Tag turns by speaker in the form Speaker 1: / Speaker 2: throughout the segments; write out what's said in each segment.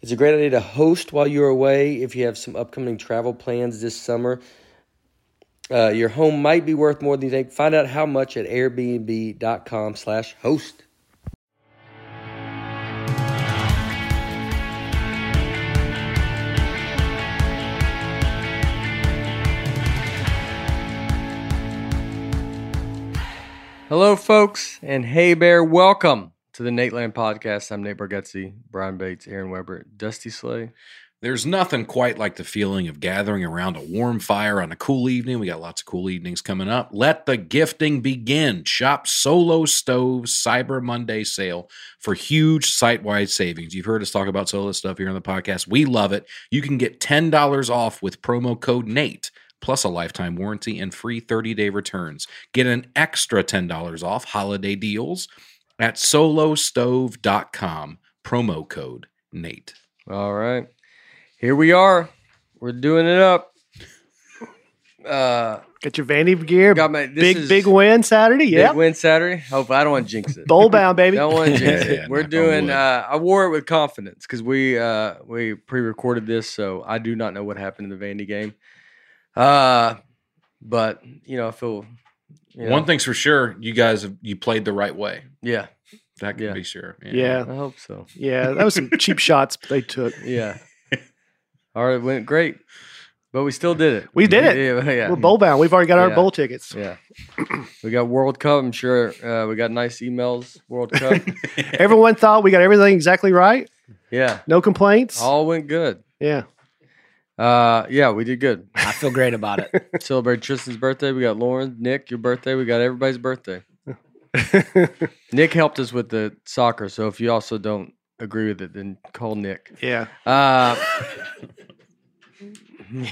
Speaker 1: It's a great idea to host while you're away if you have some upcoming travel plans this summer. Uh, your home might be worth more than you think. Find out how much at airbnb.com/host. Hello, folks, and hey, Bear, welcome to the Nate Land Podcast. I'm Nate Bargatze, Brian Bates, Aaron Weber, Dusty Slay.
Speaker 2: There's nothing quite like the feeling of gathering around a warm fire on a cool evening. We got lots of cool evenings coming up. Let the gifting begin. Shop Solo Stove's Cyber Monday sale for huge site wide savings. You've heard us talk about solo stuff here on the podcast. We love it. You can get $10 off with promo code NATE. Plus a lifetime warranty and free 30 day returns. Get an extra $10 off holiday deals at solostove.com. Promo code NATE.
Speaker 1: All right. Here we are. We're doing it up. Uh,
Speaker 3: Got your Vandy gear.
Speaker 1: got my this
Speaker 3: big
Speaker 1: is
Speaker 3: big win Saturday.
Speaker 1: big
Speaker 3: Yeah,
Speaker 1: win Saturday. Hope I don't want to jinx it.
Speaker 3: bowl bound baby.
Speaker 1: Don't want to jinx
Speaker 2: Yeah, yeah,
Speaker 1: it. We're
Speaker 2: knock on
Speaker 1: doing.
Speaker 2: wood.
Speaker 1: Uh, I wore it with confidence because we uh, we pre-recorded this, so I do not know what happened in the Vandy game. Uh, but you know, I feel you know,
Speaker 2: One thing's for sure, you guys have, you played the right way.
Speaker 1: Yeah,
Speaker 2: That can
Speaker 1: Yeah.
Speaker 2: be sure.
Speaker 3: yeah,
Speaker 1: I hope so.
Speaker 3: yeah. That was some cheap shots they took.
Speaker 1: Yeah. All right, it went great, but we still did it.
Speaker 3: We did it.
Speaker 1: Yeah, yeah.
Speaker 3: We're bowl bound. We've already got our
Speaker 1: Yeah.
Speaker 3: bowl tickets.
Speaker 1: Yeah, we got World Cup. I'm sure uh, we got nice emails. World Cup.
Speaker 3: Everyone thought we got everything exactly right.
Speaker 1: yeah,
Speaker 3: No complaints.
Speaker 1: all went good.
Speaker 3: yeah,
Speaker 1: Uh, yeah, we did good.
Speaker 4: I feel great about it.
Speaker 1: Celebrate Tristan's birthday. We got Lauren, Nick, your birthday. We got everybody's birthday. Nick helped us with the soccer, so if you also don't agree with it, then call Nick.
Speaker 3: yeah.
Speaker 1: Uh,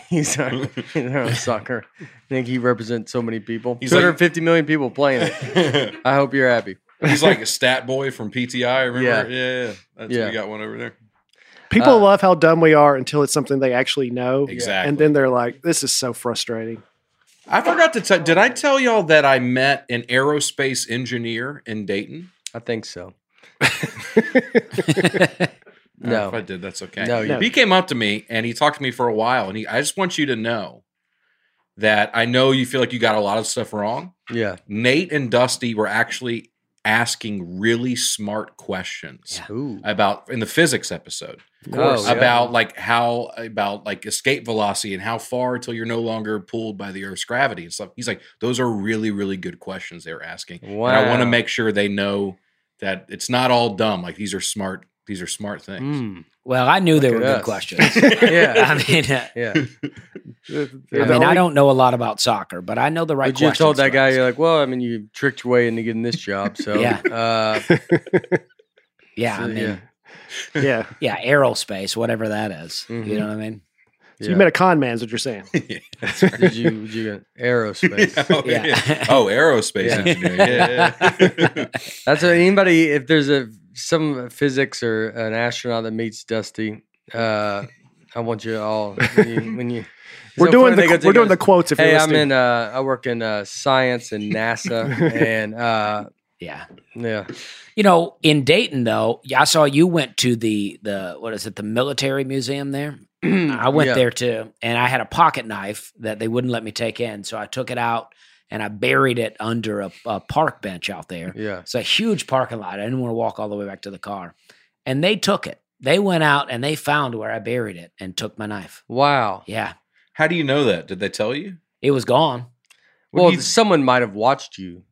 Speaker 1: he's our, he's our soccer. I think he represents so many people.
Speaker 2: He's
Speaker 1: Two
Speaker 2: like-
Speaker 1: hundred fifty million people playing it.
Speaker 2: Yeah.
Speaker 1: I hope you're happy.
Speaker 2: He's like a stat boy from PTI, remember?
Speaker 1: Yeah.
Speaker 2: Yeah. yeah. That's,
Speaker 1: Yeah.
Speaker 2: We got one over there.
Speaker 3: People
Speaker 1: Uh,
Speaker 3: love how dumb we are until it's something they actually know,
Speaker 2: Exactly.
Speaker 3: and then they're like, "This is so frustrating."
Speaker 2: I forgot to tell did I tell y'all that I met an aerospace engineer in Dayton?
Speaker 1: I think so.
Speaker 2: Uh,
Speaker 1: No.
Speaker 2: If I did, that's okay.
Speaker 1: No, you-
Speaker 3: No.
Speaker 2: He came up to me and he talked to me for a while and he I just want you to know that I know you feel like you got a lot of stuff wrong.
Speaker 1: Yeah.
Speaker 2: Nate and Dusty were actually asking really smart questions
Speaker 1: Ooh.
Speaker 2: about in the physics episode.
Speaker 1: Of Oh,
Speaker 4: course.
Speaker 3: Oh,
Speaker 1: yeah.
Speaker 2: about like how about like escape velocity and how far till you're no longer pulled by the earth's gravity and stuff he's like those are really really good questions they're asking and i want to
Speaker 1: Wow.
Speaker 2: make sure they know that it's not all dumb like these are smart these are smart things
Speaker 1: Mm.
Speaker 4: Well, I knew they
Speaker 1: Look
Speaker 4: were
Speaker 1: at
Speaker 4: good
Speaker 1: us.
Speaker 4: questions.
Speaker 1: Yeah.
Speaker 4: I mean, uh,
Speaker 1: Yeah.
Speaker 4: I, mean I don't know a lot about soccer, but I know the right
Speaker 1: But you
Speaker 4: questions.
Speaker 1: told that
Speaker 4: to
Speaker 1: guy, uh,
Speaker 4: ask.
Speaker 1: you're like, well, I mean, you tricked your way into getting this job. So,
Speaker 4: Yeah.
Speaker 1: uh,
Speaker 4: Yeah,
Speaker 1: so,
Speaker 4: I mean,
Speaker 1: yeah.
Speaker 4: yeah.
Speaker 3: Yeah,
Speaker 4: aerospace, whatever that is.
Speaker 1: Mhm.
Speaker 4: You know what I mean?
Speaker 3: so
Speaker 1: yeah.
Speaker 3: you met a con man, is what you're saying.
Speaker 1: did you, did you get aerospace?
Speaker 2: oh,
Speaker 4: Yeah.
Speaker 2: yeah. Oh, aerospace
Speaker 1: Mm. Yeah.
Speaker 2: engineering. Yeah, yeah.
Speaker 1: That's what anybody. If there's a some physics or an astronaut that meets Dusty, uh, I want you all when you. When you it's
Speaker 3: we're
Speaker 1: so
Speaker 3: doing
Speaker 1: funny,
Speaker 3: the
Speaker 1: they go- they
Speaker 3: we're doing
Speaker 1: goes,
Speaker 3: the quotes. If
Speaker 1: Hey,
Speaker 3: you're
Speaker 1: I'm
Speaker 3: listening,
Speaker 1: in. Uh, I work in uh, science and NASA, and uh,
Speaker 4: Yeah.
Speaker 1: yeah,
Speaker 4: You know, in Dayton though, I saw you went to the the what is it, the military museum there. I went
Speaker 1: Yeah.
Speaker 4: there too, and I had a pocket knife that they wouldn't let me take in, so I took it out and I buried it under a, a park bench out there.
Speaker 1: yeah.
Speaker 4: It's a huge parking lot. I didn't want to walk all the way back to the car. And they took it. They went out and they found where I buried it and took my knife.
Speaker 1: Wow,
Speaker 4: Yeah.
Speaker 2: How do you know that? Did they tell you?
Speaker 4: It was gone.
Speaker 2: What
Speaker 1: Well,
Speaker 2: do, you,
Speaker 1: someone might have watched you.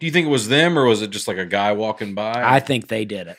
Speaker 2: do you think it was them or was it just like a guy walking by?
Speaker 4: I think they did it.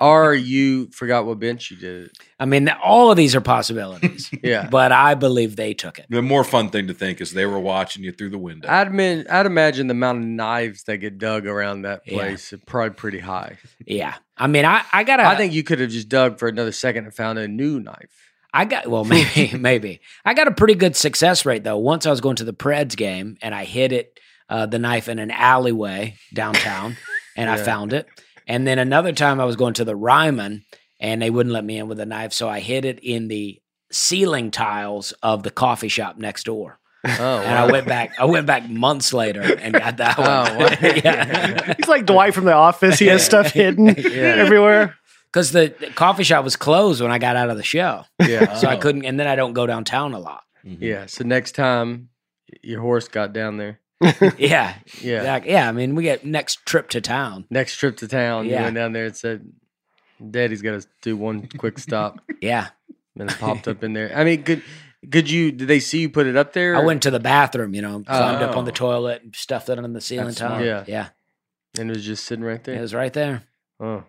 Speaker 1: or you forgot what bench you did it.
Speaker 4: I mean, th- all of these are possibilities,
Speaker 1: Yeah.
Speaker 4: but I believe they took it.
Speaker 2: the more fun thing to think is they were watching you through the window.
Speaker 1: I'd, mean, I'd imagine the amount of knives that get dug around that
Speaker 4: Yeah.
Speaker 1: place is probably pretty high.
Speaker 4: Yeah. I mean, I, I gotta.
Speaker 1: I think you could have just dug for another second and found a new knife.
Speaker 4: I got well, maybe, maybe. I got a pretty good success rate though. Once I was going to the Preds game and I hid it uh, the knife in an alleyway downtown, and I
Speaker 1: Yeah.
Speaker 4: found it. And then another time I was going to the Ryman and they wouldn't let me in with a knife, so I hid it in the ceiling tiles of the coffee shop next door.
Speaker 1: Oh,
Speaker 4: And I
Speaker 1: wow.
Speaker 4: went back. I went back months later and got that
Speaker 1: Oh,
Speaker 4: one.
Speaker 1: wow. uh,
Speaker 4: yeah.
Speaker 3: He's like Dwight from The Office. He has stuff hidden everywhere.
Speaker 4: Because the, the coffee shop was closed when I got out of the show,
Speaker 1: yeah,
Speaker 4: so I
Speaker 2: Oh.
Speaker 4: couldn't. And then I don't go downtown a lot.
Speaker 2: Mhm.
Speaker 1: yeah. So next time y- your horse got down there,
Speaker 4: Yeah,
Speaker 1: yeah.
Speaker 4: Yeah. yeah, I mean, we get next trip to town.
Speaker 1: Next trip to town, you
Speaker 4: Yeah.
Speaker 1: went down there and said, "Daddy's got to do one quick stop,"
Speaker 4: Yeah,
Speaker 1: and it popped up in there. I mean, could could you? Did they see you put it up there?
Speaker 4: I went to the bathroom, you know, climbed up on the
Speaker 2: Oh.
Speaker 4: toilet and stuffed it on the ceiling
Speaker 2: That's
Speaker 4: tile.
Speaker 2: smart.
Speaker 1: Yeah.
Speaker 4: yeah,
Speaker 1: and it was just sitting right
Speaker 4: it
Speaker 1: there.
Speaker 4: was right there.
Speaker 1: Oh,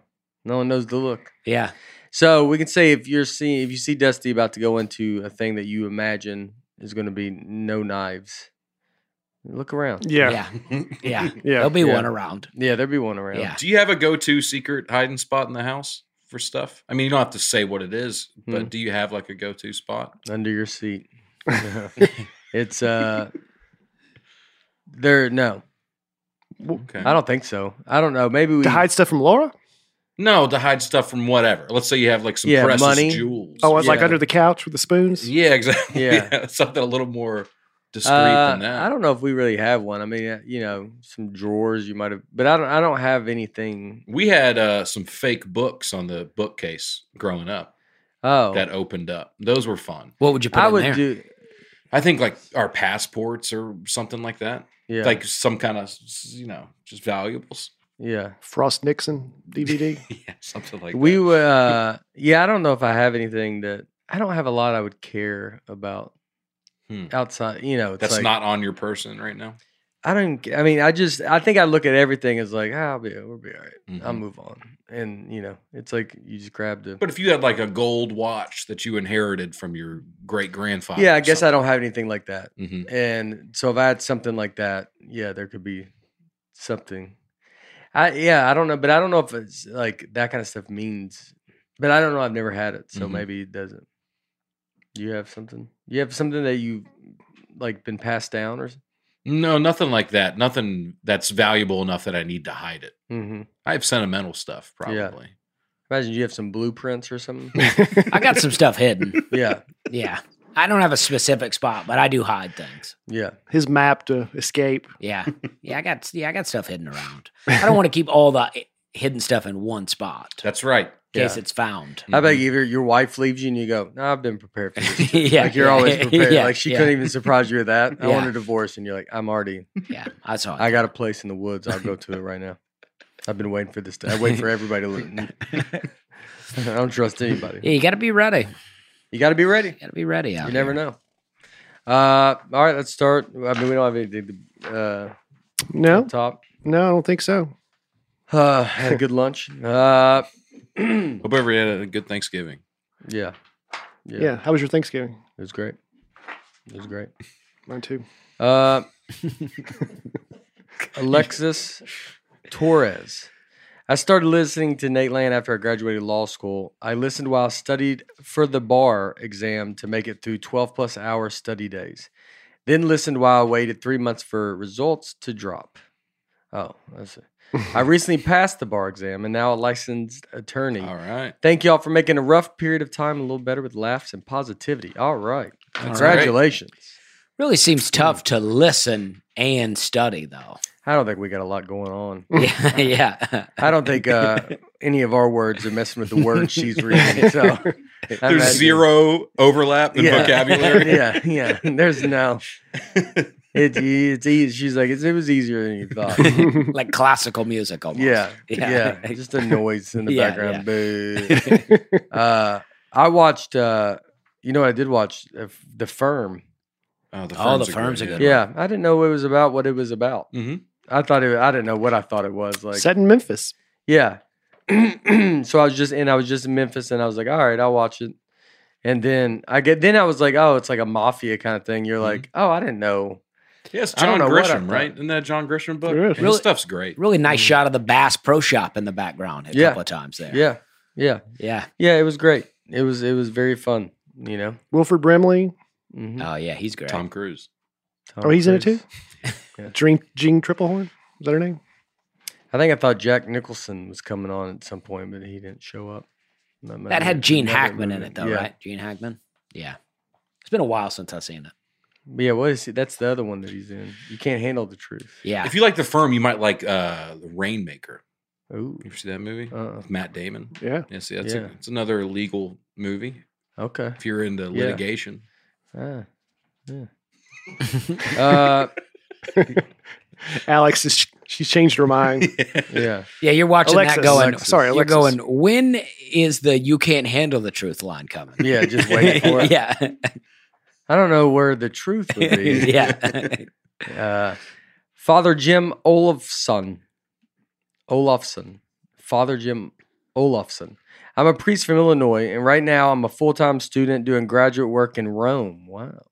Speaker 1: no one knows the look.
Speaker 4: Yeah,
Speaker 1: So we can say if you're seeing if you see Dusty about to go into a thing that you imagine is going to be no knives, look around.
Speaker 3: Yeah. Yeah.
Speaker 4: yeah, yeah.
Speaker 3: Yeah.
Speaker 4: There'll be
Speaker 1: Yeah.
Speaker 4: one around.
Speaker 1: Yeah, there'd be one around.
Speaker 4: Yeah.
Speaker 2: Do you have a go-to secret hiding spot in the house for stuff? I mean, you don't have to say what it is, but
Speaker 1: Hmm.
Speaker 2: do you have like a go-to spot?
Speaker 1: under your seat. it's uh there no.
Speaker 2: Okay.
Speaker 1: I don't think so. I don't know. Maybe we
Speaker 3: To hide stuff from Laura?
Speaker 2: no, to hide stuff from whatever. Let's say you have like some
Speaker 1: Yeah,
Speaker 2: precious
Speaker 1: money.
Speaker 2: jewels.
Speaker 3: Oh, I was like
Speaker 1: Yeah.
Speaker 3: under the couch with the spoons.
Speaker 2: yeah, exactly.
Speaker 1: Yeah.
Speaker 2: Yeah. something a little more discreet
Speaker 1: uh,
Speaker 2: than that.
Speaker 1: I don't know if we really have one. I mean, uh, you know, some drawers you might have but I don't I don't have anything.
Speaker 2: We had uh, some fake books on the bookcase growing up
Speaker 1: Oh.
Speaker 2: that opened up. Those were fun.
Speaker 4: What would you put
Speaker 1: I
Speaker 4: in
Speaker 1: would
Speaker 4: there?
Speaker 1: do
Speaker 2: I think like our passports or something like that,
Speaker 1: yeah.
Speaker 2: like some kind of you know just valuables.
Speaker 1: yeah.
Speaker 3: Frost Nixon DVD.
Speaker 2: yeah, something like
Speaker 1: We
Speaker 2: that.
Speaker 1: would uh yeah, I don't know if I have anything that I don't have a lot I would care about
Speaker 2: Hmm.
Speaker 1: outside, you know, it's
Speaker 2: That's
Speaker 1: like,
Speaker 2: not on your person right now.
Speaker 1: I don't I mean, I just I think I look at everything as like, ah, I'll be we'll be all right.
Speaker 2: Mhm.
Speaker 1: I'll move on. And you know, it's like you just grabbed a.
Speaker 2: But if you had like a gold watch that you inherited from your great grandfather,
Speaker 1: yeah, I guess I don't have anything like that.
Speaker 2: don't. hmm
Speaker 1: And so if I had something like that, yeah, there could be something. I yeah, I don't know, but I don't know if it's like that kind of stuff means. But I don't know. I've never had it, so
Speaker 4: Mm-hmm.
Speaker 2: Mhm.
Speaker 1: maybe it doesn't. Do you have something? You have something that you like been passed down or?
Speaker 2: No, nothing like that. Nothing that's valuable enough that I need to hide it.
Speaker 1: Mm-hmm.
Speaker 2: I have sentimental stuff, probably.
Speaker 1: Yeah. Imagine you have some blueprints or something.
Speaker 4: I got some stuff hidden.
Speaker 1: yeah,
Speaker 4: Yeah, I don't have a specific spot, but I do hide things.
Speaker 1: yeah.
Speaker 3: His map to escape.
Speaker 4: Yeah, yeah. I got yeah, I got stuff hidden around. I don't want to keep all the hidden stuff in one spot in
Speaker 2: That's right.
Speaker 4: case
Speaker 1: yeah.
Speaker 4: it's found.
Speaker 1: How about
Speaker 2: Mhm.
Speaker 1: your your wife leaves you and you go, no, I've been prepared for this.
Speaker 4: yeah,
Speaker 1: like you're always prepared. like she
Speaker 4: yeah,
Speaker 1: couldn't even surprise you with that. I want
Speaker 4: Yeah.
Speaker 1: a divorce, and you're like, I'm already.
Speaker 4: Yeah, I saw it.
Speaker 1: I got a place in the woods. I'll go to it right now. I've been waiting for this. To, I wait for everybody to. leave. I don't trust anybody.
Speaker 4: yeah, you got to be ready.
Speaker 1: You got to be ready.
Speaker 4: Got to be ready out.
Speaker 1: You never know. Uh, all right, let's start. I mean, we don't have anything to uh,
Speaker 3: No,
Speaker 1: up top.
Speaker 3: no, I don't think so.
Speaker 1: Uh, had a good lunch. Uh, yeah,
Speaker 2: Mm-hmm. Hope everybody had a good Thanksgiving.
Speaker 1: yeah,
Speaker 3: Yeah. How was your Thanksgiving?
Speaker 1: It was great. It was great.
Speaker 3: Mine too.
Speaker 1: Uh, Alexis Torres. I started listening to Nate Land after I graduated law school. I listened while I studied for the bar exam to make it through 12 plus hour study days. Then listened while I waited three months for results to drop. Oh, I see. I recently passed the bar exam and now a licensed attorney.
Speaker 2: All right.
Speaker 1: Thank y'all for making a rough period of time a little better with laughs and positivity. All right.
Speaker 2: That's
Speaker 4: All
Speaker 2: great.
Speaker 4: right.
Speaker 1: Congratulations.
Speaker 4: Really seems
Speaker 1: Hmm.
Speaker 4: tough to listen and study, though.
Speaker 1: I don't think we got a lot going on.
Speaker 4: yeah, yeah.
Speaker 1: I don't think uh, any of our words are messing with the words she's reading. So I
Speaker 2: There's
Speaker 1: imagine-
Speaker 2: zero overlap in
Speaker 1: Yeah.
Speaker 2: vocabulary.
Speaker 1: Yeah, yeah. There's no. It, it's easy. She's like, it's, it was easier than you thought.
Speaker 4: like classical music almost.
Speaker 1: Yeah,
Speaker 4: Yeah.
Speaker 1: yeah, Just a noise in the
Speaker 4: Yeah,
Speaker 1: background. Boo. uh, I watched uh, You know, what I did watch Uh, the Firm.
Speaker 2: Oh, the firms,
Speaker 4: Oh, the
Speaker 2: are
Speaker 4: firms
Speaker 2: good,
Speaker 4: are good.
Speaker 1: Yeah, I didn't know it was about. What it was about.
Speaker 2: Mhm.
Speaker 1: I thought it. I didn't know what I thought it was. Like
Speaker 3: Set in Memphis.
Speaker 1: Yeah. so I was just in I was just in Memphis and I was like, all right, I'll watch it. And then I get then I was like, oh, it's like a mafia kind of thing. You're
Speaker 4: Mm-hmm.
Speaker 1: like, oh, I didn't know.
Speaker 2: Yeah, it's
Speaker 1: I don't
Speaker 2: John
Speaker 1: know what I
Speaker 2: Grisham,
Speaker 1: thought.
Speaker 2: right? Isn't that a John Grisham book?
Speaker 3: There is.
Speaker 2: His
Speaker 4: Really?
Speaker 2: stuff's great.
Speaker 4: Really nice shot of the Bass Pro Shop in the background a
Speaker 1: Hmm. Yeah.
Speaker 4: couple of times there.
Speaker 1: Yeah. Yeah.
Speaker 4: Yeah.
Speaker 1: Yeah, it was great. It was it was very fun, you know.
Speaker 3: Wilford Brimley.
Speaker 1: Mhm.
Speaker 4: Oh, yeah. He's great.
Speaker 2: Tom Cruise.
Speaker 1: Tom
Speaker 3: Oh, he's in it
Speaker 1: Cruise.
Speaker 3: too. Dream Jean Triplehorn. Is that her name?
Speaker 1: I think I thought Jack Nicholson was coming on at some point, but he didn't show up. That, might
Speaker 4: that
Speaker 1: be
Speaker 4: had Gene
Speaker 1: another
Speaker 4: Hackman in
Speaker 1: movie.
Speaker 4: it, though,
Speaker 1: Yeah.
Speaker 4: right? Gene Hackman. Yeah. It's been a while since I've seen it.
Speaker 1: Yeah, what is it? That's the other one that he's in. You can't handle the truth.
Speaker 4: Yeah.
Speaker 2: If you like the firm, you might like uh The Rainmaker.
Speaker 1: Ooh.
Speaker 2: You ever see that movie?
Speaker 1: Uh,
Speaker 2: With Matt Damon.
Speaker 3: Yeah.
Speaker 2: Yeah, see, that's
Speaker 1: Yeah.
Speaker 2: A, it's another legal movie.
Speaker 1: okay.
Speaker 2: If you're into
Speaker 1: Yeah.
Speaker 2: litigation,
Speaker 1: Ah, yeah. uh,
Speaker 3: Alex is she's changed her mind.
Speaker 1: yeah.
Speaker 4: yeah, you're watching that
Speaker 3: Alexis.
Speaker 4: going,
Speaker 3: Alexis. Sorry,
Speaker 4: you're going,
Speaker 3: Alexis.
Speaker 4: when is the you can't handle the truth line coming?
Speaker 1: Yeah, just wait for it.
Speaker 4: yeah.
Speaker 1: I don't know where the truth would be.
Speaker 4: yeah.
Speaker 1: uh, Father Jim Olafson. Olafson. Father Jim Olafson. I'm a priest from Illinois, and right now I'm a full time student doing graduate work in Rome. Wow.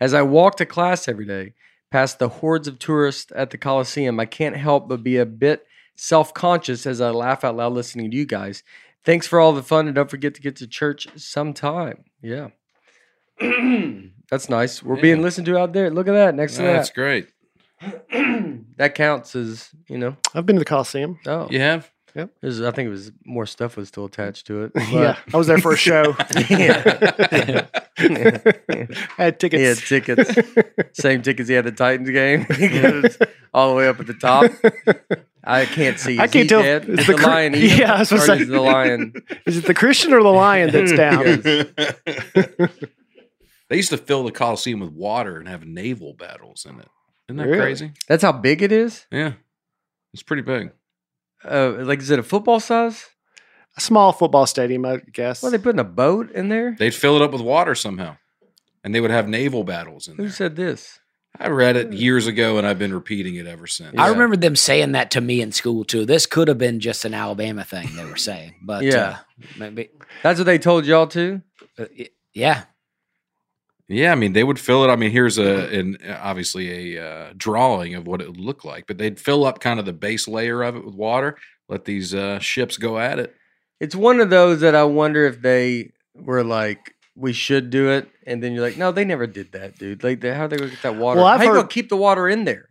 Speaker 1: As I walk to class every day, past the hordes of tourists at the Colosseum, I can't help but be a bit self conscious as I laugh out loud listening to you guys. Thanks for all the fun, and don't forget to get to church sometime. Yeah. That's nice. We're being
Speaker 2: Yeah.
Speaker 1: listened to out there. Look at that. Next to that
Speaker 2: oh, that's great.
Speaker 1: that counts as you know.
Speaker 3: I've been to the Coliseum.
Speaker 1: Oh,
Speaker 2: You have
Speaker 1: There's- I think it was more stuff was still attached to it.
Speaker 3: yeah, I was there for a show.
Speaker 1: Yeah.
Speaker 3: I had
Speaker 1: but he had
Speaker 3: tickets.
Speaker 1: tickets, same tickets he had at the Titans game. He got it all the way up at the top. I can't see.
Speaker 3: I
Speaker 1: Is he
Speaker 3: can't tell
Speaker 1: dead?
Speaker 3: if
Speaker 1: Is
Speaker 3: the
Speaker 1: the,
Speaker 3: cr-
Speaker 1: lion. eating
Speaker 3: Yeah, I
Speaker 1: him,
Speaker 3: was gonna
Speaker 1: or
Speaker 3: say.
Speaker 1: is the lion.
Speaker 3: Is it the Christian or the lion that's down?
Speaker 2: they used to fill the Coliseum with water and have naval battles in it. Isn't that
Speaker 3: Really?
Speaker 2: crazy?
Speaker 1: That's how big it is.
Speaker 2: Yeah, it's pretty big.
Speaker 1: Uh, like, is it a football size?
Speaker 3: a small football stadium, I guess.
Speaker 1: What are they putting a boat in there?
Speaker 2: They'd fill it up with water somehow, and they would have naval battles in
Speaker 1: Who
Speaker 2: there.
Speaker 1: said this?
Speaker 2: I read it years ago, and I've been repeating it ever since.
Speaker 1: Yeah.
Speaker 4: I remember them saying that to me in school too. This could have been just an Alabama thing they were saying, but uh,
Speaker 1: Yeah.
Speaker 4: maybe,
Speaker 1: That's what they told y'all too.
Speaker 4: uh, y- yeah,
Speaker 2: Yeah, I mean they would fill it. I mean here's a an obviously a uh, drawing of what it would look like, but they'd fill up kind of the base layer of it with water. Let these uh, ships go at it.
Speaker 1: It's one of those that I wonder if they were like, we should do it, and then you're like, no, they never did that, dude. Like, they, how they gonna get that water?
Speaker 3: Well,
Speaker 1: how
Speaker 3: I've
Speaker 1: you gonna
Speaker 3: heard-
Speaker 1: keep the water in there?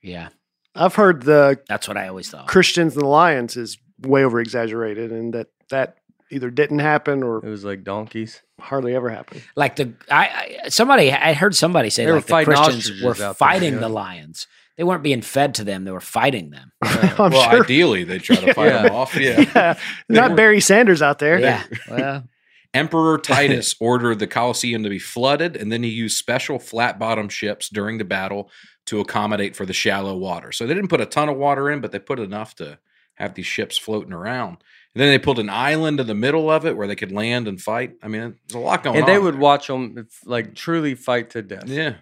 Speaker 4: yeah.
Speaker 3: I've heard the
Speaker 4: That's what I always thought.
Speaker 3: Christians and the lions is way over exaggerated, and that that either didn't happen or
Speaker 1: It was like donkeys.
Speaker 3: hardly ever happened.
Speaker 4: like the I, I somebody I heard somebody say
Speaker 1: They were
Speaker 4: like the
Speaker 1: fighting
Speaker 4: Christians
Speaker 1: ostriches
Speaker 4: were
Speaker 1: out there,
Speaker 4: fighting
Speaker 1: yeah.
Speaker 4: the lions. They weren't being fed to them; they were fighting them.
Speaker 3: I'm
Speaker 2: well,
Speaker 3: sure.
Speaker 2: ideally they try to fight
Speaker 1: Yeah.
Speaker 2: them off. Yeah.
Speaker 3: yeah,
Speaker 2: They
Speaker 3: not
Speaker 2: were-
Speaker 3: Barry Sanders out there.
Speaker 4: Yeah, well,
Speaker 2: Emperor Titus ordered the Colosseum to be flooded, and then he used special flat bottom ships during the battle to accommodate for the shallow water. So they didn't put a ton of water in, but they put enough to have these ships floating around. And then they pulled an island in the middle of it where they could land and fight. I mean, there's a lot going
Speaker 1: and
Speaker 2: on.
Speaker 1: they would
Speaker 2: there.
Speaker 1: watch them like truly fight to death.
Speaker 2: Oh, Yeah.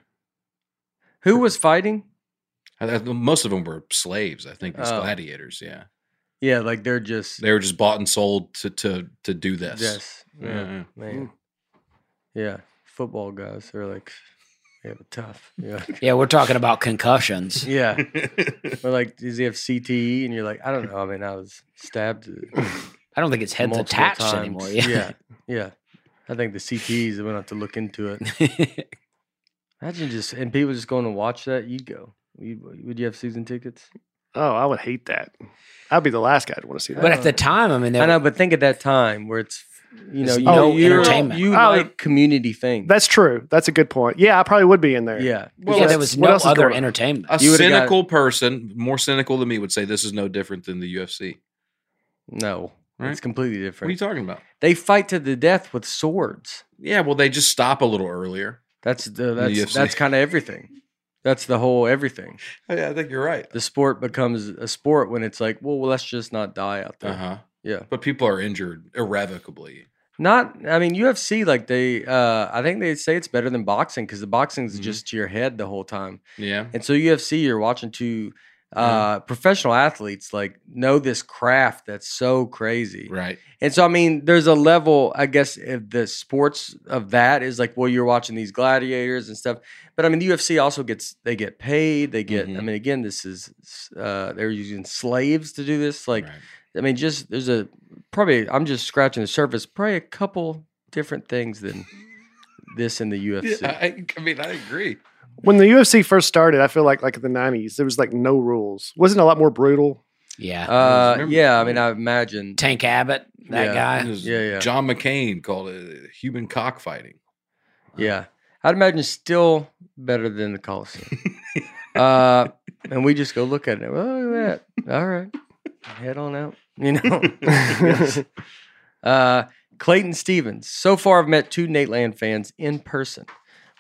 Speaker 1: Who was fighting?
Speaker 2: I- I- Most of them were slaves, I think, these
Speaker 1: Oh.
Speaker 2: gladiators. Yeah.
Speaker 1: Yeah, like they're just
Speaker 2: They were just bought and sold to to to do this.
Speaker 1: yes, yeah,
Speaker 2: Yeah.
Speaker 1: man, yeah. Football guys, they're like, yeah, but tough, yeah,
Speaker 4: yeah, we're talking about concussions.
Speaker 1: yeah. We're like, does he have CTE? And you're like, I don't know. I mean, I was stabbed.
Speaker 4: I don't think his head's
Speaker 1: multiple
Speaker 4: attached
Speaker 1: times.
Speaker 4: anymore. Yeah,
Speaker 1: yeah, yeah. I think the CTEs. I'm gonna have to look into it. Imagine just and people just going to watch that. You'd go. You, would you have season tickets?
Speaker 3: Oh, I would hate that. I'd be the last guy to want to see that.
Speaker 4: but at
Speaker 1: Uh,
Speaker 4: the time, I mean, they
Speaker 1: I
Speaker 4: were,
Speaker 1: know, but think at that time where it's you know
Speaker 4: There's
Speaker 1: you
Speaker 4: no
Speaker 1: know, you're-
Speaker 4: entertainment.
Speaker 1: You
Speaker 3: Oh,
Speaker 1: like community things.
Speaker 3: That's true. That's a good point. Yeah, I probably would be in there.
Speaker 1: yeah.
Speaker 2: Well,
Speaker 4: yeah,
Speaker 3: that's-
Speaker 4: there was
Speaker 3: what
Speaker 4: no
Speaker 3: else is
Speaker 4: other
Speaker 3: going on?
Speaker 4: entertainment.
Speaker 2: A
Speaker 1: You would've got-
Speaker 2: cynical person, more cynical than me, would say this is no different than the UFC.
Speaker 1: No,
Speaker 2: Right?
Speaker 1: it's completely
Speaker 2: What are you
Speaker 1: different.
Speaker 2: talking about?
Speaker 1: they fight to the death with swords.
Speaker 2: Yeah, well, they just stop a little earlier.
Speaker 1: That's the that's
Speaker 2: UFC.
Speaker 1: that's kind of everything. That's the whole everything.
Speaker 2: Oh, Yeah, I think you're right.
Speaker 1: The sport becomes a sport when it's like, well, let's just not die out there.
Speaker 2: Uh huh.
Speaker 1: Yeah,
Speaker 2: But people are injured irrevocably.
Speaker 1: Not, I mean, UFC, like they, uh, I think they say it's better than boxing because the boxing's
Speaker 2: Mhm.
Speaker 1: just to your head the whole time.
Speaker 2: Yeah.
Speaker 1: And so UFC, you're watching two uh, professional athletes like know this craft that's so crazy.
Speaker 2: Right.
Speaker 1: And so, I mean, there's a level, I guess, if the sports of that is like, well, you're watching these gladiators and stuff. But I mean, the UFC also gets, they get paid. They get,
Speaker 2: Mhm.
Speaker 1: I mean, again, this is, uh, they're using slaves to do this. Like,
Speaker 2: right.
Speaker 1: I mean, just there's a probably I'm just scratching the surface. Probably a couple different things than this in the UFC.
Speaker 2: Yeah, I, I mean, I agree.
Speaker 3: When the UFC first started, I feel like like in the nineties, there was like no rules. Wasn't it a lot more brutal.
Speaker 4: Yeah.
Speaker 1: uh,
Speaker 2: remember-
Speaker 1: yeah, I mean, I imagine.
Speaker 4: Tank Abbott, that
Speaker 1: Yeah.
Speaker 2: It
Speaker 4: guy.
Speaker 2: was
Speaker 1: Yeah, yeah.
Speaker 2: John McCain called it uh, human cockfighting.
Speaker 1: Yeah, I'd imagine still better than the Coliseum. uh, and we just go look at it. Well, look at that. All right, head on out. You know. Yes. uh, Clayton Stevens. So far, I've met two Nate Land fans in person.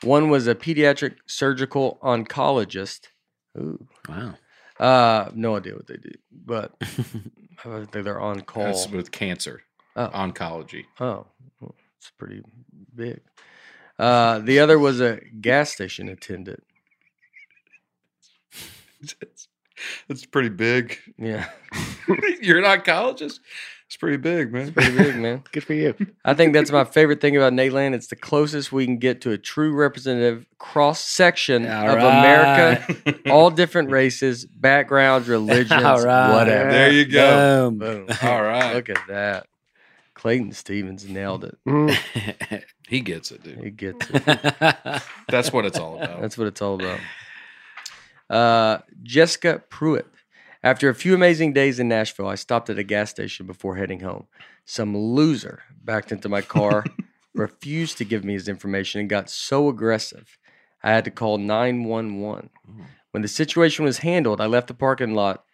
Speaker 1: One was a pediatric surgical oncologist. Ooh.
Speaker 4: Wow.
Speaker 1: Uh, no idea what they do, but I think they're on call.
Speaker 2: That's with cancer,
Speaker 1: Oh.
Speaker 2: oncology.
Speaker 1: oh, well, it's pretty big. Uh, the other was a gas station attendant.
Speaker 2: It's, it's pretty big.
Speaker 1: Yeah,
Speaker 2: You're an oncologist. It's pretty big, man.
Speaker 1: pretty big, man.
Speaker 3: Good for you.
Speaker 1: I think that's my favorite thing about Nate Land. It's the closest we can get to a true representative cross section
Speaker 4: All
Speaker 1: of America.
Speaker 2: there
Speaker 1: All different races, backgrounds, religions,
Speaker 4: All right.
Speaker 1: whatever.
Speaker 2: you go.
Speaker 4: Boom.
Speaker 1: Boom.
Speaker 2: All right.
Speaker 1: Look at that. Clayton Stevens nailed it.
Speaker 3: Mm.
Speaker 2: He gets it, dude.
Speaker 1: He gets it.
Speaker 2: That's what it's all about.
Speaker 1: That's what it's all about. Uh, Jessica Pruitt. After a few amazing days in Nashville, I stopped at a gas station before heading home. Some loser backed into my car, refused to give me his information, and got so aggressive. I had to call 911.
Speaker 2: Mm.
Speaker 1: When the situation was handled, I left the parking lot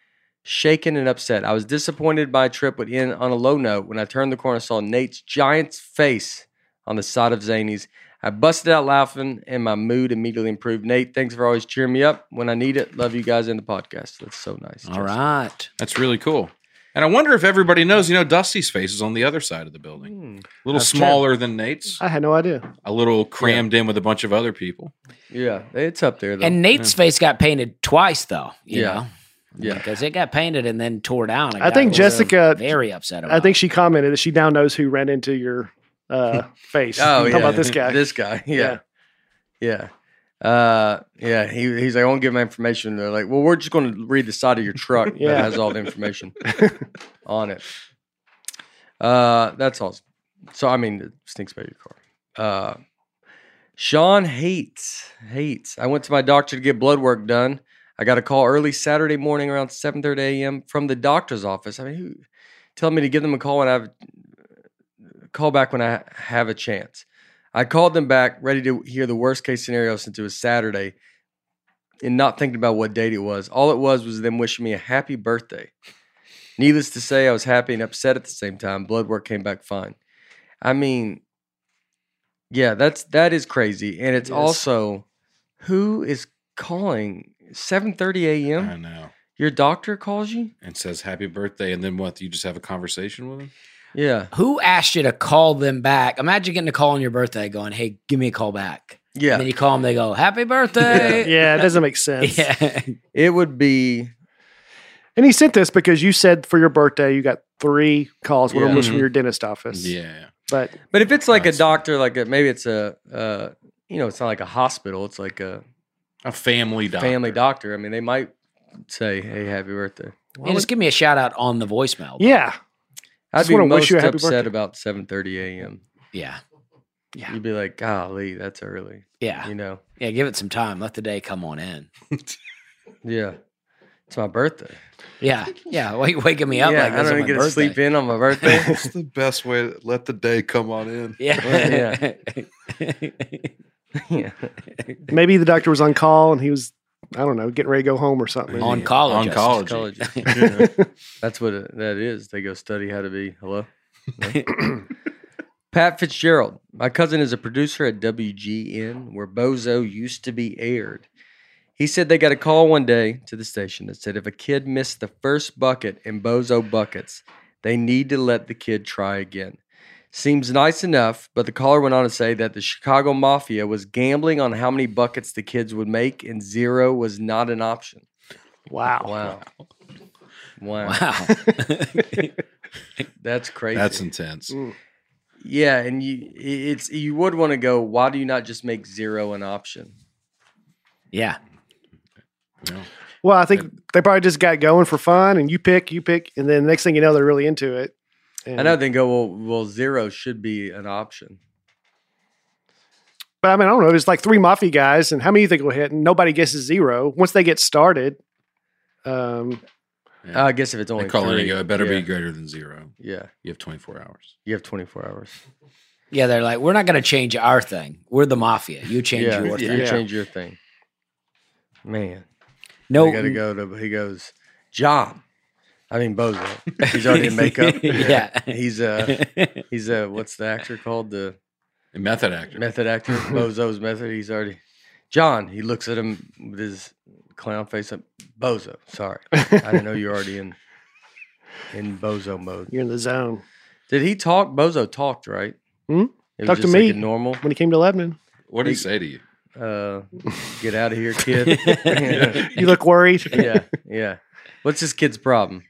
Speaker 1: shaken and upset. I was disappointed my trip would end on a low note. When I turned the corner, I saw Nate's giant face on the side of Zany's. I busted out laughing and my mood immediately improved. Nate, thanks for always cheering me up when I need it. Love you guys in the podcast. That's so nice.
Speaker 4: All
Speaker 1: Justin.
Speaker 4: right.
Speaker 2: That's really cool. And I wonder if everybody knows, you know, Dusty's face is on the other side of the building.
Speaker 1: Hmm.
Speaker 2: A little
Speaker 3: That's true.
Speaker 2: smaller than Nate's,
Speaker 3: I had no idea.
Speaker 2: a little crammed in with a bunch of other people.
Speaker 1: Yeah, it's up there though.
Speaker 4: And Nate's face got painted twice, though. You
Speaker 1: Yeah.
Speaker 4: Know?
Speaker 1: yeah.
Speaker 4: Because it got painted and then tore down. and
Speaker 3: I
Speaker 4: got
Speaker 3: think Jessica-
Speaker 4: uh, very upset about.
Speaker 3: I think she commented that she now knows who ran into your uh, face.
Speaker 1: Oh,
Speaker 3: How
Speaker 1: yeah.
Speaker 3: about this guy?
Speaker 1: This guy. Yeah. Yeah. Uh, yeah. He, he's like, I won't give my information. They're like, well, we're just going to read the side of your truck that
Speaker 3: Yeah.
Speaker 1: has all the information on it. Uh, that's awesome. So, I mean, it stinks about your car. Uh, Sean hates, hates. I went to my doctor to get blood work done. I got a call early Saturday morning around 7.30 a.m. from the doctor's office. I mean, who telling me to give them a call when I have call back when I have a chance. I called them back, ready to hear the worst case scenario since it was Saturday and not thinking about what date it was. All it was was them wishing me a happy birthday. Needless to say, I was happy and upset at the same time. Blood work came back fine. I mean, yeah, that's that is crazy. And it's
Speaker 3: Yes.
Speaker 1: also who is calling 7:30
Speaker 2: I
Speaker 1: a.m.
Speaker 2: know.
Speaker 1: Your doctor calls you?
Speaker 2: And says happy birthday. And then what? You just have a conversation with him?
Speaker 1: Yeah.
Speaker 4: who asked you to call them back? Imagine getting a call on your birthday, going, "Hey, give me a call back." And
Speaker 1: Yeah.
Speaker 4: then you call them, they go, "Happy birthday."
Speaker 3: yeah, it doesn't make sense.
Speaker 4: Yeah.
Speaker 1: It would be
Speaker 3: And he sent this because you said for your birthday you got three calls, one
Speaker 1: Yeah.
Speaker 3: of which from
Speaker 2: Mhm.
Speaker 3: your dentist office.
Speaker 2: Yeah.
Speaker 3: But
Speaker 1: But if it's like a
Speaker 2: That's-
Speaker 1: doctor, like a, maybe it's a, uh, you know, it's not like a hospital. It's like a
Speaker 2: A family doctor.
Speaker 1: family doctor. I mean, they might say, "Hey, happy birthday."
Speaker 4: Yeah, just give me a shout out on the voicemail.
Speaker 3: yeah,
Speaker 1: I'd
Speaker 3: Just
Speaker 1: be
Speaker 3: wanna
Speaker 1: most
Speaker 3: wish you a happy
Speaker 1: upset
Speaker 3: birthday.
Speaker 1: about 7:30 a.m.
Speaker 4: Yeah.
Speaker 3: Yeah.
Speaker 1: You'd be like, "Golly, that's early,"
Speaker 4: Yeah.
Speaker 3: Ah.
Speaker 1: you know?
Speaker 4: Yeah. Give it some time. Let the day come on in.
Speaker 1: Yeah, it's my birthday.
Speaker 4: Yeah. Yeah. Why you waking me up
Speaker 1: yeah,
Speaker 4: like
Speaker 1: I don't
Speaker 4: this? on
Speaker 1: even
Speaker 4: my
Speaker 1: get to
Speaker 4: birthday?
Speaker 1: sleep in on my birthday.
Speaker 2: It's the best way to let the day come on in.
Speaker 4: Yeah.
Speaker 1: yeah,
Speaker 3: maybe the doctor was on call and he was, I don't know, getting ready to go home or something.
Speaker 4: On- Oncologist.
Speaker 2: Oncologist.
Speaker 1: college. Yeah. That's what it, that is. They go study how to be. Hello. Pat Fitzgerald. My cousin is a producer at WGN, where Bozo used to be aired. He said they got a call one day to the station that said if a kid missed the first bucket in Bozo buckets, they need to let the kid try again. Seems nice enough, but the caller went on to say that the Chicago Mafia was gambling on how many buckets the kids would make, and zero was not an option.
Speaker 3: Wow.
Speaker 1: Wow. Wow.
Speaker 4: Wow.
Speaker 1: That's crazy.
Speaker 2: That's intense.
Speaker 3: Mm.
Speaker 1: yeah, and you i- it's you would want to go, why do you not just make zero an option?
Speaker 4: yeah.
Speaker 2: Yeah.
Speaker 3: Well, I think they probably just got going for fun, and you pick, you pick, and then next thing you know, they're really into it. And,
Speaker 1: I know they go, well, well, zero should be an option.
Speaker 3: but I mean, I don't know. There's like three mafia guys, and how many you think will hit? And nobody guesses zero. Once they get started, um,
Speaker 2: Yeah.
Speaker 1: I guess if it's only
Speaker 2: They call it
Speaker 1: three,
Speaker 2: and go, it better
Speaker 1: yeah,
Speaker 2: be greater than zero.
Speaker 1: Yeah,
Speaker 2: You have 24 hours.
Speaker 1: you have 24 hours.
Speaker 4: Yeah, they're like, we're not going to change our thing. We're the mafia. You change
Speaker 1: yeah,
Speaker 4: your
Speaker 1: you
Speaker 4: thing.
Speaker 3: Yeah.
Speaker 1: change your thing. Man,
Speaker 4: No,
Speaker 1: I gotta go to. He goes, John. I mean, Bozo. He's already in makeup.
Speaker 4: Yeah.
Speaker 1: he's a he's a what's the actor called the
Speaker 2: A method actor.
Speaker 1: method actor Bozo's method. He's already John. He looks at him with his clown face up. Bozo, sorry, I didn't know you're already in in Bozo mode.
Speaker 3: you're in the zone.
Speaker 1: Did he talk? Bozo talked, right?
Speaker 3: Hmm?
Speaker 1: It was
Speaker 3: Talk to
Speaker 1: just like
Speaker 3: me.
Speaker 1: a normal.
Speaker 3: When he came to Lebanon,
Speaker 2: What did he say to you?
Speaker 1: Uh, get out of here, kid.
Speaker 3: you look worried.
Speaker 1: yeah, yeah. What's this kid's problem?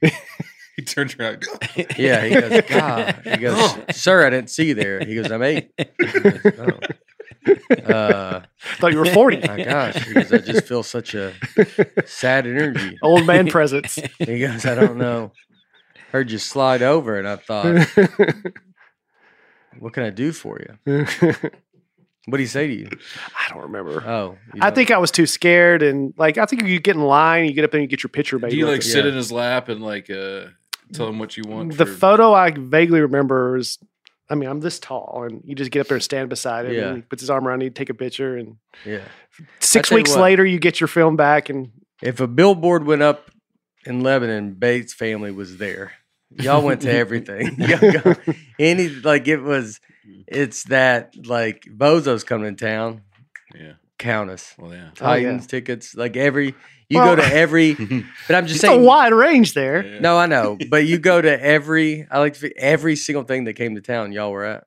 Speaker 2: He turned around.
Speaker 1: Yeah, he goes, God. He goes, Sir, I didn't see you there. He goes, I'm eight. He goes, "Oh." Uh,
Speaker 3: Thought you were forty.
Speaker 1: my gosh. He goes, I just feel such a sad energy.
Speaker 3: Old man presence.
Speaker 1: He goes, I don't know. Heard you slide over, and I thought, what can I do for you?
Speaker 3: I
Speaker 1: What did he say to you?
Speaker 3: don't remember.
Speaker 1: Oh, you
Speaker 3: I
Speaker 1: don't-
Speaker 3: think I was too scared, and like I think if you get in line, you get up there and you get your picture. Baby,
Speaker 2: Do you like
Speaker 1: Yeah.
Speaker 2: sit in his lap and like uh, tell him what you want?
Speaker 3: the
Speaker 2: for-
Speaker 3: photo I vaguely remember is, I mean, I'm this tall, and you just get up there and stand beside him.
Speaker 1: Yeah.
Speaker 3: And he puts his arm around you, take a picture, and
Speaker 1: yeah.
Speaker 3: six
Speaker 1: tell you
Speaker 3: weeks
Speaker 1: what.
Speaker 3: later, you get your film back, and
Speaker 1: If a billboard went up in Lebanon, Bates family was there. Y'all went to everything. Y'all go, any like it was. It's that like Bozo's coming in town.
Speaker 2: Yeah.
Speaker 1: Count us.
Speaker 2: Well, yeah.
Speaker 3: Oh, yeah.
Speaker 1: Titans tickets. Like every you
Speaker 3: Well-
Speaker 1: go to every. But I'm just
Speaker 3: it's
Speaker 1: saying.
Speaker 3: a wide range there.
Speaker 2: Yeah.
Speaker 1: No, I know, but you go to every. I like to fi- every single thing that came to town. Y'all were at.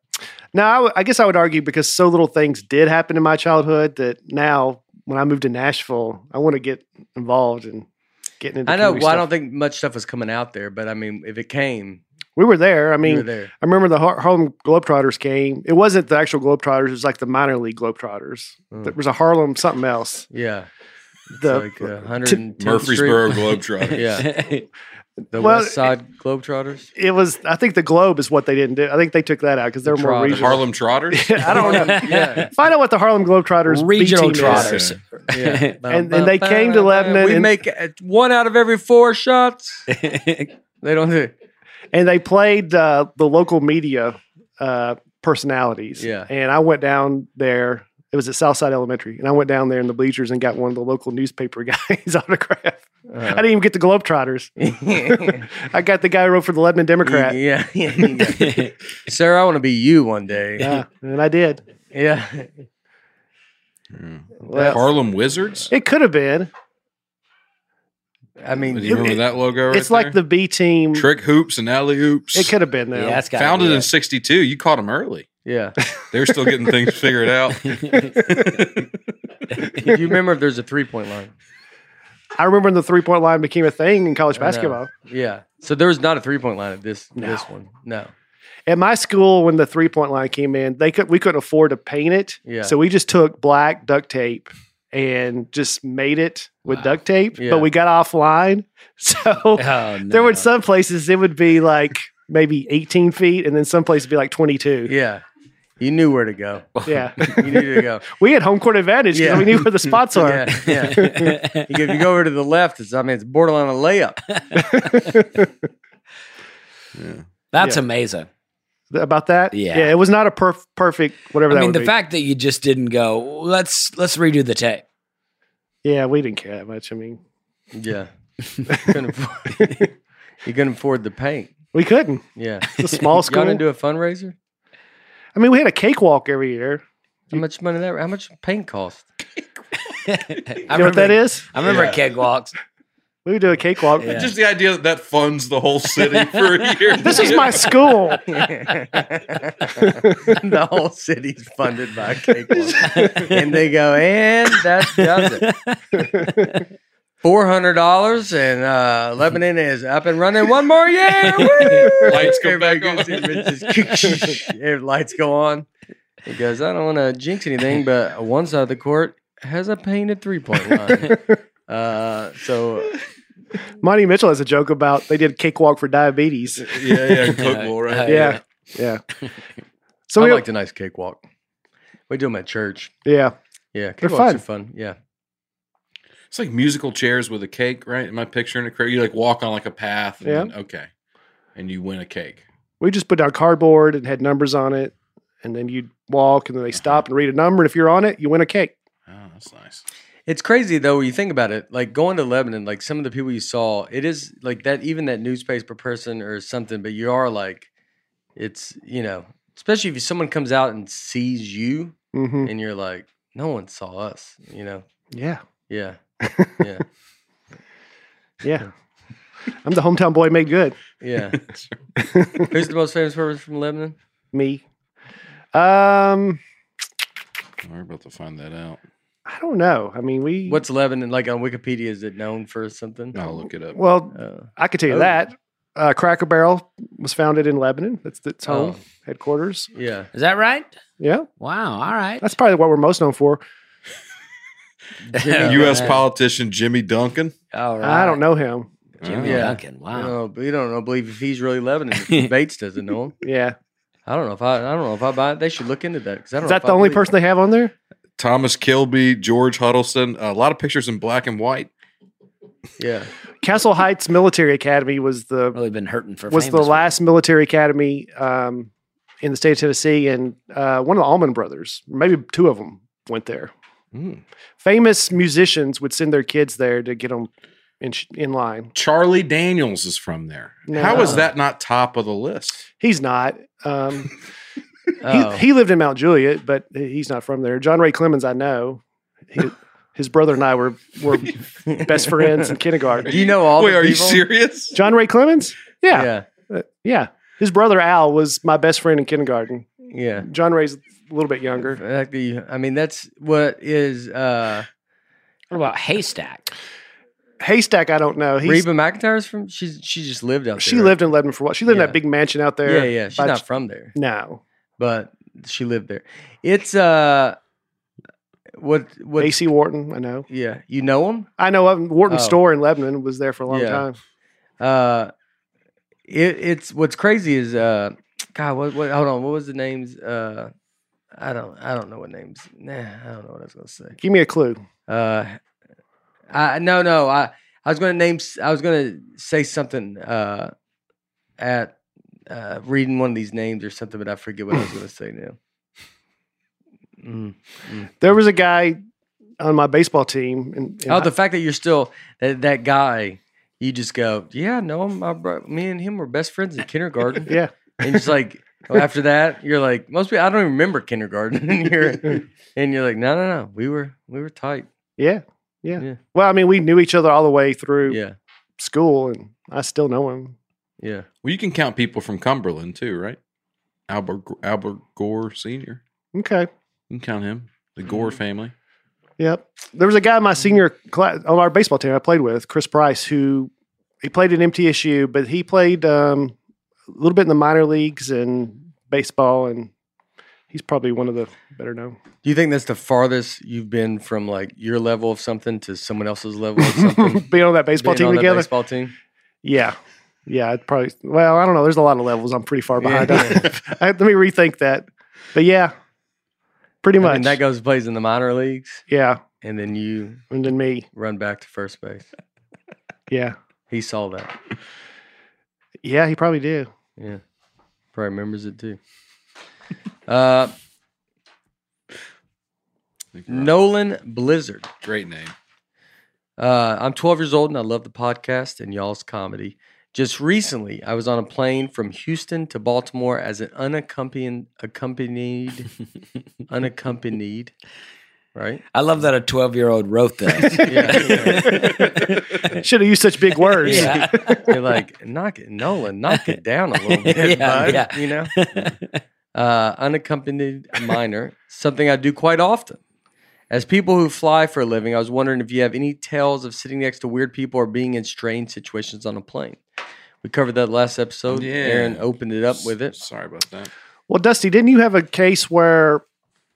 Speaker 3: Now, I, w- I guess I would argue because so little things did happen in my childhood that now when I moved to Nashville, I want to get involved and getting into.
Speaker 1: I know.
Speaker 3: community
Speaker 1: Well, I
Speaker 3: stuff.
Speaker 1: don't think much stuff was coming out there, but I mean, if it came,
Speaker 3: we were there. I
Speaker 1: we
Speaker 3: mean,
Speaker 1: were there.
Speaker 3: I remember the Har- Harlem Globetrotters came. It wasn't the actual Globetrotters; it was like the minor league Globetrotters.
Speaker 1: Mm.
Speaker 3: There was a Harlem something else.
Speaker 1: Yeah, It's
Speaker 3: The
Speaker 1: like uh, 110th Street.
Speaker 2: Murfreesboro Globetrotter.
Speaker 1: Yeah, the
Speaker 3: Well,
Speaker 1: West Side Globetrotters.
Speaker 3: it was. I think the Globe is what they didn't do. I think they took that out because they're
Speaker 1: The
Speaker 3: more
Speaker 1: Trotters.
Speaker 2: The
Speaker 3: regional.
Speaker 2: Harlem Trotters.
Speaker 3: I don't know.
Speaker 1: yeah.
Speaker 3: Find out what the Harlem Globetrotters B team
Speaker 4: Regional
Speaker 3: is.
Speaker 4: Trotters.
Speaker 1: yeah.
Speaker 3: And- and they came to Lebanon
Speaker 1: We
Speaker 3: and-
Speaker 1: make uh, one out of every four shots. They don't do
Speaker 3: and they played uh, the local media uh, personalities.
Speaker 1: Yeah.
Speaker 3: and I went down there. It was at Southside Elementary, and I went down there in the bleachers and got one of the local newspaper guys' autograph. I didn't even get the Globetrotters. I got the guy who wrote for the Lebanon Democrat.
Speaker 1: Uh, Yeah. Sir, I want to be you one day.
Speaker 3: Yeah, Uh, and I did.
Speaker 1: Yeah.
Speaker 2: Yeah.
Speaker 3: Well,
Speaker 2: Harlem Wizards.
Speaker 3: it could have been.
Speaker 1: I mean,
Speaker 2: Do you remember
Speaker 3: it-
Speaker 2: that logo? Right
Speaker 3: it's like the B team.
Speaker 2: the trick hoops and alley oops.
Speaker 3: It could have been though.
Speaker 4: yeah, that's got
Speaker 2: Founded in '62. You caught them early.
Speaker 1: yeah.
Speaker 2: They're still getting things figured out.
Speaker 1: Do you remember if there's a three point line?
Speaker 3: I remember when the three point line became a thing in college
Speaker 1: I know.
Speaker 3: basketball.
Speaker 1: Yeah. So there was not a three point line at this
Speaker 3: No.
Speaker 1: this one. No.
Speaker 3: At my school, when the three point line came in, they could we couldn't afford to paint it,
Speaker 1: Yeah.
Speaker 3: so we just took black duct tape and just made it with
Speaker 2: Wow.
Speaker 3: duct tape.
Speaker 1: Yeah.
Speaker 3: But we got offline, so
Speaker 4: Oh, no.
Speaker 3: there were some places it would be like maybe eighteen feet, and then some places would be like twenty two.
Speaker 1: Yeah. You knew where to go.
Speaker 3: Yeah.
Speaker 1: You knew to go.
Speaker 3: we had home court advantage because
Speaker 1: Yeah.
Speaker 3: we knew where the spots are.
Speaker 1: Yeah. Yeah. You go- If you go over to the left, it's I mean it's borderline a layup.
Speaker 2: Yeah.
Speaker 4: That's
Speaker 3: Yeah.
Speaker 4: amazing.
Speaker 3: Th- About that,
Speaker 4: Yeah.
Speaker 3: yeah, it was not a perf- perfect whatever
Speaker 4: I
Speaker 3: that
Speaker 4: mean,
Speaker 3: would
Speaker 4: the
Speaker 3: be.
Speaker 4: fact that you just didn't go, let's let's redo the tape.
Speaker 3: yeah, we didn't care that much. I mean,
Speaker 1: Yeah. couldn't afford, you couldn't afford the paint.
Speaker 3: we couldn't.
Speaker 1: Yeah.
Speaker 3: It's a small school.
Speaker 1: Y'all didn't do a fundraiser?
Speaker 3: I mean, we had a cakewalk every year.
Speaker 1: How much money that? How much paint cost?
Speaker 4: I
Speaker 3: You know what that
Speaker 4: remember-
Speaker 3: is?
Speaker 4: I remember
Speaker 1: Yeah.
Speaker 4: keg walks.
Speaker 3: We would do a cakewalk.
Speaker 4: Yeah.
Speaker 2: Just the idea that that funds the whole city for a year.
Speaker 3: This is my school.
Speaker 1: the whole city's funded by cakewalk. and they go, and that does it. Four hundred dollars, and uh, Lebanon is up and running one more year. Woo!
Speaker 2: Lights go
Speaker 1: Everybody
Speaker 2: back
Speaker 1: goes in, it's just- every- lights go on. He goes, I don't want to jinx anything, but one side of the court has a painted three point line. Uh, so
Speaker 3: Monty Mitchell has a joke about they did cakewalk for
Speaker 1: Uh,
Speaker 3: diabetes.
Speaker 2: yeah, yeah, Coke Bowl, right?
Speaker 4: Uh,
Speaker 3: Yeah. Yeah. So
Speaker 1: I
Speaker 3: we
Speaker 1: like the nice cakewalk. We do them at church.
Speaker 3: Yeah.
Speaker 1: Yeah,
Speaker 3: They're
Speaker 1: cakewalks
Speaker 3: fun.
Speaker 1: are fun. Yeah,
Speaker 2: It's like musical chairs with a cake, right? Am I picturing it correct? You like walk on like a path. And,
Speaker 3: Yeah.
Speaker 2: Okay. And you win a cake.
Speaker 3: We just put down cardboard and had numbers on it. And then you'd walk and then they stop and read a number. And if you're on it, you win a cake.
Speaker 2: Oh, that's nice.
Speaker 1: It's crazy though when you think about it. Like going to Lebanon, like some of the people you saw, it is like that. Even that newspaper person or something, but you are like, it's you know, especially if someone comes out and sees you,
Speaker 3: hmm
Speaker 1: and you're like, no one saw us, you know?
Speaker 3: Yeah.
Speaker 1: Yeah, yeah,
Speaker 3: Yeah. I'm the hometown boy made good.
Speaker 1: yeah. Who's the most famous person from Lebanon?
Speaker 3: Me. Um,
Speaker 2: We're about to find that out.
Speaker 3: I don't know. I mean, we.
Speaker 1: What's Lebanon like on Wikipedia? Is it known for something?
Speaker 2: I'll look it up.
Speaker 3: Well,
Speaker 1: Uh,
Speaker 3: I could tell you
Speaker 1: Oh.
Speaker 3: that. Uh, Cracker Barrel was founded in Lebanon. That's its home
Speaker 1: Oh.
Speaker 3: headquarters.
Speaker 1: yeah,
Speaker 4: Is that right?
Speaker 3: Yeah.
Speaker 4: Wow. All right.
Speaker 3: That's probably what we're most known for.
Speaker 1: Jimmy-
Speaker 2: U.S.
Speaker 4: Uh,
Speaker 2: politician Jimmy Duncan.
Speaker 4: All right.
Speaker 3: I don't know him.
Speaker 4: Jimmy
Speaker 1: Yeah.
Speaker 4: Duncan.
Speaker 1: You
Speaker 4: Wow.
Speaker 1: know, we don't know. Believe if he's really Lebanon, if Bates doesn't know him.
Speaker 3: Yeah.
Speaker 1: I don't know if I. I don't know if I buy it. They should look into that because I don't.
Speaker 3: Is
Speaker 1: know if
Speaker 3: that the
Speaker 1: I
Speaker 3: only
Speaker 1: believe it.
Speaker 3: person they have on there?
Speaker 2: Thomas Kilby, George Huddleston. A lot of pictures in black and white.
Speaker 1: Yeah.
Speaker 3: Castle Heights Military Academy was the
Speaker 4: Really been hurting for.
Speaker 3: was
Speaker 4: famous
Speaker 3: the
Speaker 4: people.
Speaker 3: last military academy um, in the state of Tennessee, and uh, one of the Allman Brothers, maybe two of them, went there.
Speaker 2: Mm.
Speaker 3: Famous musicians would send their kids there to get them in, sh- in line.
Speaker 2: Charlie Daniels is from there.
Speaker 3: No.
Speaker 2: How is that not top of the list?
Speaker 3: He's not. Um,
Speaker 1: Oh.
Speaker 3: he, he lived in Mount Juliet, but he's not from there. John Ray Clemens, I know. He, his brother and I were were best friends in kindergarten.
Speaker 1: Do you know all?
Speaker 2: Wait,
Speaker 1: the
Speaker 2: are you
Speaker 1: people?
Speaker 2: serious?
Speaker 3: John Ray Clemens? Yeah.
Speaker 1: Yeah.
Speaker 3: Uh, yeah. His brother Al was my best friend in kindergarten.
Speaker 1: Yeah.
Speaker 3: John Ray's a little bit
Speaker 1: The
Speaker 3: younger.
Speaker 1: fact that you- I mean, that's what is uh
Speaker 4: What about Haystack?
Speaker 3: Haystack, I don't know. He's,
Speaker 1: Reba McIntyre's from. She's she just lived out there.
Speaker 3: she lived in Lebanon for a while. She lived in
Speaker 1: Yeah.
Speaker 3: that big mansion out there.
Speaker 1: Yeah, yeah. She's
Speaker 3: by-
Speaker 1: not from there,
Speaker 3: No.
Speaker 1: but she lived there. It's uh, what what?
Speaker 3: AC Wharton, I know.
Speaker 1: Yeah, you know him.
Speaker 3: I know of him. Wharton's
Speaker 1: Oh.
Speaker 3: store in Lebanon was there for a long
Speaker 1: Yeah.
Speaker 3: time.
Speaker 1: Uh, it, it's what's crazy is uh, God, what, what? Hold on, what was the names? Uh, I don't, I don't know what names. Nah, I don't know what I was gonna say.
Speaker 3: Give me a clue.
Speaker 1: Uh, I no no I I was gonna name s- I was gonna say something uh at uh reading one of these names or something, but I forget what I was gonna say now. Mm.
Speaker 3: There was a guy on my baseball team. In, in
Speaker 1: Oh,
Speaker 3: high-
Speaker 1: the fact that you're still that, that guy, you just go, yeah, no, my bro, me and him were best friends in kindergarten.
Speaker 3: yeah.
Speaker 1: and just like after that, you're like most people. I don't even remember kindergarten, and you're and you're like, no, no, no, we were we were tight.
Speaker 3: Yeah. Yeah.
Speaker 1: Yeah.
Speaker 3: Well, I mean, we knew each other all the way through
Speaker 1: Yeah,
Speaker 3: school, and I still know him.
Speaker 1: yeah.
Speaker 2: Well, you can count people from Cumberland too, right? Albert Albert Gore Senior.
Speaker 3: Okay.
Speaker 2: You can count him. The
Speaker 1: Mm-hmm.
Speaker 2: Gore family.
Speaker 3: Yep. There was a guy in my senior class on our baseball team I played with, Chris Price, who he played at MTSU, but he played um, a little bit in the minor leagues and baseball, and he's probably one of the better known.
Speaker 1: Do you think that's the farthest you've been from like your level of something to someone else's level of something?
Speaker 3: Being on that baseball
Speaker 1: Being
Speaker 3: team
Speaker 1: on that
Speaker 3: together,
Speaker 1: Baseball team.
Speaker 3: yeah, yeah. I'd probably. Well, I don't know. There's a lot of levels. I'm pretty far
Speaker 1: Yeah.
Speaker 3: behind. I, let me rethink that. But yeah, pretty
Speaker 1: I
Speaker 3: much.
Speaker 1: mean, that goes plays in the minor leagues,
Speaker 3: yeah,
Speaker 1: and then you
Speaker 3: and then me.
Speaker 1: run back to first base.
Speaker 3: Yeah,
Speaker 1: He saw that.
Speaker 3: yeah. He probably did.
Speaker 1: Yeah, probably remembers it too. Uh, Nolan Blizzard.
Speaker 2: Great name.
Speaker 1: Uh, I'm 12 years old and I love the podcast and y'all's comedy. Just recently, I was on a plane from Houston to Baltimore as an unaccompanied, accompanied, unaccompanied
Speaker 5: right?
Speaker 4: I love that a 12 year old wrote this.
Speaker 3: Should have used such big words.
Speaker 4: yeah.
Speaker 1: You're like, knock it, Nolan, knock it down a little
Speaker 4: Yeah,
Speaker 1: bit, bud.
Speaker 4: yeah.
Speaker 1: You know, uh, unaccompanied minor, something I do quite often. As people who fly for a living, I was wondering if you have any tales of sitting next to weird people or being in strange situations on a plane. We covered that last episode.
Speaker 2: Yeah.
Speaker 1: Aaron opened it up with it.
Speaker 2: Sorry about that.
Speaker 3: Well, Dusty, didn't you have a case where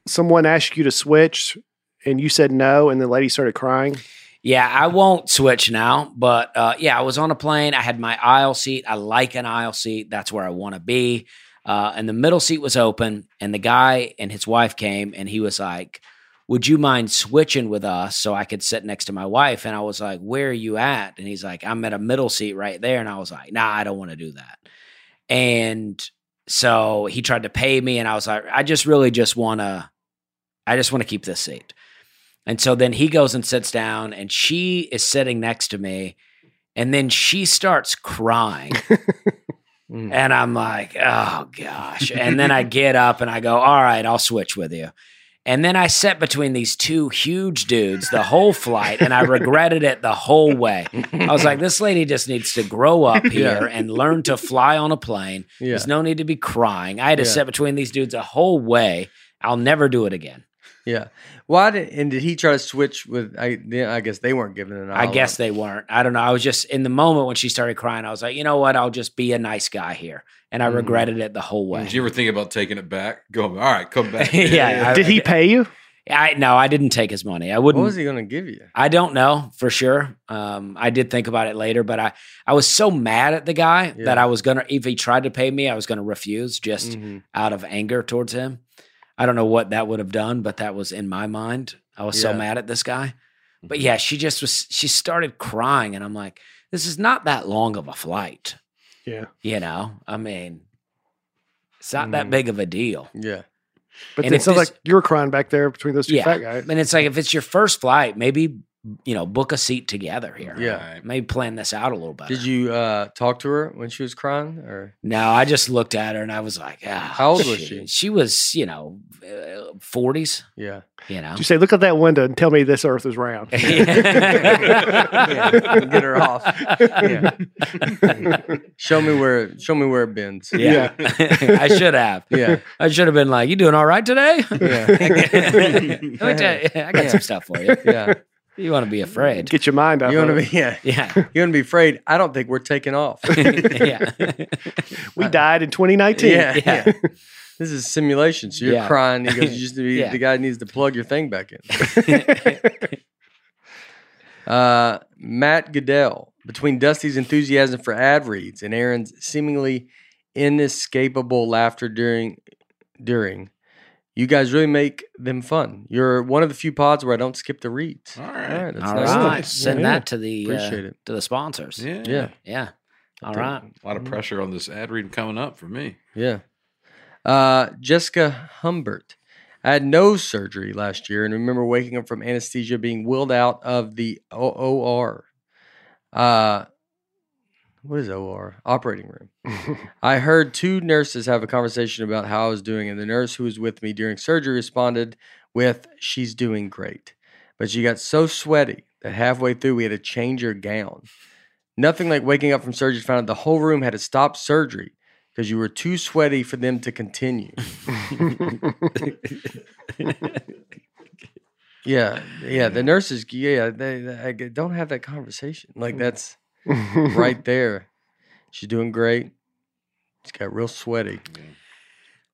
Speaker 3: someone asked you to switch and you said no, and the lady started crying?
Speaker 4: Yeah, I won't switch now, but uh, yeah, I was on a plane. I had my aisle seat. I like an aisle seat. That's where I want to be. Uh, and the middle seat was open, and the guy and his wife came, and he was like, "Would you mind switching with us so I could sit next to my wife?" And I was like, "Where are you at?" And he's like, "I'm at a middle seat right there." And I was like, "Nah, I don't want to do that." And so he tried to pay me, and I was like, "I just really just want to, I just want to keep this seat." And so then he goes and sits down, and she is sitting next to me. And then she starts crying.
Speaker 1: Mm.
Speaker 4: and I'm like, oh gosh. And then I get up and I go, all right, I'll switch with you. And then I sat between these two huge dudes the whole flight, and I regretted it the whole way. I was like, this lady just needs to grow up here and learn to fly on a plane.
Speaker 1: Yeah.
Speaker 4: There's no need to be crying. I had to
Speaker 1: Yeah.
Speaker 4: sit between these dudes a whole way. I'll never do it again.
Speaker 1: Yeah. Why did and did he try to switch with? I yeah, I guess they weren't giving an.
Speaker 4: I
Speaker 1: aisle
Speaker 4: guess
Speaker 1: up.
Speaker 4: they weren't. I don't know. I was just in the moment when she started crying. I was like, you know what? I'll just be a nice guy here, and I
Speaker 1: Mhm.
Speaker 4: regretted it the whole way.
Speaker 2: Did you ever think about taking it back? Go, all right, come back.
Speaker 4: yeah. I,
Speaker 3: Did he pay you?
Speaker 4: I, no, I didn't take his money. I wouldn't.
Speaker 1: What was he going to give you?
Speaker 4: I don't know for sure. Um, I did think about it later, but I I was so mad at the guy
Speaker 1: Yeah.
Speaker 4: that I was gonna if he tried to pay me, I was gonna refuse just
Speaker 1: Mhm.
Speaker 4: out of anger towards him. I don't know what that would have done, but that was in my mind. I was so
Speaker 1: Yeah. Mm-hmm.
Speaker 4: mad at this guy. But yeah, she just was, she started crying. And I'm like, this is not that long of a flight.
Speaker 3: Yeah.
Speaker 4: You know, I mean, it's not
Speaker 1: Mm.
Speaker 4: that big of a deal.
Speaker 1: Yeah.
Speaker 3: But
Speaker 4: And
Speaker 3: then it
Speaker 4: if
Speaker 3: sounds
Speaker 4: this-
Speaker 3: like you were crying back there between those two
Speaker 4: Yeah.
Speaker 3: fat guys.
Speaker 4: And it's like, if it's your first flight, maybe, you know, book a seat together here.
Speaker 1: Yeah.
Speaker 2: All right.
Speaker 4: Maybe plan this out a little better.
Speaker 1: Did you uh, talk to her when she was crying? Or
Speaker 4: No, I just looked at her and I was like, ah,
Speaker 1: How old was she?
Speaker 4: shit." She was, you know, uh, 40s,
Speaker 1: yeah,
Speaker 4: you know.
Speaker 3: Did you say, look at that window and tell me this earth is round?
Speaker 1: Yeah, get her off. Yeah. show me where show me where it bends.
Speaker 4: Yeah. I should have.
Speaker 1: Yeah.
Speaker 4: I should have been like, you doing all right today?
Speaker 1: Yeah.
Speaker 4: Let me tell you, I got some stuff for you.
Speaker 1: yeah.
Speaker 4: You want to be afraid.
Speaker 3: Get your mind off.
Speaker 1: You
Speaker 3: of
Speaker 1: want to
Speaker 3: it.
Speaker 1: be yeah.
Speaker 4: Yeah.
Speaker 1: You want to be afraid? I don't think we're taking off.
Speaker 4: yeah.
Speaker 3: we died in 2019.
Speaker 1: yeah,
Speaker 4: Yeah.
Speaker 1: yeah. This is simulation. So you're
Speaker 4: Yeah.
Speaker 1: crying. He goes, you just need,
Speaker 4: Yeah.
Speaker 1: the guy needs to plug your thing back in. uh, Matt Goodell, between Dusty's enthusiasm for ad reads and Aaron's seemingly inescapable laughter during during, you guys really make them fun. You're one of the few pods where I don't skip the reads.
Speaker 2: All
Speaker 1: All right,
Speaker 2: right.
Speaker 1: that's
Speaker 4: All
Speaker 1: nice.
Speaker 4: right.
Speaker 3: Nice.
Speaker 4: Send
Speaker 3: Yeah.
Speaker 4: that to the uh,
Speaker 1: Appreciate it.
Speaker 4: to the sponsors. Yeah.
Speaker 2: Yeah.
Speaker 1: Yeah, Mm.
Speaker 4: All right.
Speaker 2: A lot of pressure on this ad read coming up for me.
Speaker 1: yeah. Uh, Jessica Humbert. I had nose surgery last year and remember waking up from anesthesia being willed out of the O- OR. Uh, what is OR? Operating room. I heard two nurses have a conversation about how I was doing, and the nurse who was with me during surgery responded with, She's doing great. But she got so sweaty that halfway through we had to change her gown. Nothing like waking up from surgery to find out the whole room had to stop surgery because you were too sweaty for them to continue. yeah, yeah. The nurses, yeah, they, they I g- don't have that conversation. Like that's right there. She's doing great. She got real sweaty.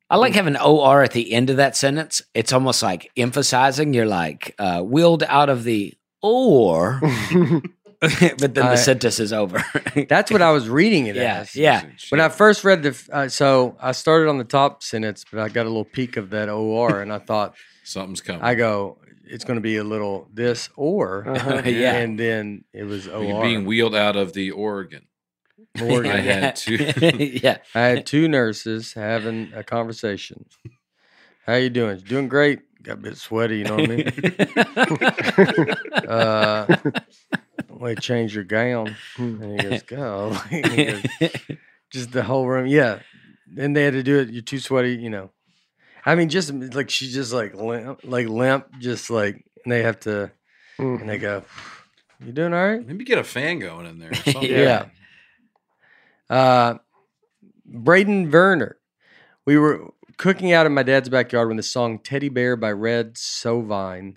Speaker 4: I like having OR at the end of that sentence. It's almost like emphasizing you're like uh, willed out of the or, but then
Speaker 1: I-
Speaker 4: the sentence is over.
Speaker 1: That's what I was reading it
Speaker 4: Yeah,
Speaker 1: as.
Speaker 4: yeah.
Speaker 1: When I first read the, f- uh, so I started on the top sentence, but I got a little peek of that OR, and I thought,
Speaker 2: Something's coming.
Speaker 1: I go, it's going to be a little this or,
Speaker 3: Uh-huh.
Speaker 4: Yeah.
Speaker 1: and then it was OR.
Speaker 2: You're being wheeled out of the Oregon.
Speaker 1: Morgan.
Speaker 2: I had to-
Speaker 4: yeah.
Speaker 1: I had two nurses having a conversation. How you doing? You doing great. Got a bit sweaty, you know what I mean? uh, we change your gown. And he goes, go. He goes, Just the whole room. Yeah. Then they had to do it. You're too sweaty, you know. I mean, just like she's just like limp, like limp, just like and they have to and they go, "You doing all right?"
Speaker 2: Maybe get a fan going in there. or something.
Speaker 1: Yeah. Uh, Braden Werner. We were cooking out in my dad's backyard when the song Teddy Bear by Red Sovine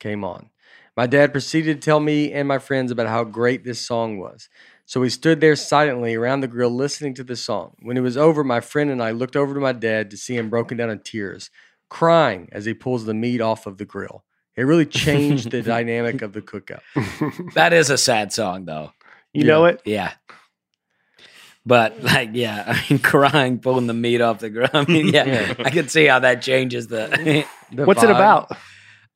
Speaker 1: came on. My dad proceeded to tell me and my friends about how great this song was. So we stood there silently around the grill listening to the song. When it was over, my friend and I looked over to my dad to see him broken down in tears, crying as he pulls the meat off of the grill. It really changed the dynamic of the cookout.
Speaker 4: That is a sad song, though.
Speaker 3: you know it?
Speaker 4: Yeah. But like, yeah, I mean, crying, pulling the meat off the grill. I mean, yeah,
Speaker 1: Yeah.
Speaker 4: I can see how that changes the.
Speaker 1: The
Speaker 3: What's it
Speaker 1: vibe.
Speaker 3: about?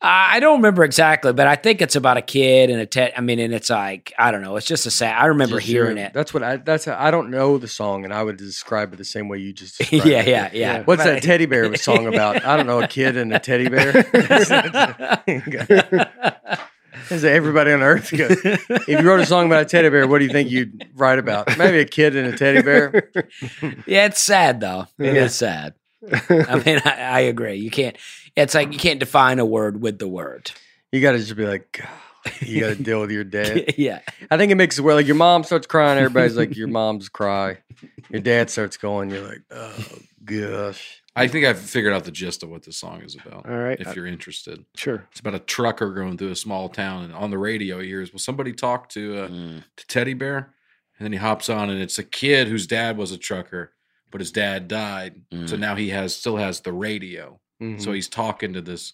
Speaker 4: I I don't remember exactly, but I think it's about a kid and a te- I mean, and it's like I don't know. It's just a sad. I remember
Speaker 1: Just your-
Speaker 4: hearing it.
Speaker 1: That's what I. That's how, I don't know the song, and I would describe it the same way you just.
Speaker 4: yeah,
Speaker 1: Described
Speaker 4: yeah,
Speaker 1: it.
Speaker 4: yeah,
Speaker 1: What's that teddy bear song about? I don't know. A kid and a teddy bear. Is it everybody on earth? goes, If you wrote a song about a teddy bear, what do you think you'd write about? Maybe a kid and a teddy bear.
Speaker 4: Yeah, it's sad though. It is sad. I mean, I, I agree. You can't. It's like you can't define a word with the word.
Speaker 1: You got to just be like, "God, you got to deal with your dad.
Speaker 4: yeah,
Speaker 1: I think it makes it where like your mom starts crying, everybody's like, your mom's cry. Your dad starts going, you're like, oh gosh.
Speaker 2: I think I've figured out the gist of what this song is about.
Speaker 3: All right. Uh,
Speaker 2: If you're interested,
Speaker 3: Sure.
Speaker 2: it's about a trucker going through a small town, and on the radio he hears, "Will somebody talk to uh, to Teddy Bear?" And then he hops on, and it's a kid whose dad was a trucker, but his dad died,
Speaker 1: Mm.
Speaker 2: so now he has still has the radio.
Speaker 1: Mm-hmm.
Speaker 2: So he's talking to this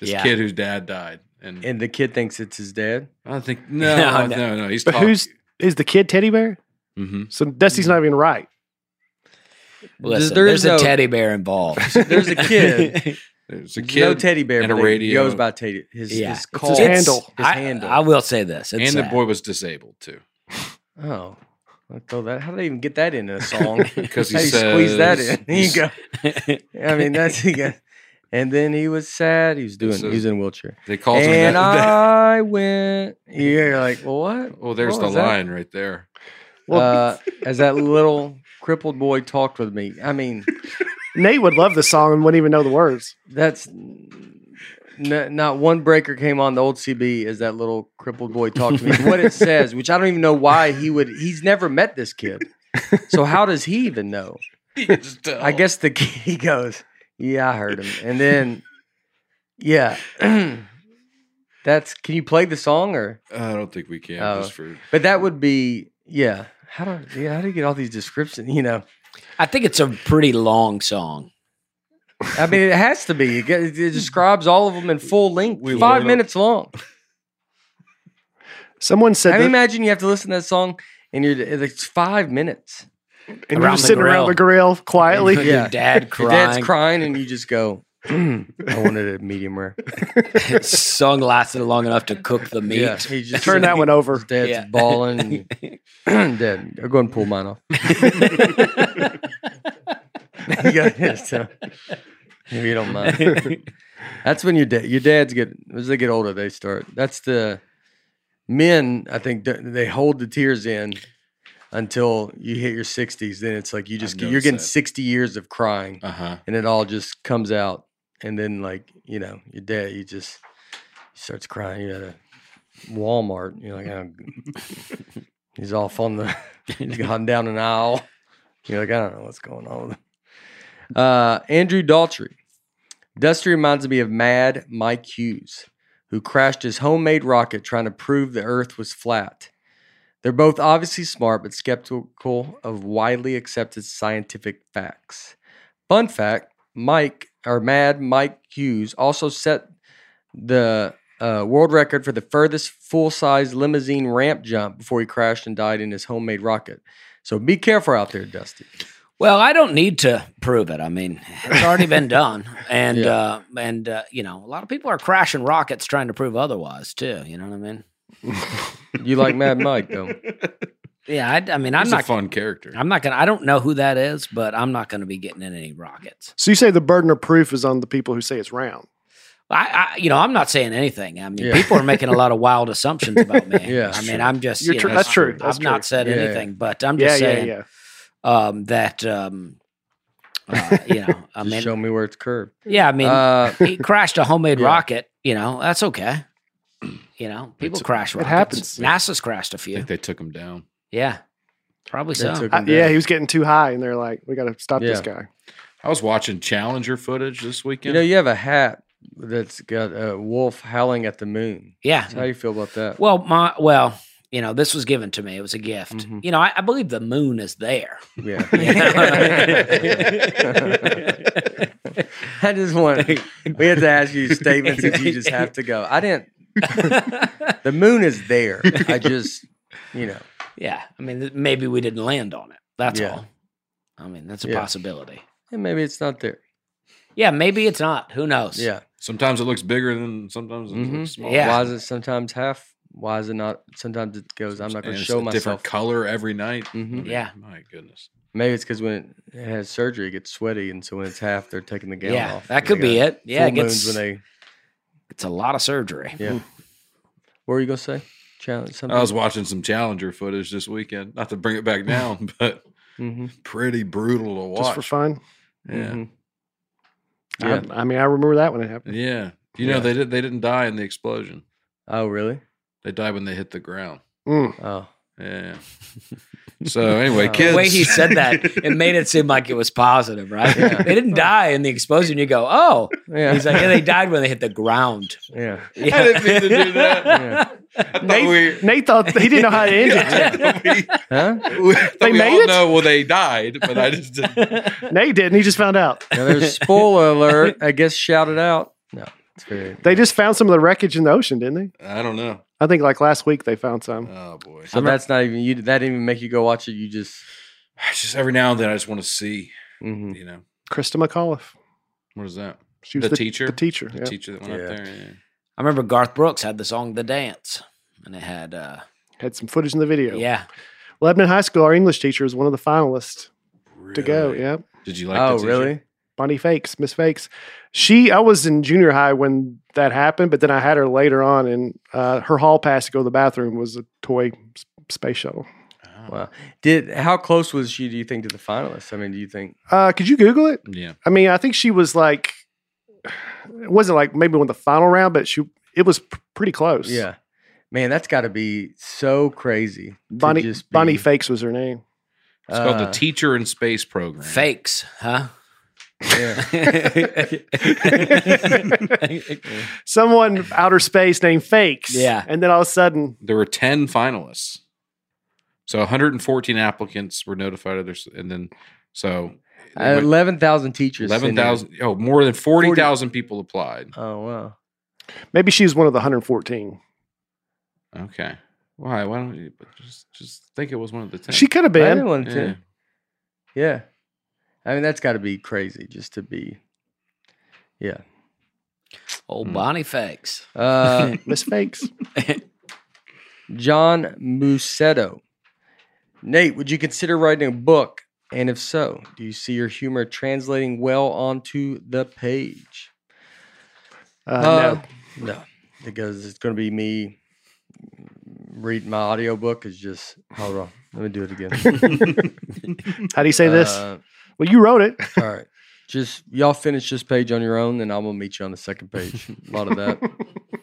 Speaker 2: this
Speaker 4: Yeah.
Speaker 2: kid whose dad died, and,
Speaker 1: and the kid thinks it's his dad.
Speaker 2: I don't think no,
Speaker 4: No,
Speaker 2: no,
Speaker 4: no.
Speaker 2: no, he's
Speaker 3: But
Speaker 2: talking.
Speaker 3: who's is the kid teddy bear?
Speaker 2: hmm
Speaker 3: So Dusty's not even right.
Speaker 4: Listen,
Speaker 1: there
Speaker 4: there's
Speaker 1: is
Speaker 4: a
Speaker 1: no-
Speaker 4: teddy bear involved.
Speaker 1: There's a kid.
Speaker 2: It's a
Speaker 1: There's
Speaker 2: kid
Speaker 1: no teddy bear,
Speaker 2: and a
Speaker 1: but he
Speaker 2: radio.
Speaker 1: goes by teddy. His,
Speaker 4: Yeah.
Speaker 1: his
Speaker 4: It's
Speaker 1: call.
Speaker 3: his handle.
Speaker 1: His
Speaker 4: I,
Speaker 1: handle.
Speaker 4: I will say this. It's
Speaker 2: and the
Speaker 4: sad.
Speaker 2: boy was disabled too
Speaker 1: oh, I throw that. How did they even get that in a song?
Speaker 2: because he
Speaker 1: How do you
Speaker 2: says,
Speaker 1: squeeze that in? There you
Speaker 2: he's-
Speaker 1: go. I mean, that's he got, And then he was sad. He was doing. he was in a wheelchair.
Speaker 2: They called him that.
Speaker 1: And
Speaker 2: that-
Speaker 1: I went. You're like, well, what?
Speaker 2: oh, there's
Speaker 1: what
Speaker 2: the
Speaker 1: was that?
Speaker 2: line right there.
Speaker 1: Uh, as that little crippled boy talked with me. I mean,
Speaker 3: Nate would love the song and wouldn't even know the words.
Speaker 1: that's n- not one breaker came on the old CB as that little crippled boy talked to me. what it says, which I don't even know why he would. He's never met this kid, so how does he even know?
Speaker 2: Oh.
Speaker 1: I guess the kid he goes, "Yeah, I heard him," and then, yeah, that's. Can you play the song or?
Speaker 2: I don't think we can.
Speaker 1: Oh.
Speaker 2: just for
Speaker 1: But that would be yeah. How do yeah? How do you get all these descriptions? You know,
Speaker 4: I think it's a pretty long song.
Speaker 1: I mean, it has to be. It, ge- it describes all of them in full length,
Speaker 2: We
Speaker 1: five
Speaker 2: learn-
Speaker 1: minutes long.
Speaker 3: Someone said
Speaker 1: I mean,
Speaker 3: that,
Speaker 1: imagine you have to listen to that song and you're it's five minutes.
Speaker 3: and you're
Speaker 4: around the
Speaker 3: just sitting around the grill quietly.
Speaker 1: Yeah.
Speaker 4: Your dad
Speaker 1: Your
Speaker 4: crying,
Speaker 1: dad's crying and you just go, "Mm, I wanted a medium rare.
Speaker 4: song lasted long enough to cook the meat.
Speaker 1: Yeah, he just
Speaker 3: Turn that one
Speaker 1: His
Speaker 3: over.
Speaker 1: dad's
Speaker 4: Yeah.
Speaker 1: bawling. Dad, go and pull mine off. you got this, so, if you don't mind. That's when your dad, your dads get as they get older, they start. That's the men. I think th- they hold the tears in until you hit your sixties. Then it's like you just
Speaker 2: I've
Speaker 1: get, you're
Speaker 2: noticed
Speaker 1: getting
Speaker 2: that.
Speaker 1: sixty years of crying,
Speaker 2: uh huh.
Speaker 1: and it all just comes out. And then like you know, your dad, you just he starts crying. You gotta Walmart. You're like, oh. g- he's off on the, he's gone down an aisle. You're like, I don't know what's going on with him. Uh, Andrew Daltrey. Dusty reminds me of Mad Mike Hughes, who crashed his homemade rocket trying to prove the Earth was flat. They're both obviously smart, but skeptical of widely accepted scientific facts. Fun fact Mike, or Mad Mike Hughes, also set the uh, world record for the furthest full size limousine ramp jump before he crashed and died in his homemade rocket. So be careful out there, Dusty.
Speaker 4: Well, I don't need to prove it. I mean, it's already been done, and
Speaker 1: Yeah.
Speaker 4: uh, and uh, you know, a lot of people are crashing rockets trying to prove otherwise too. You know what I mean?
Speaker 1: You like Mad Mike, though.
Speaker 4: Yeah, I, I mean, I'm
Speaker 2: He's a
Speaker 4: not.
Speaker 2: fun character.
Speaker 4: I'm not gonna. I don't know who that is, but I'm not gonna be getting in any rockets.
Speaker 3: So you say the burden of proof is on the people who say it's round.
Speaker 4: I, I you know, I'm not saying anything. I mean,
Speaker 1: Yeah.
Speaker 4: people are making a lot of wild assumptions about me.
Speaker 1: Yeah,
Speaker 4: I
Speaker 1: that's
Speaker 4: mean, I'm just.
Speaker 3: You're
Speaker 4: you
Speaker 3: tr-
Speaker 4: know,
Speaker 3: that's
Speaker 4: I'm-
Speaker 3: true. That's
Speaker 4: I've
Speaker 3: true.
Speaker 4: not said
Speaker 1: Yeah, yeah.
Speaker 4: anything, but I'm
Speaker 3: yeah,
Speaker 4: just
Speaker 3: yeah,
Speaker 4: saying
Speaker 3: yeah.
Speaker 4: um, that um, Uh, you know, I
Speaker 1: Just
Speaker 4: mean,
Speaker 1: show me where it's curved.
Speaker 4: yeah, I mean,
Speaker 1: uh,
Speaker 4: he crashed a homemade
Speaker 1: Yeah.
Speaker 4: rocket. You know, that's okay. You know, people crash rockets.
Speaker 3: happens.
Speaker 4: NASA's crashed
Speaker 2: I
Speaker 4: a few.
Speaker 2: think they took him down.
Speaker 4: Yeah, probably
Speaker 1: They
Speaker 4: so.
Speaker 1: took
Speaker 3: I-
Speaker 1: him
Speaker 3: Uh, yeah,
Speaker 1: down.
Speaker 3: he was getting too high, and they're like, "We got to stop this
Speaker 1: Yeah.
Speaker 3: guy."
Speaker 2: I was watching Challenger footage this
Speaker 1: You
Speaker 2: weekend.
Speaker 1: know, you have a hat that's got a wolf howling at the moon.
Speaker 4: yeah.
Speaker 1: How do you feel about that?
Speaker 4: Well, my well, you know, this was given to me. It was a gift.
Speaker 1: Mhm.
Speaker 4: You know, I, I believe the moon is there.
Speaker 1: yeah.
Speaker 4: You know?
Speaker 1: I just want we had to ask you statements that you just have to go. I didn't the moon is there. I just you know.
Speaker 4: yeah, I mean, th- maybe we didn't land on it. That's
Speaker 1: Yeah.
Speaker 4: all. I mean, that's a
Speaker 1: Yeah.
Speaker 4: possibility.
Speaker 1: And maybe it's not there.
Speaker 4: Yeah, maybe it's not. Who knows?
Speaker 1: Yeah.
Speaker 2: sometimes it looks bigger than sometimes it
Speaker 1: Mhm.
Speaker 2: looks smaller.
Speaker 4: Yeah.
Speaker 1: Why is it sometimes half? Why is it not sometimes it goes, I'm not
Speaker 2: And
Speaker 1: gonna
Speaker 2: it's
Speaker 1: show
Speaker 2: a
Speaker 1: myself.
Speaker 2: different color every night.
Speaker 1: Mhm.
Speaker 4: Yeah.
Speaker 2: My goodness.
Speaker 1: Maybe it's because when it has surgery, it gets sweaty, and so when it's half, they're taking the gown
Speaker 4: yeah,
Speaker 1: off.
Speaker 4: that could be it. Yeah, it gets,
Speaker 1: when they.
Speaker 4: it's a lot of surgery.
Speaker 1: Yeah. What were you gonna say? Challenge something.
Speaker 2: I was watching some Challenger footage this weekend. Not to bring it back down, but
Speaker 1: mm-hmm.
Speaker 2: pretty brutal to watch.
Speaker 3: Just for fun.
Speaker 2: Yeah.
Speaker 1: Yeah.
Speaker 3: I, I mean, I remember that when it happened.
Speaker 2: Yeah. You know,
Speaker 1: Yeah.
Speaker 2: they did they didn't die in the explosion.
Speaker 1: Oh, really?
Speaker 2: They died when they hit the ground.
Speaker 3: Mm.
Speaker 1: Oh,
Speaker 2: Yeah. So anyway,
Speaker 1: Wow.
Speaker 2: kids
Speaker 4: The way he said that, it made it seem like it was positive, right?
Speaker 1: Yeah.
Speaker 4: They didn't die in the explosion. You go, oh,
Speaker 1: yeah.
Speaker 4: he's like, yeah, they died when they hit the ground.
Speaker 1: yeah.
Speaker 4: Yeah.
Speaker 2: I didn't mean to do that.
Speaker 1: Yeah.
Speaker 2: I thought
Speaker 3: Nate,
Speaker 2: we,
Speaker 3: Nate thought he didn't know how to end it.
Speaker 2: we,
Speaker 1: Huh?
Speaker 2: we, I thought we
Speaker 3: made
Speaker 2: all
Speaker 3: it?
Speaker 2: know well they died, but I just didn't
Speaker 3: Nate didn't. He just found out.
Speaker 1: Now there's spoiler alert. I guess shout it out. No, it's very.
Speaker 3: They just found some of the wreckage in the ocean, didn't they?
Speaker 2: I don't know.
Speaker 3: I think like last week they found some.
Speaker 2: Oh boy.
Speaker 1: So that's not even you. That didn't even make you go watch it. You just.
Speaker 2: It's just every now and then I just want to see,
Speaker 1: mhm.
Speaker 2: you know.
Speaker 3: Krista McAuliffe.
Speaker 2: What is that?
Speaker 3: She
Speaker 2: The teacher?
Speaker 3: The teacher.
Speaker 2: The
Speaker 3: yeah.
Speaker 2: teacher that went
Speaker 1: Yeah.
Speaker 2: up there. Yeah.
Speaker 4: I remember Garth Brooks had the song The Dance, and it had, uh,
Speaker 3: Had some footage in the video.
Speaker 4: yeah,
Speaker 3: Lebanon High School, our English teacher, was one of the finalists to go.
Speaker 2: Really?
Speaker 3: Yeah.
Speaker 2: Did you like
Speaker 1: oh,
Speaker 2: the teacher?
Speaker 1: really?
Speaker 3: Bonnie Fakes, Miss Fakes. She, I was in junior high when that happened, but then I had her later on, and uh, her hall pass to go to the bathroom was a toy s- space shuttle.
Speaker 2: Oh.
Speaker 1: Wow. Did how close was she? Do you think to the finalists? I mean, do you think?
Speaker 3: Uh, could you Google it?
Speaker 2: Yeah.
Speaker 3: I mean, I think she was like, it wasn't like maybe one of the final round, but she, it was p- pretty close.
Speaker 1: Yeah. Man, that's got to be so crazy. to
Speaker 3: Bonnie,
Speaker 1: just be,
Speaker 3: Bonnie Fakes was her name.
Speaker 2: It's called the
Speaker 1: uh,
Speaker 2: Teacher in Space Program.
Speaker 4: fakes, huh?
Speaker 1: yeah.
Speaker 3: Someone from outer space named Fakes.
Speaker 4: Yeah.
Speaker 3: And then all of a sudden,
Speaker 2: There were 10 finalists. So 114 applicants were notified of this. And then, so
Speaker 1: Uh,
Speaker 2: went-
Speaker 1: Eleven thousand teachers. sent in.
Speaker 2: 11,000, oh, more than 40,000 people applied.
Speaker 1: Oh wow.
Speaker 3: maybe she was one of the 114.
Speaker 2: Okay. Why? Why don't you but just, just think it was one of the 10?
Speaker 3: She could have
Speaker 1: I
Speaker 3: been.
Speaker 1: didn't want
Speaker 2: yeah.
Speaker 1: to. Yeah. I mean, that's got to be crazy just to be. Yeah.
Speaker 2: Hmm.
Speaker 4: Old Bonnie Fakes.
Speaker 1: Uh,
Speaker 3: Miss Fakes.
Speaker 1: John Musetto. Nate, would you consider writing a book? And if so, do you see your humor translating well onto the page?
Speaker 3: Uh,
Speaker 1: Oh,
Speaker 3: no.
Speaker 1: no. No. Because it's going to be me reading my audiobook is just hold on let me do it again
Speaker 3: How do you say this?
Speaker 1: Uh,
Speaker 3: Well, you wrote it.
Speaker 1: all right just y'all finish this page on your own and i'm gonna meet you on the second page a lot of that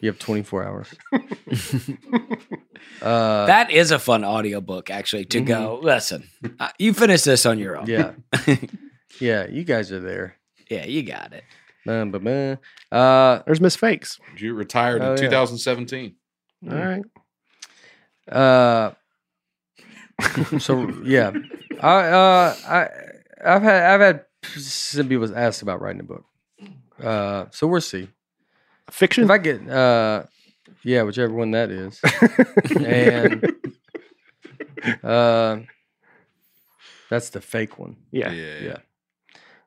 Speaker 1: you have 24 hours uh
Speaker 4: That is a fun audiobook, actually, to
Speaker 2: Mm-hmm.
Speaker 4: go, listen, uh, you finish this on your own.
Speaker 1: yeah yeah you guys are there
Speaker 4: Yeah, you got it.
Speaker 1: Bum, bum, bum. Uh,
Speaker 3: There's Miss Fakes.
Speaker 2: You retired
Speaker 1: Oh,
Speaker 2: in
Speaker 1: yeah.
Speaker 2: 2017.
Speaker 3: All right.
Speaker 1: uh, so yeah, I, uh, I, I've had, I've had some people ask about writing a book. Uh, so we'll see
Speaker 3: Fiction.
Speaker 1: if I get, uh, yeah, whichever one that is, and uh, that's the fake one.
Speaker 3: yeah.
Speaker 1: Yeah.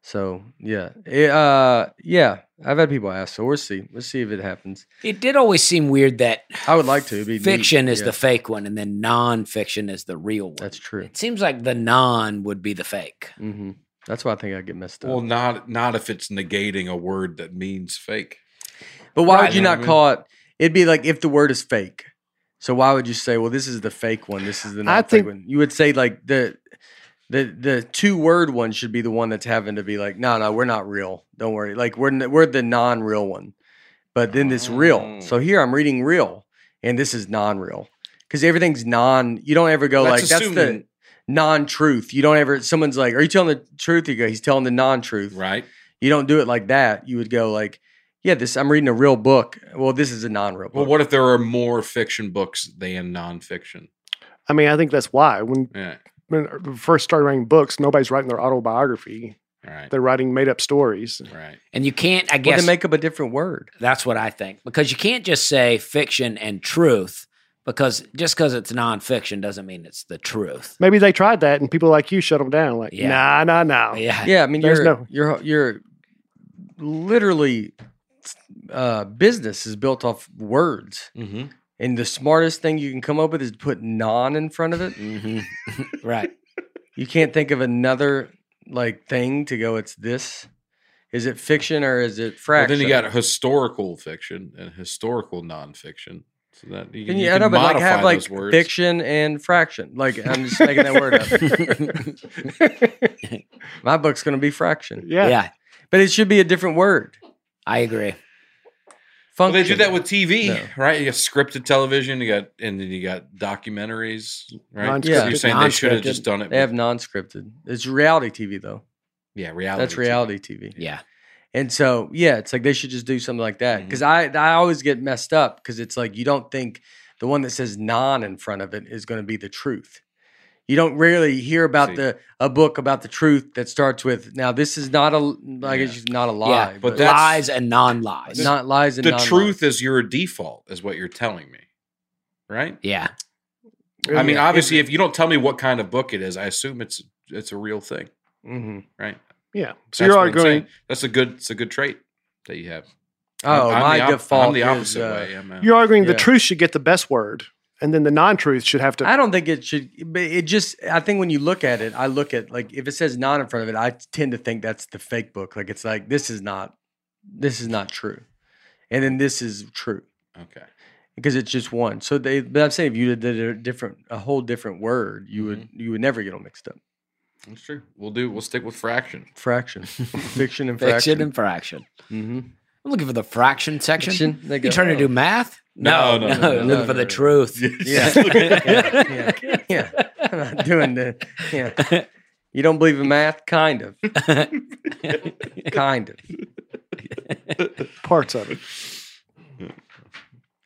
Speaker 1: So yeah, it, uh, yeah, I've had people ask. So we'll see. We'll see if it happens.
Speaker 4: It did always seem weird that
Speaker 1: I would like to. It'd be neat.
Speaker 4: fiction is
Speaker 1: Yeah,
Speaker 4: the fake one and then non-fiction is the real one.
Speaker 1: That's true.
Speaker 4: It seems like the non would be the fake.
Speaker 1: hmm That's why I think I get messed up.
Speaker 2: Well, not not if it's negating a word that means fake.
Speaker 1: But why
Speaker 4: Right.
Speaker 1: would you
Speaker 2: You know what I
Speaker 1: not
Speaker 2: mean?
Speaker 1: call it? It'd be like if the word is fake. So why would you say, "Well, this is the fake one. This is the
Speaker 3: I
Speaker 1: not fake
Speaker 3: think-
Speaker 1: one"? You would say like the the the two word one should be the one that's having to be like, no, no, we're not real. Don't worry. Like we're n- we're the non real one, but then it's real. So here I'm reading real, and this is non real because everything's non. You don't ever go
Speaker 2: That's
Speaker 1: like that's the
Speaker 2: assuming-
Speaker 1: non truth. You don't ever. Someone's like, are you telling the truth? You go, he's telling the non truth.
Speaker 2: right?
Speaker 1: You don't do it like that. You would go like, yeah, this I'm reading a real book. Well, this is a non real book.
Speaker 2: Well, what if there are more fiction books than nonfiction?
Speaker 3: I mean, I think that's why when,
Speaker 2: Yeah,
Speaker 3: when I first started writing books, nobody's writing their autobiography.
Speaker 2: right,
Speaker 3: They're writing made up stories.
Speaker 2: right.
Speaker 4: And you can't, I
Speaker 1: Well,
Speaker 4: guess,
Speaker 1: they make up a different word.
Speaker 4: that's what I think because you can't just say fiction and truth because just because it's nonfiction doesn't mean it's the truth.
Speaker 3: Maybe they tried that and people like you shut them down. Like,
Speaker 4: Yeah.
Speaker 3: nah, nah, nah.
Speaker 4: Yeah.
Speaker 1: Yeah, I mean,
Speaker 3: There's
Speaker 1: you're,
Speaker 3: no-
Speaker 1: you're you're literally uh, business is built off words,
Speaker 2: Mm-hmm.
Speaker 1: and the smartest thing you can come up with is to put "non" in front of it.
Speaker 4: hmm right.
Speaker 1: You can't think of another like thing to go. It's this. Is it fiction or is it
Speaker 2: Well,
Speaker 1: fraction?
Speaker 2: then you got historical fiction and historical nonfiction. So that you,
Speaker 1: Can
Speaker 2: can
Speaker 1: you,
Speaker 2: you
Speaker 1: I know,
Speaker 2: can
Speaker 1: but
Speaker 2: modify
Speaker 1: like have like
Speaker 2: those words.
Speaker 1: fiction and fraction. Like I'm just making that word up. My book's gonna be fraction,
Speaker 3: Yeah.
Speaker 4: yeah.
Speaker 1: but it should be a different word.
Speaker 4: I agree.
Speaker 2: Well,
Speaker 1: Function.
Speaker 2: they do that with TV,
Speaker 1: No.
Speaker 2: right? You got scripted television, you got, and then you got documentaries, right? So
Speaker 1: Yeah.
Speaker 2: you're saying they should have
Speaker 4: Non-scripted.
Speaker 2: just done it.
Speaker 1: They have
Speaker 2: with-
Speaker 1: non-scripted. It's reality TV though.
Speaker 2: yeah, reality.
Speaker 1: That's
Speaker 2: TV.
Speaker 1: reality TV.
Speaker 4: Yeah.
Speaker 1: And so, yeah, it's like they should just do something like that.
Speaker 2: Mm-hmm.
Speaker 1: Because I, I always get messed up because it's like you don't think the one that says non in front of it is going to be the truth. You don't rarely hear about
Speaker 2: See.
Speaker 1: the a book about the truth that starts with now this is not a like
Speaker 2: Yeah.
Speaker 1: it's just not a lie,
Speaker 4: Yeah,
Speaker 2: but that's-
Speaker 4: lies and non lies.
Speaker 1: not lies and
Speaker 2: The
Speaker 1: non-lies.
Speaker 2: truth is your default, is what you're telling me, right?
Speaker 4: yeah.
Speaker 2: I mean,
Speaker 1: Yeah.
Speaker 2: obviously, if you don't tell me what kind of book it is, I assume it's it's a real thing,
Speaker 1: Mhm.
Speaker 2: right?
Speaker 3: Yeah. So
Speaker 2: That's
Speaker 3: you're
Speaker 2: what I'm
Speaker 3: arguing,
Speaker 2: saying. That's a good. It's a good trait that you have.
Speaker 1: Oh,
Speaker 2: I'm, I'm
Speaker 1: my
Speaker 2: the op-
Speaker 1: default.
Speaker 2: I'm the
Speaker 1: is,
Speaker 2: opposite
Speaker 1: uh,
Speaker 2: way. I'm a,
Speaker 3: you're arguing
Speaker 1: Yeah.
Speaker 3: the truth should get the best word and then the non truth should have to.
Speaker 1: I don't think it should. But it just, I think when you look at it, I look at like if it says non in front of it, I tend to think that's the fake book. Like it's like this is not, this is not true, and then this is true
Speaker 2: okay.
Speaker 1: because it's just one. So they, but I'm saying if you did a different, a whole different word, you would you would never get them mixed up.
Speaker 2: That's true. We'll do. We'll stick with fraction.
Speaker 1: Fraction, fiction, and fraction.
Speaker 4: Fiction and fraction.
Speaker 1: Mhm.
Speaker 4: I'm looking for the fraction section.
Speaker 1: Fiction. They
Speaker 4: You
Speaker 1: go,
Speaker 4: trying to do
Speaker 1: "Oh,
Speaker 4: math?
Speaker 2: No, no, no, no,
Speaker 4: looking
Speaker 1: no,
Speaker 4: for
Speaker 1: no,
Speaker 4: the
Speaker 1: no.
Speaker 4: truth.
Speaker 1: Mm-hmm. Yeah. yeah, yeah, yeah. I'm not doing that. Yeah. You don't believe in math? Kind of. kind of.
Speaker 3: parts of it.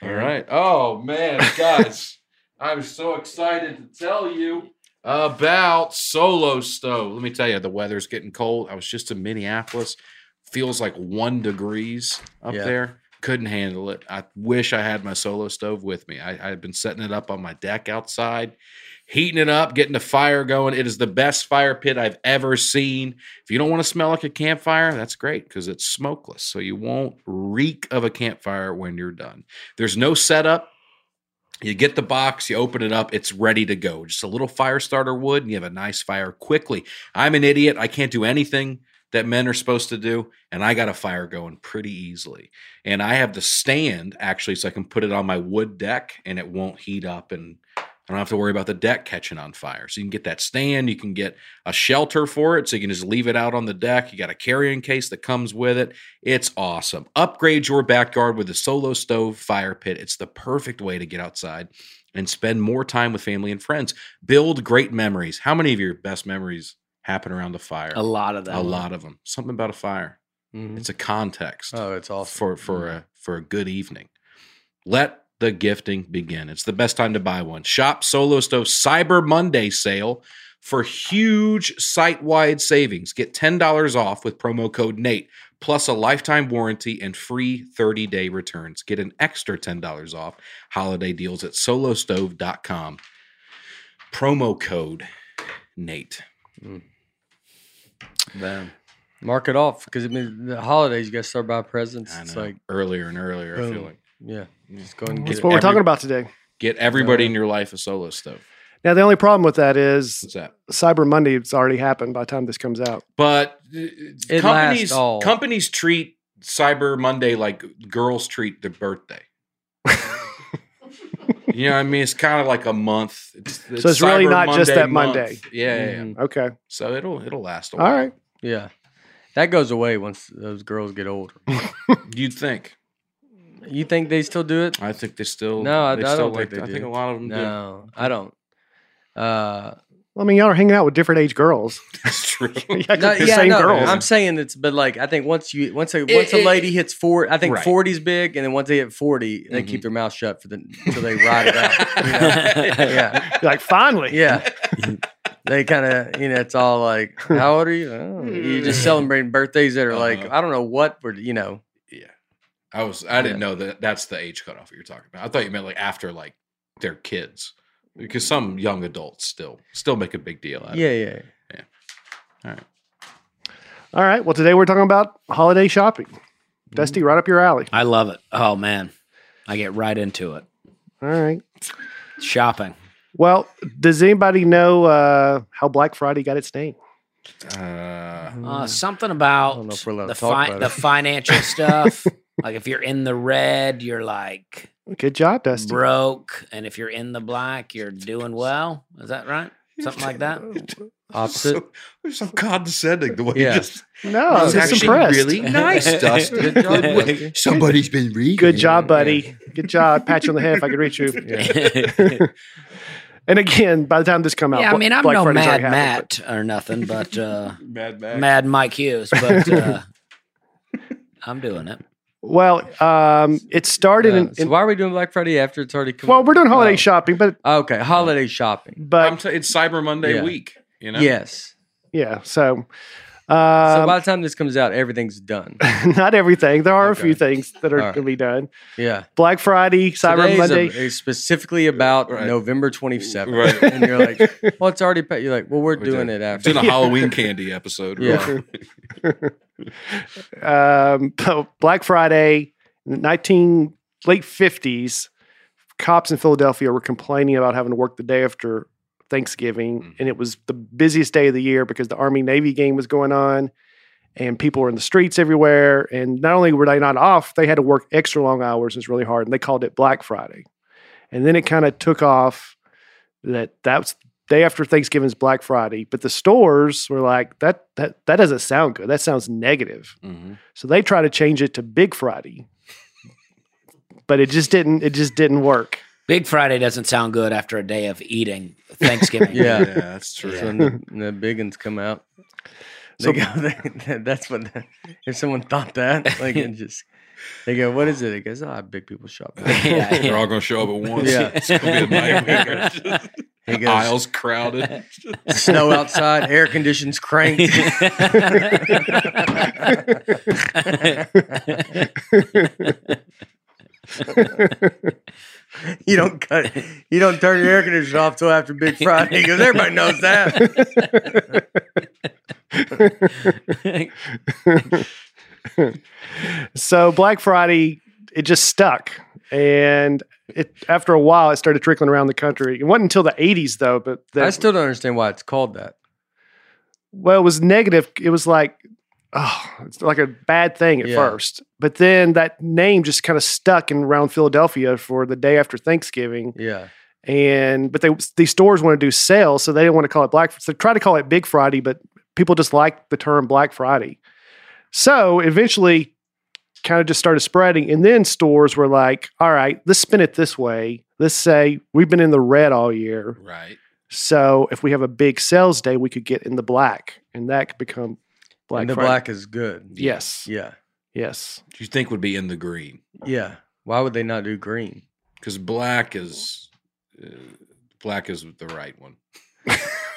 Speaker 2: All right. Oh man, guys, I'm so excited to tell you about Solo Stove. Let me tell you, the weather's getting cold. I was just in Minneapolis. Feels like one degrees up
Speaker 1: Yeah.
Speaker 2: there. Couldn't handle it. I wish I had my Solo Stove with me. I, I've been setting it up on my deck outside. Heating it up, getting the fire going. It is the best fire pit I've ever seen. If you don't want to smell like a campfire, that's great because it's smokeless. So you won't reek of a campfire when you're done. There's no setup. You get the box, you open it up, it's ready to go. Just a little fire starter wood, and you have a nice fire quickly. I'm an idiot. I can't do anything that men are supposed to do, and I got a fire going pretty easily. And I have the stand actually, so I can put it on my wood deck and it won't heat up and I don't have to worry about the deck catching on fire. So you can get that stand, you can get a shelter for it, so you can just leave it out on the deck. You got a carrying case that comes with it. It's awesome. Upgrade your backyard with the Solo Stove Fire Pit. It's the perfect way to get outside and spend more time with family and friends. Build great memories. How many of your best memories happen around the fire?
Speaker 4: A lot of them.
Speaker 2: A lot of them. Something about a fire.
Speaker 1: Mhm.
Speaker 2: It's a context
Speaker 1: Oh, it's awesome. Mm-hmm.
Speaker 2: for for a for a good evening. Let the gifting begin. It's the best time to buy one. Shop Solo Stove Cyber Monday sale for huge site-wide savings. Get $10 off with promo code Nate plus a lifetime warranty and free 30-day returns. Get an extra $10 off holiday deals at solostove.com. Promo code Nate.
Speaker 1: Mm. Mark it off because I mean the holidays you got to start by presents.
Speaker 2: I
Speaker 1: It's
Speaker 2: know.
Speaker 1: like
Speaker 2: earlier and earlier, I feel
Speaker 1: boom.
Speaker 2: like.
Speaker 1: yeah,
Speaker 2: Yeah.
Speaker 1: just go and
Speaker 3: That's
Speaker 1: get
Speaker 3: what we're
Speaker 1: it.
Speaker 2: every-
Speaker 3: talking about today.
Speaker 2: Get everybody in your life a solo stove.
Speaker 3: Now, the only problem with that is
Speaker 2: What's that?
Speaker 3: Cyber Monday, it's already happened by the time this comes out.
Speaker 2: But uh,
Speaker 1: lasts
Speaker 2: companies
Speaker 1: all.
Speaker 2: companies treat Cyber Monday like girls treat their birthday. You know, what I mean, it's kind of like a month. It's,
Speaker 3: it's really not just that
Speaker 2: month.
Speaker 3: Monday.
Speaker 2: Yeah, yeah, yeah.
Speaker 1: Mhm.
Speaker 3: Okay.
Speaker 2: So it'll it'll last a while.
Speaker 3: All right.
Speaker 1: Yeah. That goes away once those girls get older.
Speaker 2: You'd think.
Speaker 1: You think they still do it?
Speaker 2: I think they still.
Speaker 1: No, I-
Speaker 2: they
Speaker 1: I
Speaker 2: still
Speaker 1: don't
Speaker 2: like
Speaker 1: think they
Speaker 2: I think
Speaker 1: do.
Speaker 2: a lot of them do.
Speaker 1: No, I don't. Uh,
Speaker 3: Well, I mean, y'all are hanging out with different age girls.
Speaker 2: That's true.
Speaker 3: Y'all got
Speaker 1: no,
Speaker 3: the
Speaker 1: yeah,
Speaker 3: same
Speaker 1: no,
Speaker 3: girls.
Speaker 1: I'm saying it's, but like I think once you once a
Speaker 4: It-
Speaker 1: once a
Speaker 4: it-
Speaker 1: lady hits four, I think
Speaker 2: Right. Mm-hmm.
Speaker 1: 40's big, and then once they hit 40, they keep their mouth shut for the until they ride it out. you know? Yeah,
Speaker 3: You're like, finally.
Speaker 1: yeah. they kind of you know it's all like, how old are you? Oh, you
Speaker 3: Hmm.
Speaker 1: just celebrating birthdays that are like
Speaker 2: Uh-huh.
Speaker 1: I don't know what we're you know.
Speaker 2: yeah. I was. I didn't know that. That's the age cutoff you're talking about. I thought you meant like after like their kids, because some young adults still still make a big deal out
Speaker 1: Yeah,
Speaker 2: of it.
Speaker 1: yeah.
Speaker 3: All right. Well, today we're talking about holiday shopping. Dusty,
Speaker 1: Mm-hmm.
Speaker 3: right up your alley.
Speaker 4: I love it. Oh man, I get right into it.
Speaker 3: All right.
Speaker 4: Shopping.
Speaker 3: Well, does anybody know uh, how Black Friday got its name?
Speaker 2: Uh,
Speaker 4: Uh, something
Speaker 1: Mm. I
Speaker 4: about
Speaker 1: don't know if we're allowed
Speaker 4: the
Speaker 1: to talk
Speaker 4: fi-
Speaker 1: about
Speaker 4: the
Speaker 1: it.
Speaker 4: financial stuff. like if you're in the red, you're like
Speaker 3: Good job, Dusty.
Speaker 4: broke, and if you're in the black, you're doing well. Is that right? Something like that.
Speaker 1: Mm-hmm. Opposite.
Speaker 2: So, you're so condescending the way
Speaker 1: Yeah.
Speaker 2: you just.
Speaker 3: No, I
Speaker 2: That
Speaker 3: was
Speaker 2: was
Speaker 3: just
Speaker 2: actually
Speaker 3: impressed.
Speaker 2: really nice, Dustin.
Speaker 1: Good job, Dusty.
Speaker 2: Somebody's been reading.
Speaker 3: Good job, buddy. Good job. Pat you on the head if I could reach you. And again, by the time this come out,
Speaker 4: yeah, I
Speaker 3: Bla-
Speaker 4: mean I'm
Speaker 3: Black
Speaker 4: no
Speaker 3: Friday's
Speaker 4: mad
Speaker 3: already happened,
Speaker 4: Matt or nothing, but uh,
Speaker 2: Mad Max.
Speaker 4: Mad Mike Hughes. But uh, I'm doing it.
Speaker 3: but- Well, um, it started
Speaker 1: Yeah,
Speaker 3: in,
Speaker 1: Uh, so
Speaker 3: in
Speaker 1: why are we doing Black Friday after it's already come?
Speaker 3: well, we're doing holiday
Speaker 1: Oh.
Speaker 3: shopping, but
Speaker 1: Okay, holiday shopping.
Speaker 2: I'm
Speaker 3: but
Speaker 2: t- it's Cyber Monday
Speaker 1: Yeah.
Speaker 2: week. You know.
Speaker 1: Yes.
Speaker 3: yeah, so
Speaker 1: So
Speaker 3: um,
Speaker 1: by the time this comes out, everything's done.
Speaker 3: not everything. There are
Speaker 1: Okay.
Speaker 3: a few things that are
Speaker 1: All right.
Speaker 3: to be done.
Speaker 1: Yeah.
Speaker 3: Black Friday, Cyber
Speaker 1: Today is a-
Speaker 3: Monday.
Speaker 1: is specifically about
Speaker 2: Right.
Speaker 1: November 27th.
Speaker 2: Right.
Speaker 1: And you're like, well, it's already, pa-" you're like, well, we're
Speaker 2: We're
Speaker 1: doing it
Speaker 2: doing-
Speaker 1: after.
Speaker 2: Doing a Halloween candy episode.
Speaker 1: Yeah.
Speaker 3: um, so Black Friday, nineteen late fifties, cops in Philadelphia were complaining about having to work the day after Thanksgiving,
Speaker 2: Mhm.
Speaker 3: and it was the busiest day of the year because the Army Navy game was going on, and people were in the streets everywhere. And not only were they not off, they had to work extra long hours. It was really hard, and they called it Black Friday. And then it kind of took off. That that's day after Thanksgiving's Black Friday, but the stores were like that. That that doesn't sound good. That sounds negative.
Speaker 2: hmm
Speaker 3: So they try to change it to Big Friday, but it just didn't. It just didn't work.
Speaker 4: Big Friday doesn't sound good after a day of eating Thanksgiving.
Speaker 1: Yeah.
Speaker 2: Yeah. that's true.
Speaker 1: So when the, the big ones come out. They
Speaker 3: So-
Speaker 1: go, they, that's what, the, if someone thought that, like, it just, they go, what is it? It goes, oh, big people shop.
Speaker 4: yeah,
Speaker 2: They're
Speaker 4: yeah.
Speaker 2: all gonna show up at once.
Speaker 1: Yeah.
Speaker 2: It's gonna be a nightmare.
Speaker 1: He goes,
Speaker 2: Aisles crowded.
Speaker 1: snow outside, air conditions cranked. you don't cut, you don't turn your air conditioner off till after Big Friday. He goes, everybody knows that.
Speaker 3: So Black Friday, it just stuck, and it after a while it started trickling around the country. It wasn't until the '80s though, but
Speaker 1: I
Speaker 3: that,
Speaker 1: still don't understand why it's called that.
Speaker 3: well, it was negative. It was like, oh, it's like a bad thing at
Speaker 1: Yeah.
Speaker 3: first, but then that name just kind of stuck in around Philadelphia for the day after Thanksgiving.
Speaker 1: Yeah.
Speaker 3: and but they these stores want to do sales, so they didn't want to call it Black. So they try to call it Big Friday, but people just like the term Black Friday. So eventually, kind of just started spreading, and then stores were like, "All right, let's spin it this way. Let's say we've been in the red all year,
Speaker 2: Right.
Speaker 3: so if we have a big sales day, we could get in the black, and that could become Black
Speaker 1: and the
Speaker 3: Friday."
Speaker 1: black is good.
Speaker 3: Yes,
Speaker 1: Yeah.
Speaker 3: yes.
Speaker 2: Do you think would be in the green?
Speaker 1: Yeah. Why would they not do green?
Speaker 2: Because black is uh, black is the right one.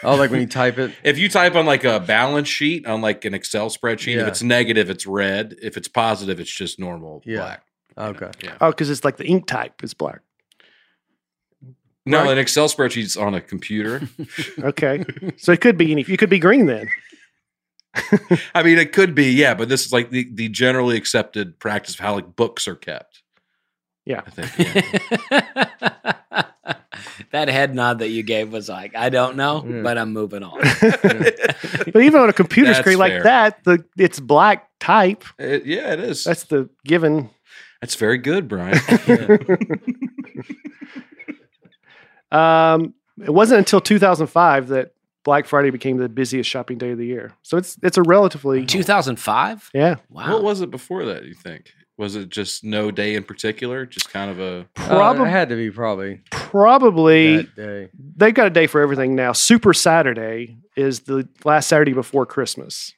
Speaker 1: Oh, like when you type it.
Speaker 2: If you type on like a balance sheet on like an Excel spreadsheet,
Speaker 1: Yeah.
Speaker 2: if it's negative, it's red. If it's positive, it's just normal
Speaker 1: Yeah.
Speaker 2: black.
Speaker 1: Okay.
Speaker 2: Yeah.
Speaker 3: Oh, because it's like the ink type is black.
Speaker 2: No,
Speaker 1: Right.
Speaker 2: an Excel spreadsheet's on a computer.
Speaker 3: Okay, so it could be any. You could be green then.
Speaker 2: I mean, it could be, yeah, but this is like the, the generally accepted practice of how like books are kept.
Speaker 3: Yeah.
Speaker 2: I think. yeah.
Speaker 4: that head nod that you gave was like, I don't know,
Speaker 1: Yeah.
Speaker 4: but I'm moving on.
Speaker 3: But even on a computer
Speaker 2: That's
Speaker 3: screen
Speaker 2: fair.
Speaker 3: like that, the it's black type.
Speaker 2: It- yeah, it is. That's,
Speaker 3: That's the given.
Speaker 2: very good, Brian.
Speaker 1: Yeah.
Speaker 3: Um, it wasn't until 2005 that Black Friday became the busiest shopping day of the year. So it's it's a relatively
Speaker 4: 2005?
Speaker 3: yeah.
Speaker 4: Wow.
Speaker 2: What was it before that? You think was it just no day in particular? Just kind of a
Speaker 1: Probably
Speaker 3: Probably
Speaker 1: Uh, had to be probably
Speaker 3: Uh, probably
Speaker 1: that day.
Speaker 3: they've got a day for everything now. Super Saturday is the last Saturday before Christmas.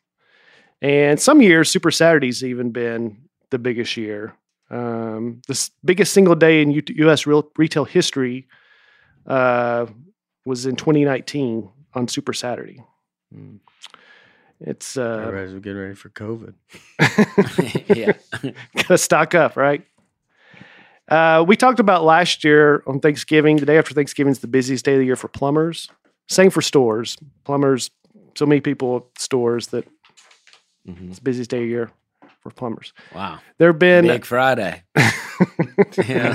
Speaker 3: And some years, Super Saturday's even been the biggest year. Um, the s- biggest single day in U- U.S. Real, retail history uh, was in 2019 on Super Saturday.
Speaker 1: Mm.
Speaker 3: It's uh,
Speaker 1: Everybody's getting ready for COVID.
Speaker 4: yeah.
Speaker 3: gotta stock up, right? Uh, we talked about last year on Thanksgiving. The day after Thanksgiving is the busiest day of the year for plumbers. Same for stores. Plumbers, so many people at stores that
Speaker 2: Mhm.
Speaker 3: it's the busiest day of the year for plumbers.
Speaker 4: Wow.
Speaker 3: There have been
Speaker 2: uh,
Speaker 4: Big Friday.
Speaker 2: Oh,
Speaker 4: yeah.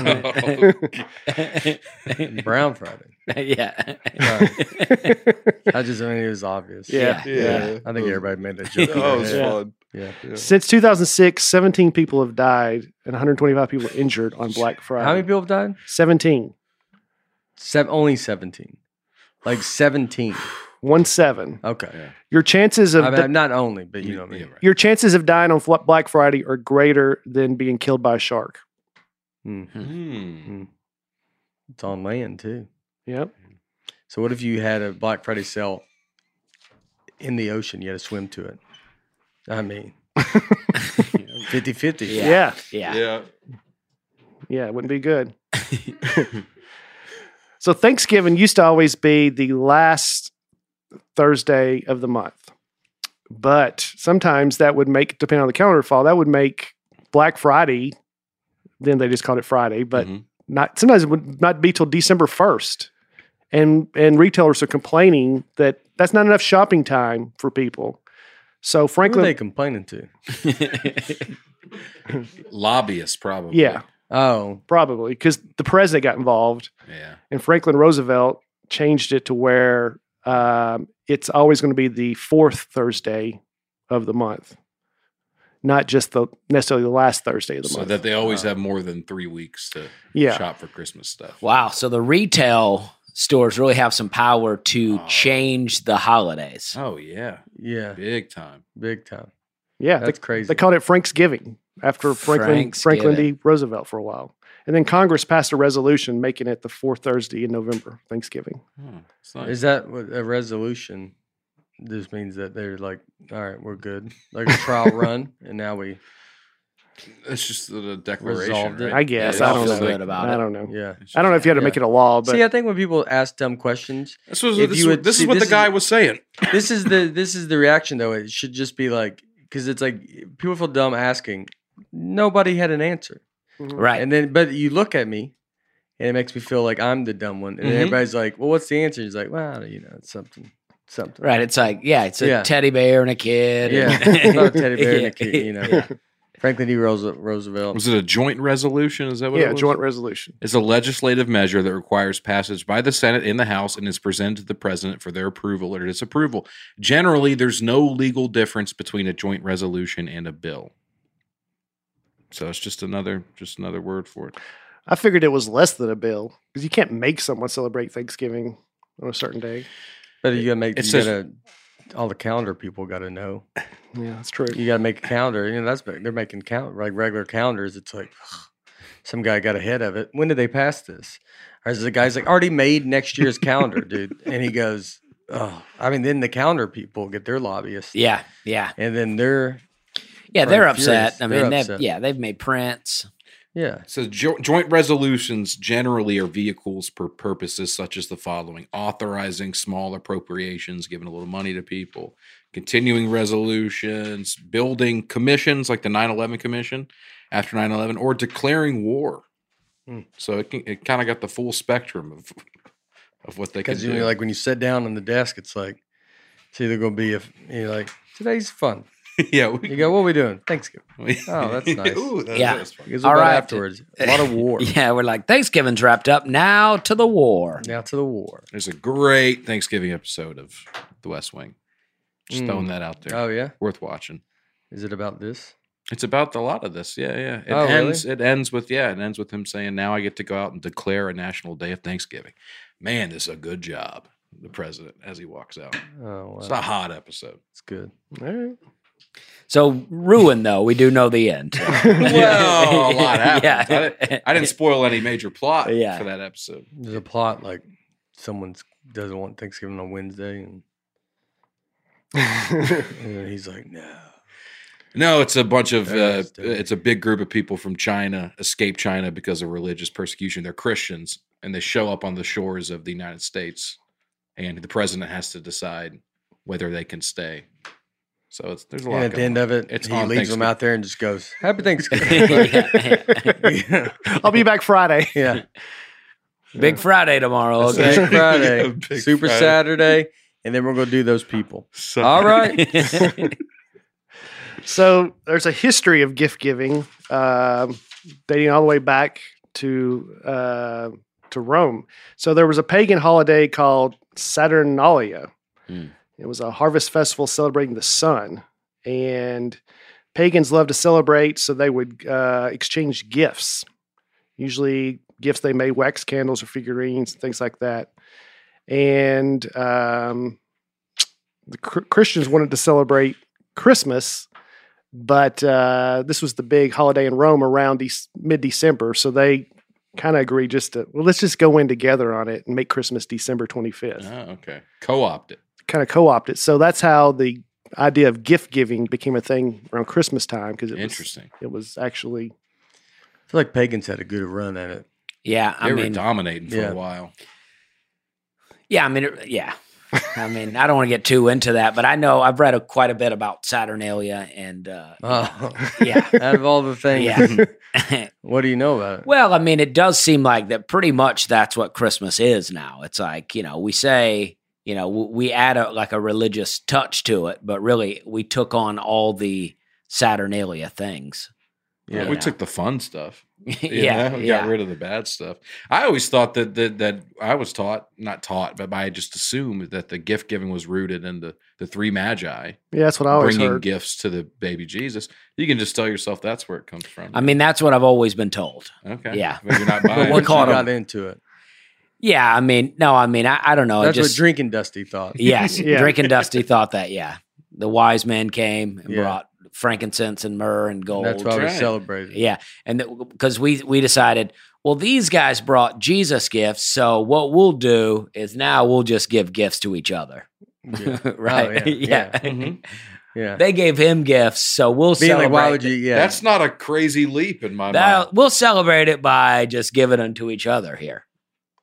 Speaker 1: Brown Friday.
Speaker 4: yeah.
Speaker 1: I just I mean it was obvious.
Speaker 3: Yeah.
Speaker 1: I think everybody made that joke. in
Speaker 6: Oh, it
Speaker 1: their
Speaker 6: was
Speaker 1: head.
Speaker 3: Yeah.
Speaker 6: fun.
Speaker 1: yeah.
Speaker 3: since 2006, 17 people have died and 125 people injured on Black Friday.
Speaker 1: How many people have died?
Speaker 3: 17.
Speaker 1: Seven, only seventeen. Like seventeen.
Speaker 3: One seven.
Speaker 1: Okay.
Speaker 3: Your chances
Speaker 1: I
Speaker 3: of
Speaker 1: mean,
Speaker 3: di-
Speaker 1: I'm not only, but you know what I
Speaker 2: Yeah,
Speaker 1: mean.
Speaker 2: right.
Speaker 3: your chances of dying on Fl- Black Friday are greater than being killed by a shark.
Speaker 1: Mm.
Speaker 3: Mm-hmm.
Speaker 2: Hmm.
Speaker 1: It's on land too.
Speaker 3: Yep.
Speaker 1: So what if you had a Black Friday sale in the ocean? You had to swim to it. I mean, 50-50.
Speaker 4: Yeah.
Speaker 3: yeah.
Speaker 4: Yeah.
Speaker 6: Yeah.
Speaker 3: Yeah, it wouldn't be good. so Thanksgiving used to always be the last Thursday of the month. But sometimes that would make depending on the calendar fall, that would make Black Friday then they just called it Friday, but
Speaker 2: Mhm.
Speaker 1: Mm-hmm.
Speaker 3: not sometimes it would not be till December 1st. And and retailers are complaining that that's not enough shopping time for people. So
Speaker 1: Who are they
Speaker 3: Franklin
Speaker 1: complaining to?
Speaker 2: lobbyists probably.
Speaker 3: yeah,
Speaker 1: Oh,
Speaker 3: probably cuz the president got involved
Speaker 2: yeah.
Speaker 3: and Franklin Roosevelt changed it to where um, it's always going to be the fourth Thursday of the month, not just the necessarily the last Thursday of the
Speaker 2: So
Speaker 3: month.
Speaker 2: that they always have more than three weeks to
Speaker 3: yeah,
Speaker 2: shop for Christmas stuff.
Speaker 4: Wow. So the retail stores really have some power to
Speaker 2: Oh.
Speaker 4: change the holidays.
Speaker 2: Oh yeah,
Speaker 3: uh,
Speaker 1: yeah,
Speaker 2: big time.
Speaker 1: big time.
Speaker 3: yeah.
Speaker 1: That's
Speaker 3: They,
Speaker 1: crazy.
Speaker 3: they called it Franksgiving after Franklin Franklin D. Roosevelt for a while, and then Congress passed a resolution making it the fourth Thursday in November, Thanksgiving.
Speaker 2: Hmm, it's nice.
Speaker 1: Is that what a resolution? This means that they're like, all right, we're good. Like a trial run, and now we,
Speaker 2: It's just the- the declaration.
Speaker 1: Resolved it.
Speaker 2: Right?
Speaker 3: I guess.
Speaker 2: Yeah,
Speaker 3: I
Speaker 2: it's
Speaker 3: don't
Speaker 2: just
Speaker 3: know.
Speaker 4: good about
Speaker 3: I
Speaker 4: it.
Speaker 3: don't know.
Speaker 1: yeah.
Speaker 2: it's
Speaker 3: I don't know
Speaker 2: just-
Speaker 3: if you had to make it a law, but
Speaker 1: See, I think when people ask dumb questions,
Speaker 2: This was
Speaker 1: if
Speaker 2: this,
Speaker 1: you
Speaker 2: was-
Speaker 1: would
Speaker 2: this
Speaker 1: see-
Speaker 2: is what
Speaker 1: this
Speaker 2: the guy was saying.
Speaker 1: this is the this is the reaction though. It should just be like, because it's like people feel dumb asking. Nobody had an answer,
Speaker 3: Mhm.
Speaker 4: Right.
Speaker 1: and then but you look at me, and it makes me feel like I'm the dumb one, and then
Speaker 4: Mm-hmm.
Speaker 2: Mhm.
Speaker 1: everybody's like, well, what's the answer? He's like, well, you know, it's something, something.
Speaker 4: right. It's like, yeah, it's a
Speaker 1: Yeah.
Speaker 4: teddy bear and a kid.
Speaker 1: Yeah,
Speaker 4: and-
Speaker 1: not a teddy bear and a kid, you know.
Speaker 4: Yeah.
Speaker 1: Franklin D. Roose- Roosevelt.
Speaker 2: Was it a joint resolution? Is that what?
Speaker 3: yeah,
Speaker 2: it was?
Speaker 3: joint resolution.
Speaker 2: is a legislative measure that requires passage by the Senate in the House and is presented to the president for their approval or disapproval. Generally, there's no legal difference between a joint resolution and a bill. So it's just another just another word for it.
Speaker 3: I figured it was less than a bill because you can't make someone celebrate Thanksgiving on a certain day.
Speaker 1: But you gotta make
Speaker 2: it
Speaker 1: you
Speaker 2: says-
Speaker 1: gotta all the calendar people gotta know.
Speaker 3: Yeah, that's true.
Speaker 1: You gotta make a calendar. You know that's they're making count like regular calendars. It's like some guy got ahead of it. When did they pass this? Or is the guy's like already made next year's calendar, dude? And he goes, oh, I mean, then the calendar people get their lobbyists,
Speaker 4: Yeah. Yeah.
Speaker 1: and then they're
Speaker 4: Yeah.
Speaker 1: Right,
Speaker 4: They're upset.
Speaker 1: furious.
Speaker 4: I
Speaker 1: They're
Speaker 4: mean, they've,
Speaker 1: upset.
Speaker 4: yeah, they've made prints.
Speaker 1: yeah.
Speaker 2: So jo- joint resolutions generally are vehicles for purposes such as the following: authorizing small appropriations, giving a little money to people, continuing resolutions, building commissions like the 9/11 commission after 9/11 or declaring war.
Speaker 1: Hmm.
Speaker 2: So it can, it kind of got the full spectrum of of what they can
Speaker 1: Because
Speaker 2: do.
Speaker 1: you know, like when you sit down on the desk, it's like it's either gonna be if you're like today's fun.
Speaker 2: yeah.
Speaker 1: You
Speaker 2: we-
Speaker 1: go, what are we doing? Thanksgiving.
Speaker 2: we-
Speaker 1: Oh, that's nice.
Speaker 2: Ooh, that-
Speaker 4: Yeah.
Speaker 2: that was fun.
Speaker 1: Because
Speaker 4: All
Speaker 1: all right
Speaker 4: right.
Speaker 1: afterwards, a lot of war.
Speaker 4: Yeah. We're like, Thanksgiving's wrapped up. Now to the war.
Speaker 1: Now to the war.
Speaker 2: There's a great Thanksgiving episode of The West Wing. Just
Speaker 1: Mm.
Speaker 2: throwing that out there.
Speaker 1: Oh yeah,
Speaker 2: Worth watching.
Speaker 1: is it about this?
Speaker 2: It's about the lot of this. Yeah, yeah. It
Speaker 1: Oh, really?
Speaker 2: ends it ends with yeah, it ends with him saying, Now I get to go out and declare a national day of Thanksgiving. Man, this is a good job, the president, as he walks out.
Speaker 1: Oh, wow.
Speaker 2: It's a hot episode.
Speaker 1: It's good.
Speaker 3: All right.
Speaker 4: So ruin though, we do know the end.
Speaker 2: Well, a lot happens. I
Speaker 4: Yeah.
Speaker 2: I didn't spoil any major plot
Speaker 4: Yeah.
Speaker 2: for that episode.
Speaker 1: There's a plot like someone's doesn't want Thanksgiving on Wednesday, and, and he's like, "No."
Speaker 2: No, it's a bunch of
Speaker 1: There it
Speaker 2: uh,
Speaker 1: is, dude.
Speaker 2: it's a big group of people from China escape China because of religious persecution. They're Christians and they show up on the shores of the United States, and the president has to decide whether they can stay. So it's there's a lot.
Speaker 1: And at the
Speaker 2: going
Speaker 1: end
Speaker 2: on.
Speaker 1: of it,
Speaker 2: It's
Speaker 1: he
Speaker 2: on
Speaker 1: leaves them
Speaker 2: Thanksgiving.
Speaker 1: out there and just goes, "Happy Thanksgiving."
Speaker 4: Yeah.
Speaker 1: yeah.
Speaker 3: I'll be back Friday.
Speaker 1: yeah.
Speaker 4: Big Friday tomorrow.
Speaker 2: That's
Speaker 4: Okay.
Speaker 1: Big Friday,
Speaker 2: Yeah, Big
Speaker 1: Super
Speaker 2: Friday.
Speaker 1: Saturday, and then we're gonna do those people.
Speaker 2: So-
Speaker 1: All right.
Speaker 3: So there's a history of gift giving um dating all the way back to uh, to Rome. So there was a pagan holiday called Saturnalia.
Speaker 4: Hmm.
Speaker 3: It was a harvest festival celebrating the sun, and pagans loved to celebrate, so they would uh, exchange gifts. Usually, gifts they made wax candles or figurines, things like that. And um, the Chr- Christians wanted to celebrate Christmas, but uh, this was the big holiday in Rome around mid December. So they kind of agreed just to, well, let's just go in together on it and make Christmas December 25th.
Speaker 2: Oh, okay, co-opt it.
Speaker 3: Kind of co opt it. So that's how the idea of gift giving became a thing around Christmas time because it, was-
Speaker 2: Interesting.
Speaker 3: it was actually,
Speaker 1: I feel like pagans had a good run at it.
Speaker 4: yeah,
Speaker 2: They
Speaker 4: I
Speaker 2: were
Speaker 4: mean,
Speaker 2: dominating for
Speaker 1: yeah.
Speaker 2: a while.
Speaker 4: yeah, I mean, it- yeah. I mean, I don't want to get too into that, but I know I've read a, quite a bit about Saturnalia and uh,
Speaker 1: Oh,
Speaker 4: yeah.
Speaker 1: out of all the things,
Speaker 4: Yeah.
Speaker 1: what do you know about it?
Speaker 4: Well, I mean, it does seem like that pretty much that's what Christmas is now. It's like, you know, we say, you know, w- we add a, like a religious touch to it, but really we took on all the Saturnalia things.
Speaker 1: Yeah.
Speaker 2: We took the fun stuff. you
Speaker 4: yeah.
Speaker 2: know,
Speaker 4: yeah.
Speaker 2: got rid of the bad stuff. I always thought that that that I was taught, not taught, but I just assumed that the gift giving was rooted in the the three magi
Speaker 3: yeah, that's what I always
Speaker 2: bringing
Speaker 3: heard.
Speaker 2: gifts to the baby Jesus. You can just tell yourself that's where it comes from.
Speaker 4: I mean, that's what I've always been told.
Speaker 2: okay,
Speaker 4: yeah.
Speaker 2: but you're not
Speaker 1: But
Speaker 2: buying.
Speaker 1: once
Speaker 2: it.
Speaker 1: you
Speaker 4: caught 'em.
Speaker 1: got into it,
Speaker 4: Yeah. I mean, no, I mean, I, I don't
Speaker 2: Uh,
Speaker 4: know. It
Speaker 1: that's what
Speaker 4: just,
Speaker 1: Drinking Dusty thought.
Speaker 4: yes.
Speaker 3: Yeah.
Speaker 4: Drink and Dusty thought that. Yeah. The wise man came and
Speaker 1: Yeah.
Speaker 4: brought frankincense and myrrh and gold.
Speaker 1: That's why we
Speaker 2: right.
Speaker 1: celebrated. it.
Speaker 4: Yeah, and because we we decided, well, these guys brought Jesus gifts, so what we'll do is now we'll just give gifts to each other,
Speaker 1: yeah,
Speaker 4: right?
Speaker 1: Oh, yeah, yeah.
Speaker 2: Mhm.
Speaker 1: yeah.
Speaker 4: they gave him gifts, so we'll
Speaker 1: Being
Speaker 4: celebrate.
Speaker 1: like, why would you? Yeah,
Speaker 2: That's not a crazy leap in my
Speaker 4: that-
Speaker 2: mind.
Speaker 4: we'll celebrate it by just giving them to each other here.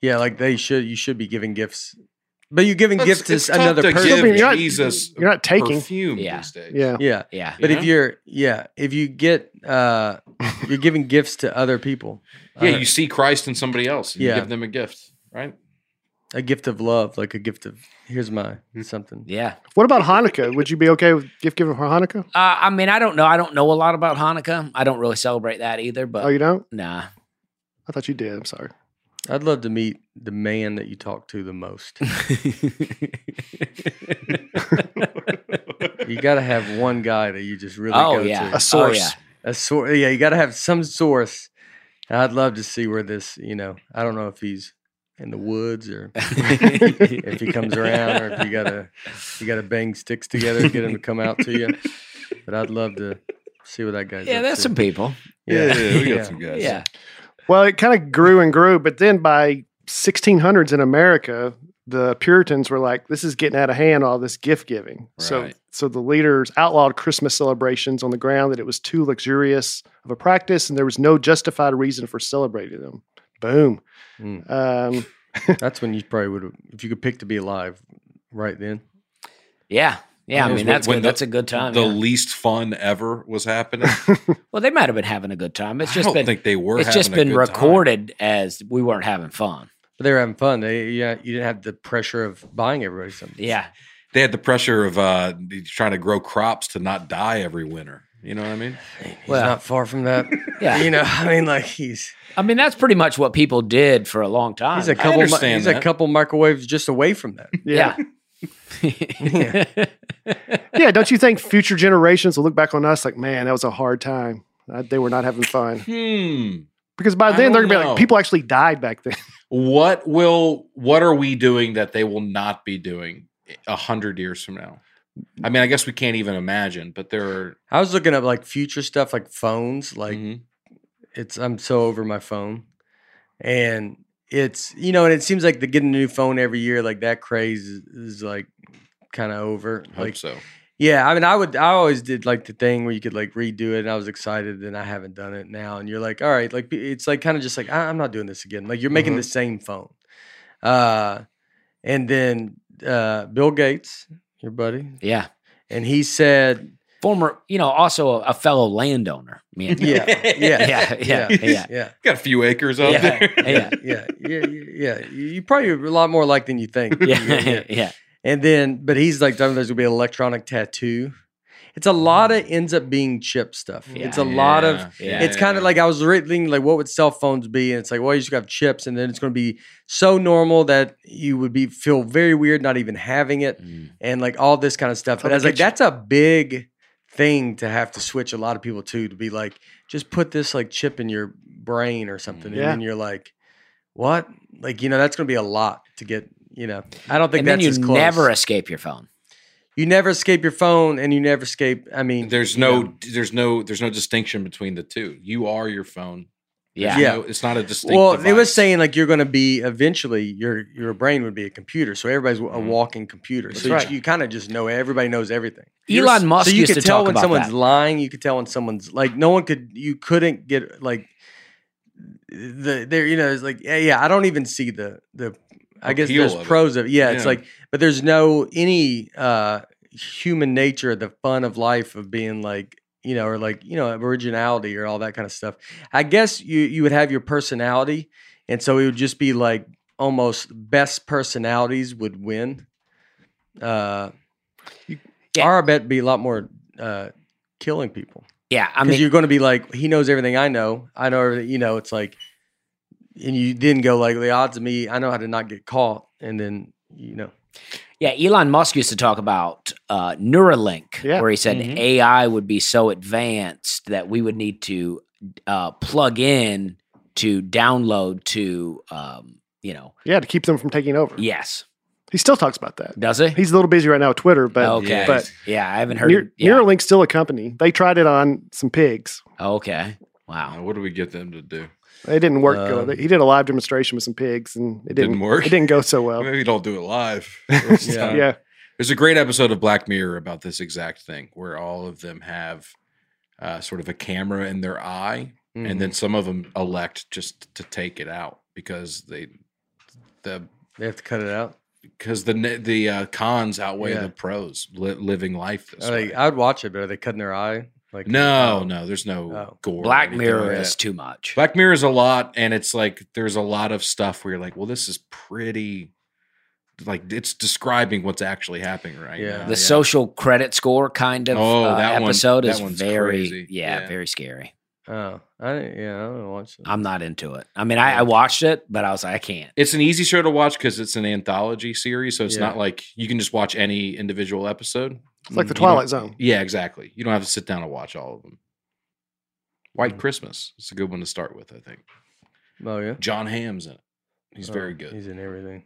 Speaker 1: yeah. Like they should. You should be giving gifts, but you're giving
Speaker 2: That's-
Speaker 1: gifts to
Speaker 2: it's
Speaker 1: s-
Speaker 2: tough
Speaker 1: another
Speaker 2: to
Speaker 1: person.
Speaker 2: give
Speaker 3: You're not-
Speaker 2: Jesus
Speaker 3: You're not taking.
Speaker 2: perfume
Speaker 4: Yeah.
Speaker 2: these days.
Speaker 3: Yeah.
Speaker 1: Yeah,
Speaker 4: Yeah,
Speaker 1: but
Speaker 2: You
Speaker 1: if
Speaker 2: know?
Speaker 1: you're yeah, if you get uh, you're giving gifts to other people.
Speaker 2: yeah.
Speaker 1: Uh,
Speaker 2: You see Christ in somebody else. And
Speaker 1: Yeah.
Speaker 2: you give them a gift, right?
Speaker 1: a gift of love, like a gift of here's my something.
Speaker 4: yeah.
Speaker 3: What about Hanukkah? Would you be okay with gift giving for Hanukkah?
Speaker 4: Uh, I mean, I don't know. I don't know a lot about Hanukkah. I don't really celebrate that either. But
Speaker 3: Oh, you don't?
Speaker 4: nah,
Speaker 3: I thought you did. I'm sorry.
Speaker 1: I'd love to meet the man that you talk to the most. you got to have one guy that you just really
Speaker 4: oh
Speaker 1: go
Speaker 4: yeah.
Speaker 1: to.
Speaker 3: A source.
Speaker 4: Oh,
Speaker 1: A source. Yeah, you got to have some source. And I'd love to see where this, you know, I don't know if he's in the woods or
Speaker 4: yeah.
Speaker 1: if he comes around or if you got to you got to bang sticks together to get him to come out to you. But I'd love to see what that guy's
Speaker 4: yeah,
Speaker 1: up
Speaker 4: there's
Speaker 1: to.
Speaker 4: some people.
Speaker 1: Yeah.
Speaker 2: we got
Speaker 1: Yeah.
Speaker 2: some guys.
Speaker 4: Yeah.
Speaker 3: Well, it kind of grew and grew, but then by 1600s in America, the Puritans were like, "This is getting out of hand. All this gift giving." So,
Speaker 2: Right.
Speaker 3: so the leaders outlawed Christmas celebrations on the ground that it was too luxurious of a practice, and there was no justified reason for celebrating them. Boom.
Speaker 2: Hmm.
Speaker 1: Mm.
Speaker 3: Um,
Speaker 1: That's when you probably would have if you could pick to be alive right then.
Speaker 4: Yeah. Yeah,
Speaker 2: Because
Speaker 4: I mean
Speaker 2: when-
Speaker 4: that's
Speaker 2: when
Speaker 4: good.
Speaker 2: the-
Speaker 4: that's a good time.
Speaker 2: the
Speaker 4: yeah.
Speaker 2: least fun ever was happening.
Speaker 4: Well, they might have been having a good time. It's
Speaker 2: I
Speaker 4: just
Speaker 2: don't
Speaker 4: been
Speaker 2: think they were.
Speaker 4: it's just
Speaker 2: having a
Speaker 4: been
Speaker 2: good time.
Speaker 4: recorded as we weren't having fun.
Speaker 1: But they were having fun. They yeah, you didn't have the pressure of buying everybody something.
Speaker 4: Yeah.
Speaker 2: They had the pressure of uh, trying to grow crops to not die every winter. You know what I mean?
Speaker 1: He's
Speaker 4: Well-
Speaker 1: not far from that.
Speaker 4: Yeah.
Speaker 1: You know, I mean, like he's
Speaker 4: I mean, that's pretty much what people did for a long time.
Speaker 1: he's a couple mi-
Speaker 2: understand
Speaker 1: he's a
Speaker 2: that.
Speaker 1: couple microwaves just away from that.
Speaker 4: yeah.
Speaker 3: yeah.
Speaker 4: Yeah.
Speaker 3: Yeah, don't you think future generations will look back on us like, man, that was a hard time? Uh, they were not having fun
Speaker 2: Hmm.
Speaker 3: because by
Speaker 2: I
Speaker 3: then they're
Speaker 2: don't
Speaker 3: gonna be
Speaker 2: know.
Speaker 3: like, people actually died back then.
Speaker 2: What will what are we doing that they will not be doing a hundred years from now? I mean, I guess we can't even imagine, but there are
Speaker 1: I was looking up like future stuff, like phones. Like
Speaker 4: Mm.
Speaker 2: Mhm.
Speaker 1: it's I'm so over my phone, and it's you know, and it seems like the getting a new phone every year, like that craze is, is like kind of over.
Speaker 2: I hope
Speaker 1: Like
Speaker 2: so.
Speaker 1: yeah, I mean, I would I always did like the thing where you could like redo it, and I was excited, and I haven't done it now, and you're like, all right, like it's like kind of just like I, I'm not doing this again. Like you're making
Speaker 3: Mhm.
Speaker 1: the same
Speaker 4: Mm-hmm.
Speaker 1: phone, uh, and then uh, Bill Gates, your buddy,
Speaker 4: yeah.
Speaker 1: and he said
Speaker 4: Former, you know, also a, a fellow landowner. Man.
Speaker 1: Yeah, yeah,
Speaker 4: Yeah, yeah, yeah.
Speaker 1: yeah,
Speaker 2: Got a few acres out
Speaker 4: Yeah,
Speaker 2: there.
Speaker 4: yeah.
Speaker 1: yeah, yeah, yeah. You you probably are a lot more like than you think.
Speaker 4: yeah, yeah.
Speaker 1: And then, but he's like, there's gonna be an electronic tattoo. It's a lot of ends up being chip stuff. It's a lot of.
Speaker 2: Yeah,
Speaker 1: It's kind of
Speaker 2: yeah.
Speaker 1: like I was reading, like, what would cell phones be? And it's like, well, you just have chips, and then it's going to be so normal that you would be feel very weird not even having it, and like all this kind of stuff. But
Speaker 3: Totally
Speaker 1: I was like,
Speaker 3: get you.
Speaker 1: that's a big thing to have to switch a lot of people to to be like, just put this like chip in your brain or something, and
Speaker 3: Yeah.
Speaker 1: then you're like, what? Like, you know, that's going to be a lot to get. You know, I don't think
Speaker 4: And
Speaker 1: that's
Speaker 4: then you
Speaker 1: as close.
Speaker 4: never escape your phone.
Speaker 1: you never escape your phone, and you never escape. I mean,
Speaker 2: there's
Speaker 1: you
Speaker 2: no
Speaker 1: know.
Speaker 2: there's no there's no distinction between the two. You are your phone.
Speaker 4: Yeah.
Speaker 1: Yeah.
Speaker 2: No, it's not a distinct.
Speaker 1: Well, they were
Speaker 2: device.
Speaker 1: saying like you're going to be eventually your your brain would be a computer, so everybody's a
Speaker 2: Mhm.
Speaker 1: walking computer.
Speaker 2: That's
Speaker 1: so you-
Speaker 2: right.
Speaker 1: you, kind of just know everybody knows everything.
Speaker 2: You're s-
Speaker 4: Elon Musk
Speaker 1: so you
Speaker 4: used
Speaker 1: could
Speaker 4: to
Speaker 1: tell
Speaker 4: talk
Speaker 1: when
Speaker 4: about
Speaker 1: someone's
Speaker 4: that.
Speaker 1: lying. You could tell when someone's like no one could. You couldn't get like the there. You know, it's like yeah, yeah. I don't even see the the. I guess
Speaker 2: Appeal
Speaker 1: there's
Speaker 2: of it.
Speaker 1: pros of yeah. It's
Speaker 2: Yeah.
Speaker 1: like but there's no any uh human nature, the fun of life of being like you know, or like you know, originality or all that kind of stuff. I guess you you would have your personality, and so it would just be like almost best personalities would win. Uh,
Speaker 4: Yeah.
Speaker 1: Our bet be a lot more uh, killing people
Speaker 4: Yeah, I
Speaker 1: because
Speaker 4: mean,
Speaker 1: you're going to be like he knows everything I know. I know everything. You know, it's like, and you then go like the odds of me. I know how to not get caught, and then you know,
Speaker 4: yeah. Elon Musk used to talk about uh, Neuralink,
Speaker 3: Yeah.
Speaker 4: where he said
Speaker 2: Mhm.
Speaker 4: AI would be so advanced that we would need to uh, plug in to download to, um, you know,
Speaker 3: yeah, to keep them from taking over.
Speaker 4: yes,
Speaker 3: He still talks about that.
Speaker 4: does it?
Speaker 3: He's a little busy right now with Twitter, but
Speaker 4: okay,
Speaker 2: Yeah.
Speaker 3: but
Speaker 4: yeah, I haven't Oh, heard.
Speaker 3: Near,
Speaker 4: yeah.
Speaker 3: Neuralink's still a company. They tried it on some pigs.
Speaker 4: Okay,
Speaker 2: Uh,
Speaker 4: wow.
Speaker 2: What do we get them to do?
Speaker 3: It didn't work.
Speaker 1: Um,
Speaker 3: good. He did a live demonstration with some pigs, and it didn't,
Speaker 2: Didn't work?
Speaker 3: It didn't go so well.
Speaker 2: Maybe don't do it live.
Speaker 1: Yeah.
Speaker 3: yeah,
Speaker 2: There's a great episode of Black Mirror about this exact thing, where all of them have uh, sort of a camera in their eye,
Speaker 1: Mm. Mm-hmm.
Speaker 2: and then some of them elect just to take it out because they the
Speaker 1: they have to cut it out.
Speaker 2: because the ne- the uh, cons outweigh
Speaker 1: Yeah.
Speaker 2: the pros li- living life this
Speaker 1: Like,
Speaker 2: way.
Speaker 1: I would watch it, but are they cutting their eye? Like
Speaker 2: no,
Speaker 1: um,
Speaker 2: no, there's no
Speaker 1: Oh.
Speaker 2: gore. or
Speaker 4: Black
Speaker 2: anything
Speaker 4: Mirror
Speaker 2: like
Speaker 4: is
Speaker 2: that.
Speaker 4: too much.
Speaker 2: Black Mirror is a lot, and it's like there's a lot of stuff where you're like, well, this is pretty. Like it's describing what's actually happening right
Speaker 1: Yeah.
Speaker 2: now.
Speaker 4: the social credit score kind of
Speaker 2: Oh,
Speaker 4: uh,
Speaker 2: that one-
Speaker 4: episode
Speaker 2: that
Speaker 4: is
Speaker 2: one's
Speaker 4: very,
Speaker 2: crazy.
Speaker 4: yeah,
Speaker 2: Yeah.
Speaker 4: very scary.
Speaker 1: Oh, I didn't- yeah, I don't watch it.
Speaker 4: I'm not into it. I mean, I,
Speaker 1: Yeah.
Speaker 4: I watched it, but I was like, I can't.
Speaker 2: It's an easy show to watch because it's an anthology series, so it's
Speaker 1: Yeah.
Speaker 2: not like you can just watch any individual episode. Mm,
Speaker 3: it's like the
Speaker 2: You don't-
Speaker 3: Twilight Zone.
Speaker 2: Yeah, exactly. You don't have to sit down and watch all of them.
Speaker 1: Mm.
Speaker 2: White Christmas. It's a good one to start with, I think.
Speaker 1: Oh yeah,
Speaker 2: John Hamm's in it. He's
Speaker 1: Oh,
Speaker 2: very good.
Speaker 1: He's in everything.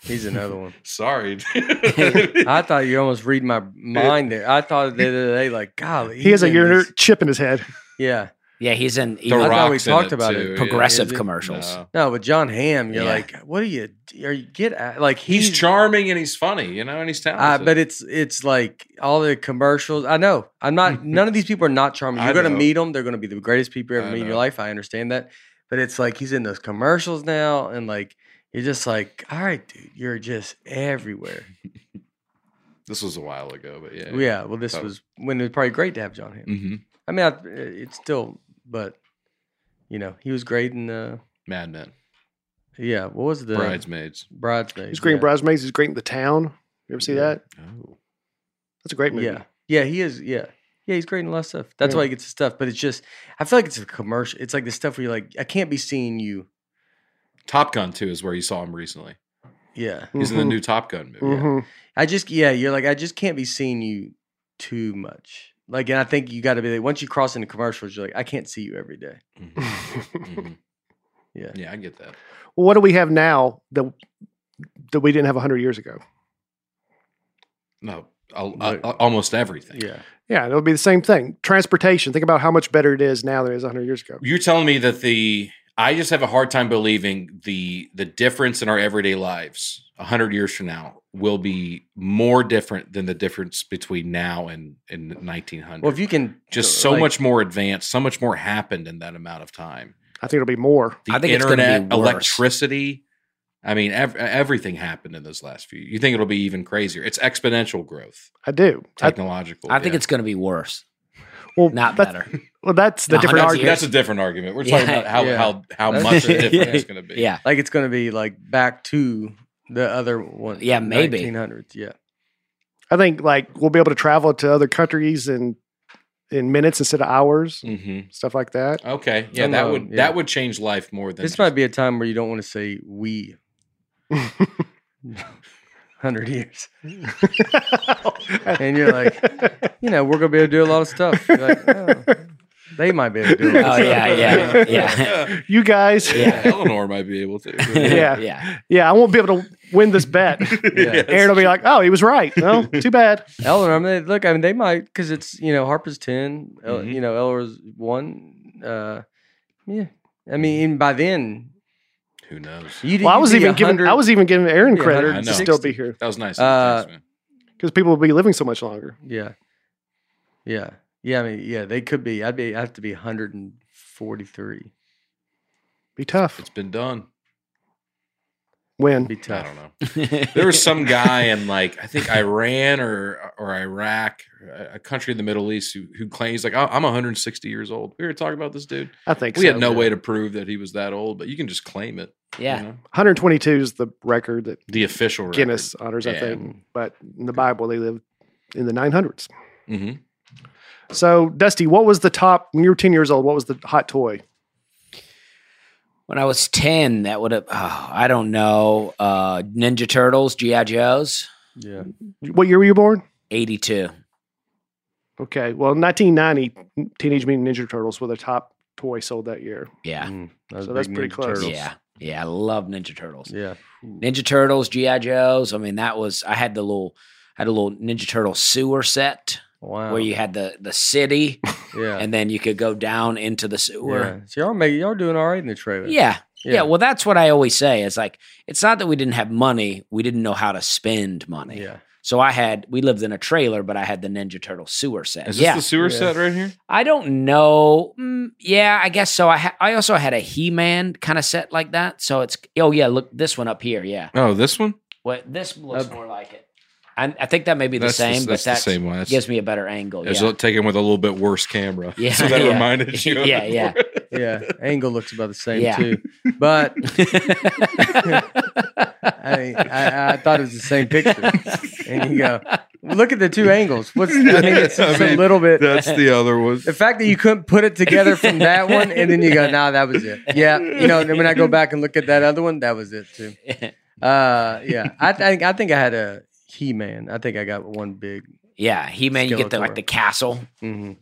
Speaker 1: He's another one.
Speaker 2: Sorry.
Speaker 1: I thought you almost read my mind there. I thought the other day, like, golly,
Speaker 3: He has a
Speaker 1: in
Speaker 3: urinary
Speaker 1: this-
Speaker 3: chip in his head.
Speaker 1: Yeah,
Speaker 4: Yeah, he's in
Speaker 2: The
Speaker 1: I
Speaker 4: Elon-
Speaker 1: thought we
Speaker 2: Rock's in
Speaker 1: talked about it.
Speaker 2: yeah.
Speaker 4: progressive
Speaker 1: Is it?
Speaker 4: commercials.
Speaker 2: No.
Speaker 1: no, but John Hamm, you're
Speaker 4: Yeah.
Speaker 1: like, what do you? Are you get at? like
Speaker 2: He's charming and he's funny, you know, and he's
Speaker 1: Uh,
Speaker 2: talented.
Speaker 1: but it's it's like all the commercials. I know. I'm not. None of these people are not charming.
Speaker 2: I
Speaker 1: You're going to
Speaker 2: know.
Speaker 1: meet them. They're going to be the greatest people you ever
Speaker 2: I
Speaker 1: meet in your
Speaker 2: know.
Speaker 1: life. I understand that. But it's like he's in those commercials now, and like you're just like, all right, dude, you're just everywhere.
Speaker 2: this was a while ago, but yeah.
Speaker 1: Yeah. well, this
Speaker 2: So-
Speaker 1: was when it was probably great to have John Hamm.
Speaker 2: Mm-hmm.
Speaker 1: I mean, I, it's still, but you know, he was great in uh,
Speaker 2: Mad Men.
Speaker 1: yeah. What was the
Speaker 2: Bridesmaids.
Speaker 1: Bridesmaids.
Speaker 3: He's great in
Speaker 1: yeah.
Speaker 3: Bridesmaids. He's great in The Town. You ever see
Speaker 1: Yeah.
Speaker 3: that?
Speaker 2: Oh.
Speaker 3: That's a great movie.
Speaker 1: Yeah. Yeah, he is. Yeah. Yeah, he's great in a lot of stuff. That's
Speaker 3: Yeah.
Speaker 1: why he gets the stuff. But it's just, I feel like it's a commercial. It's like the stuff where you're like, I can't be seeing you.
Speaker 2: Top Gun 2 is where you saw him recently.
Speaker 1: Yeah.
Speaker 2: He's in the
Speaker 3: Mhm.
Speaker 2: new Top Gun movie.
Speaker 3: Mhm.
Speaker 1: I just yeah, you're like I just can't be seeing you too much. Like, and I think you got to be like once you cross into commercials, you're like I can't see you every day.
Speaker 2: Mhm. Mhm.
Speaker 1: Mm-hmm. Yeah.
Speaker 2: Yeah, I get that.
Speaker 3: Mm-hmm. what do we have now that that we didn't have 100 years ago?
Speaker 2: No, al-
Speaker 1: Like-
Speaker 2: al- almost everything.
Speaker 1: Yeah.
Speaker 3: Yeah, and it'll be the same thing. Transportation. Think about how much better it is now than it is 100 years ago.
Speaker 2: You're telling me that the I just have a hard time believing the the difference in our everyday lives a hundred years from now will be more different than the difference between now and and 1900.
Speaker 1: Well, if you can
Speaker 2: just so
Speaker 1: like-
Speaker 2: much more advanced, so much more happened in that amount of time.
Speaker 3: I think it'll be more.
Speaker 2: The
Speaker 4: I think it's gonna be
Speaker 2: internet,
Speaker 4: worse.
Speaker 2: electricity. I mean, ev- e, everything happened in those last few. You think it'll be even crazier? It's exponential growth,
Speaker 3: I do. I-
Speaker 2: technological.
Speaker 4: I think
Speaker 2: yeah.
Speaker 4: it's going to be worse,
Speaker 3: well,
Speaker 4: not
Speaker 3: that's,
Speaker 4: better.
Speaker 3: Well, that's the
Speaker 4: Not
Speaker 3: different
Speaker 4: hundred
Speaker 2: that's,
Speaker 3: argument.
Speaker 2: that's a different argument. We're talking
Speaker 4: Yeah.
Speaker 2: about how
Speaker 1: Yeah.
Speaker 2: how how
Speaker 1: That's-
Speaker 2: much different
Speaker 1: Yeah.
Speaker 2: it's going to be.
Speaker 4: Yeah.
Speaker 1: like it's going to be like back to the other one.
Speaker 4: Yeah, maybe.
Speaker 1: 1900s. Yeah.
Speaker 3: I think like we'll be able to travel to other countries in in minutes instead of hours,
Speaker 2: hmm
Speaker 3: stuff like that.
Speaker 2: Okay. Yeah,
Speaker 1: Some,
Speaker 2: that
Speaker 1: um,
Speaker 2: would
Speaker 1: yeah.
Speaker 2: that would change life more than
Speaker 1: This
Speaker 2: just-
Speaker 1: might be a time where you don't want to say we. Hundred years, and you're like, you know, we're gonna be able to do a lot of stuff. You're like, oh, they might be able to do. A lot of
Speaker 4: Oh
Speaker 1: stuff.
Speaker 4: yeah, yeah, yeah,
Speaker 3: you guys, yeah.
Speaker 4: yeah.
Speaker 2: Eleanor might be able to.
Speaker 3: Yeah.
Speaker 4: yeah.
Speaker 3: I won't be able to win this bet.
Speaker 1: Yeah.
Speaker 3: Aaron will be like, oh, he was right. No, too bad.
Speaker 1: Eleanor, I mean, look, I mean, they might because it's you know Harper's 10 El-
Speaker 4: Mm-hmm.
Speaker 2: Mhm.
Speaker 1: you know Eleanor's one. Uh, yeah, I mean, even by then,
Speaker 2: Who knows?
Speaker 1: you
Speaker 3: Well, I was even giving I was even giving Aaron
Speaker 1: Yeah,
Speaker 3: credit
Speaker 2: I
Speaker 3: to
Speaker 2: know.
Speaker 3: still be here
Speaker 2: That was nice.
Speaker 1: Uh,
Speaker 2: Thanks, man.
Speaker 3: because people will be living so much longer.
Speaker 1: Yeah, yeah, yeah. I mean, yeah, they could be. I'd be. I have to be 143.
Speaker 3: Be tough.
Speaker 2: It's been done.
Speaker 3: When
Speaker 1: It'd be
Speaker 2: I
Speaker 1: tough.
Speaker 2: don't know. There was some guy in like I think Iran or or Iraq, a a country in the Middle East, who who claims like "Oh, I'm 160 years old. We were talking about this dude.
Speaker 3: I think
Speaker 2: We
Speaker 3: so.
Speaker 2: had no way to prove that he was that old, but you can just claim it. you
Speaker 4: yeah.
Speaker 2: know?
Speaker 3: 122 is the record that
Speaker 2: The official record.
Speaker 3: Guinness honors, I
Speaker 2: Yeah.
Speaker 3: think. But in the Bible, they lived in the 900s.
Speaker 2: Mhm.
Speaker 3: So, Dusty, what was the top when you were 10 years old? What was the hot toy?
Speaker 4: When I was ten, that would have. Oh, I don't know. Uh, Ninja Turtles, GI Joes,
Speaker 1: Yeah,
Speaker 3: What year were you born?
Speaker 4: eighty-two.
Speaker 3: Okay. Well, 1990, Teenage Mutant Ninja Turtles were the top toy sold that year.
Speaker 4: Yeah,
Speaker 1: Mm, those
Speaker 3: So that's
Speaker 1: big
Speaker 3: pretty
Speaker 1: Ninja
Speaker 3: close.
Speaker 1: Turtles.
Speaker 4: yeah, yeah. I love Ninja Turtles.
Speaker 1: yeah.
Speaker 4: Ninja Turtles, GI Joes. I mean, that was. I had the little. I had a little Ninja Turtle sewer set
Speaker 1: Wow.
Speaker 4: where you had the the city,
Speaker 1: Oh, yeah.
Speaker 4: and then you could go down into the
Speaker 1: yeah.
Speaker 4: sewer.
Speaker 1: So y'all make y'all doing all right in the trailer.
Speaker 4: Yeah. Yeah. Well, that's what I always say. It's like it's not that we didn't have money; we didn't know how to spend money.
Speaker 1: yeah.
Speaker 4: So I had we lived in a trailer, but I had the Ninja Turtle sewer set.
Speaker 2: Is this
Speaker 4: yeah.
Speaker 2: the sewer
Speaker 1: Yeah.
Speaker 2: set right here?
Speaker 4: I don't know. Mm, yeah, I guess so. I ha- I also had a He Man kind of set like that. So it's oh yeah, look this one up here. Yeah.
Speaker 2: Oh, this one.
Speaker 4: What this looks
Speaker 1: Uh,
Speaker 4: more like it. I, I think that may be the
Speaker 2: That's the-
Speaker 4: same,
Speaker 2: that's
Speaker 4: but
Speaker 2: the
Speaker 4: that
Speaker 2: same one. That's-
Speaker 4: gives me a better angle.
Speaker 2: It's
Speaker 4: Yeah.
Speaker 2: taken with a little bit worse camera.
Speaker 4: Yeah.
Speaker 2: So that
Speaker 4: Yeah.
Speaker 2: reminded you. of
Speaker 4: Yeah,
Speaker 2: it
Speaker 4: yeah.
Speaker 2: more.
Speaker 1: Yeah. Angle looks about the same
Speaker 4: Yeah.
Speaker 1: too. But I, mean, I I thought it was the same picture. and you go, look at the two angles. What's I mean it's
Speaker 2: I
Speaker 1: just
Speaker 2: mean,
Speaker 1: a little bit
Speaker 2: That's the other one.
Speaker 1: the fact that you couldn't put it together from that one and then you go, nah, that was it. Yeah. You know, and then when I go back and look at that other one, that was it too. Uh yeah. I think I think I had a He Man. I think I got one big
Speaker 4: yeah, He Man, you get the
Speaker 1: Skeletor.
Speaker 4: like the castle.
Speaker 1: hmm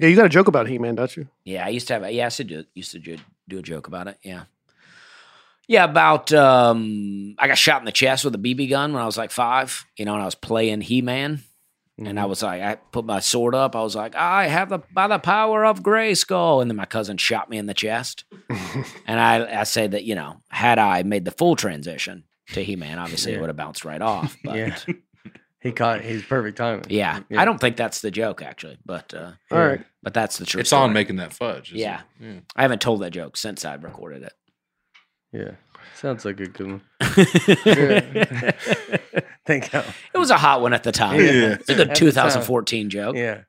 Speaker 3: Yeah, you got a joke about He Man, don't you?
Speaker 4: Yeah, I used to have. Yeah, I used to do, used to do, do a joke about it. Yeah, yeah. About um, I got shot in the chest with a BB gun when I was like five. You know, and I was playing He Man,
Speaker 1: mm-hmm.
Speaker 4: and I was like, I put my sword up. I was like, I have the by the power of Grayskull, and then my cousin shot me in the chest. and I, I say that you know, had I made the full transition to He Man, obviously
Speaker 1: Yeah.
Speaker 4: it would have bounced right off. But
Speaker 1: Yeah.
Speaker 4: yeah.
Speaker 1: He caught he's perfect timing. Yeah.
Speaker 4: I don't think that's the joke actually, but uh,
Speaker 3: All right.
Speaker 4: but that's the truth.
Speaker 2: It's on making that fudge. isn't
Speaker 4: Yeah.
Speaker 2: it? yeah.
Speaker 4: I haven't told that joke since I recorded it.
Speaker 1: Yeah. Sounds like a good one.
Speaker 4: it
Speaker 1: Thank you.
Speaker 4: was a hot one at the time.
Speaker 2: Yeah.
Speaker 4: It's a good
Speaker 1: At the
Speaker 4: 2014 joke. Yeah.
Speaker 1: Yeah.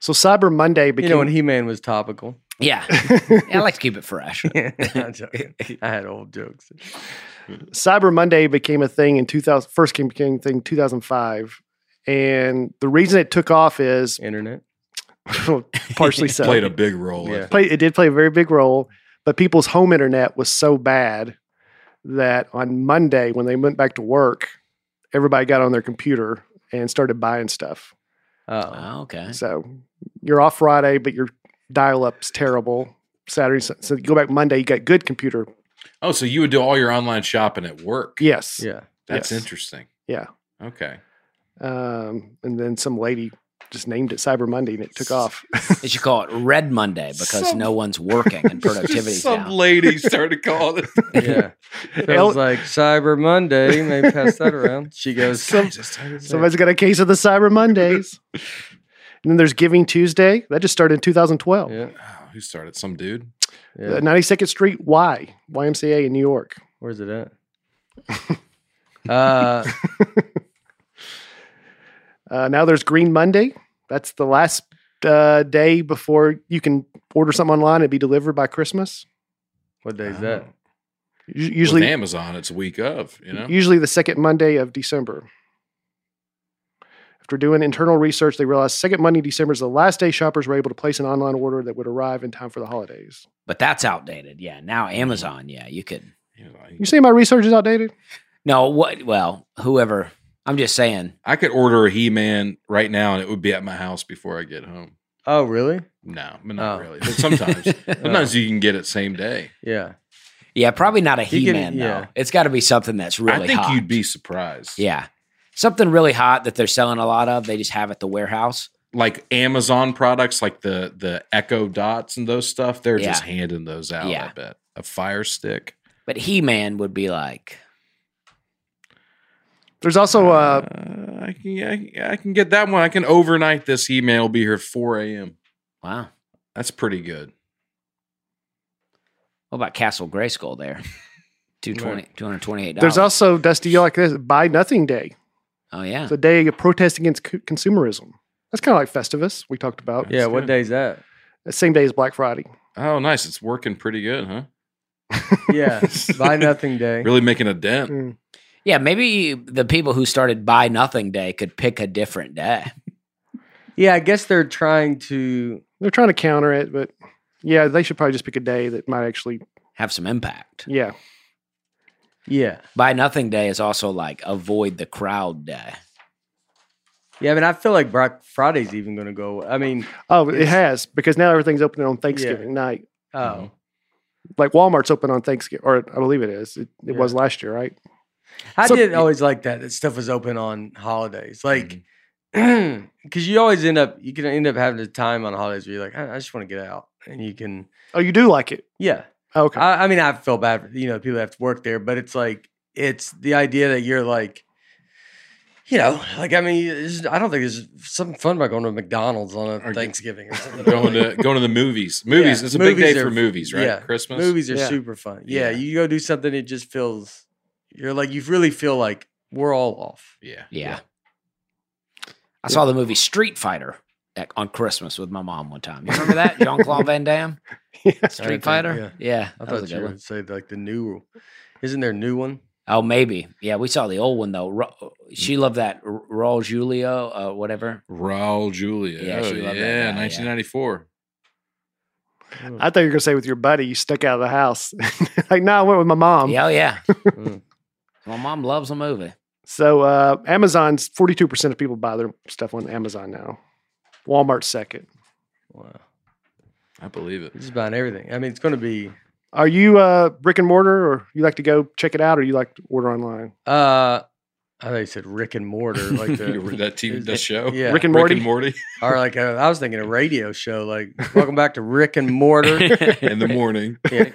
Speaker 3: So, Cyber Monday became.
Speaker 1: you know, when He Man was topical.
Speaker 4: Yeah. I like to keep it fresh.
Speaker 1: I'm joking. I had old jokes.
Speaker 3: Cyber Monday became a thing in 2000, first came, became a thing 2005. And the reason it took off is
Speaker 1: Internet.
Speaker 3: partially so.
Speaker 2: Played a big role.
Speaker 1: Yeah.
Speaker 3: play, it did play a very big role, but people's home internet was so bad that on Monday, when they went back to work, everybody got on their computer and started buying stuff.
Speaker 1: Uh,
Speaker 4: Oh, okay.
Speaker 3: So you're off Friday, but your dial up's terrible. Saturday, so so you go back Monday, you got good computer.
Speaker 2: Oh, so you would do all your online shopping at work?
Speaker 3: Yes.
Speaker 1: yeah.
Speaker 2: that's
Speaker 3: yes.
Speaker 2: interesting.
Speaker 3: Yeah.
Speaker 2: Okay.
Speaker 3: Um, and then some lady just named it Cyber Monday and it took off.
Speaker 4: They should call it Red Monday because
Speaker 2: Some-
Speaker 4: no one's working and productivity's
Speaker 2: Some
Speaker 4: down.
Speaker 2: lady started calling. it.
Speaker 1: Yeah.
Speaker 3: El-
Speaker 1: Sounds like Cyber Monday. Maybe pass that around. She goes,
Speaker 3: Some-
Speaker 1: "Guys, it's Cyber Monday."
Speaker 3: Somebody's got a case of the Cyber Mondays. and then there's Giving Tuesday. That just started in 2012.
Speaker 1: Yeah.
Speaker 2: Oh, who started? Some dude.
Speaker 1: yeah.
Speaker 3: The 92nd Uh, Street Y, YMCA in New York.
Speaker 1: Where's it at? uh,
Speaker 3: Uh, now there's Green Monday. That's the last uh, day before you can order something online and be delivered by Christmas.
Speaker 1: what day is that?
Speaker 2: Oh.
Speaker 3: Us- Usually,
Speaker 2: With Amazon, it's a week of. You know.
Speaker 3: usually the second Monday of December. After doing internal research, they realized second Monday in December is the last day shoppers were able to place an online order that would arrive in time for the holidays.
Speaker 4: But that's outdated. Yeah. Now Amazon, yeah, you could
Speaker 2: You know, I-
Speaker 3: You say my research is outdated?
Speaker 4: No, what well, whoever I'm just saying.
Speaker 2: I could order a He Man right now, and it would be at my house before I get home.
Speaker 1: Oh, really?
Speaker 2: No, but not
Speaker 1: Oh.
Speaker 2: really. But sometimes, sometimes you can get it same day.
Speaker 1: Yeah.
Speaker 4: Yeah, probably not a
Speaker 1: You
Speaker 4: He
Speaker 1: get it,
Speaker 4: Man though.
Speaker 1: yeah.
Speaker 4: It's gotta be something that's really
Speaker 2: I think
Speaker 4: hot.
Speaker 2: you'd be surprised.
Speaker 4: Yeah. Something really hot that they're selling a lot of. They just have at the warehouse.
Speaker 2: like Amazon products, like the the Echo Dots and those stuff. They're just
Speaker 4: Yeah.
Speaker 2: handing those out. I
Speaker 4: Yeah.
Speaker 2: bet a Fire Stick.
Speaker 4: But He Man would be like
Speaker 3: There's also uh,
Speaker 2: Uh, I can I, I can get that one. I can overnight this email. It'll Be here four a.m.
Speaker 4: Wow.
Speaker 2: That's pretty good.
Speaker 4: What about Castle Grayskull there? 220 $228.
Speaker 3: there's also Dusty. You like this? Buy Nothing Day.
Speaker 4: oh, yeah.
Speaker 3: It's a day of protest against co- consumerism. That's kind of like Festivus we talked about.
Speaker 1: Yeah.
Speaker 2: That's
Speaker 1: What
Speaker 2: good.
Speaker 1: day is that?
Speaker 3: The same day as Black Friday.
Speaker 2: Oh, nice. It's working pretty good, huh?
Speaker 1: Yeah. Buy nothing day.
Speaker 2: Really making a dent.
Speaker 3: Mm.
Speaker 4: Yeah, maybe the people who started Buy Nothing Day could pick a different day.
Speaker 1: Yeah. I guess they're trying to.
Speaker 3: They're trying to counter it, but yeah, they should probably just pick a day that might actually.
Speaker 4: Have some impact.
Speaker 3: Yeah,
Speaker 1: Yeah.
Speaker 4: Buy Nothing Day is also like avoid the crowd day.
Speaker 1: Yeah. I mean, I feel like Black Friday's even going to go. I mean,
Speaker 3: Oh, it
Speaker 1: It's-
Speaker 3: has because now everything's open on Thanksgiving night.
Speaker 1: oh,
Speaker 2: Mhm.
Speaker 3: Like Walmart's open on Thanksgiving, or I believe it is. It, it was last year, right?
Speaker 1: I
Speaker 3: So-
Speaker 1: did always like that. That stuff was open on holidays. Like,
Speaker 2: Mm-hmm.
Speaker 1: because you always end up, you can end up having a time on holidays where you're like, I, I just want to get out. And you can,
Speaker 3: Oh, you do like it?
Speaker 1: yeah.
Speaker 3: Oh, okay.
Speaker 1: I, I mean, I feel bad for, you know, people that have to work there, but it's like, it's the idea that you're like, you know, like, I mean, it's- I don't think there's something fun about going to McDonald's on a
Speaker 2: Or
Speaker 1: Thanksgiving or something.
Speaker 2: Going to going to the movies. Movies.
Speaker 1: Yeah,
Speaker 2: it's a big
Speaker 1: movies
Speaker 2: day
Speaker 1: are-
Speaker 2: for movies, right?
Speaker 1: yeah,
Speaker 2: Christmas.
Speaker 1: Movies are
Speaker 3: Yeah.
Speaker 1: super fun. Yeah,
Speaker 2: Yeah.
Speaker 1: You go do something, it just feels, you're like, you really feel like we're all off.
Speaker 2: Yeah.
Speaker 4: Yeah. I saw the movie Street Fighter at, on Christmas with my mom one time. You remember that? Jean Claude Van Damme?
Speaker 1: I
Speaker 4: Street
Speaker 1: think,
Speaker 4: Fighter? Yeah.
Speaker 1: I
Speaker 4: that was a
Speaker 1: thought
Speaker 4: good
Speaker 1: you
Speaker 4: one.
Speaker 1: would say like the new. Isn't there a new one?
Speaker 4: Oh, maybe. Yeah, we saw the old one though. Ro- she loved that R- Raul Julio, uh, whatever.
Speaker 2: Raul Julia.
Speaker 4: Yeah,
Speaker 2: Yeah, oh,
Speaker 4: she loved that guy,
Speaker 2: yeah
Speaker 4: yeah.
Speaker 2: 1994.
Speaker 3: I thought you were gonna say with your buddy you stuck out of the house. like, no, I went with my mom.
Speaker 4: yeah, oh, yeah.
Speaker 1: Mm.
Speaker 4: my mom loves a movie.
Speaker 3: So uh, Amazon's forty-two percent of people buy their stuff on Amazon now. Walmart's second.
Speaker 1: Wow,
Speaker 2: I believe it.
Speaker 1: It's just buying everything. I mean, it's going to be.
Speaker 3: Are you uh, brick and mortar, or you like to go check it out, or you like to order online?
Speaker 1: uh I thought you said Rick and Mortar, like
Speaker 2: You remember
Speaker 1: the
Speaker 2: that TV
Speaker 1: is
Speaker 2: that
Speaker 1: it-
Speaker 2: show.
Speaker 1: yeah,
Speaker 3: Rick and
Speaker 2: Rick
Speaker 3: Morty.
Speaker 2: and Morty
Speaker 1: or like a, I was thinking a radio show, like welcome back to Rick and Mortar.
Speaker 2: in the morning.
Speaker 1: Yeah.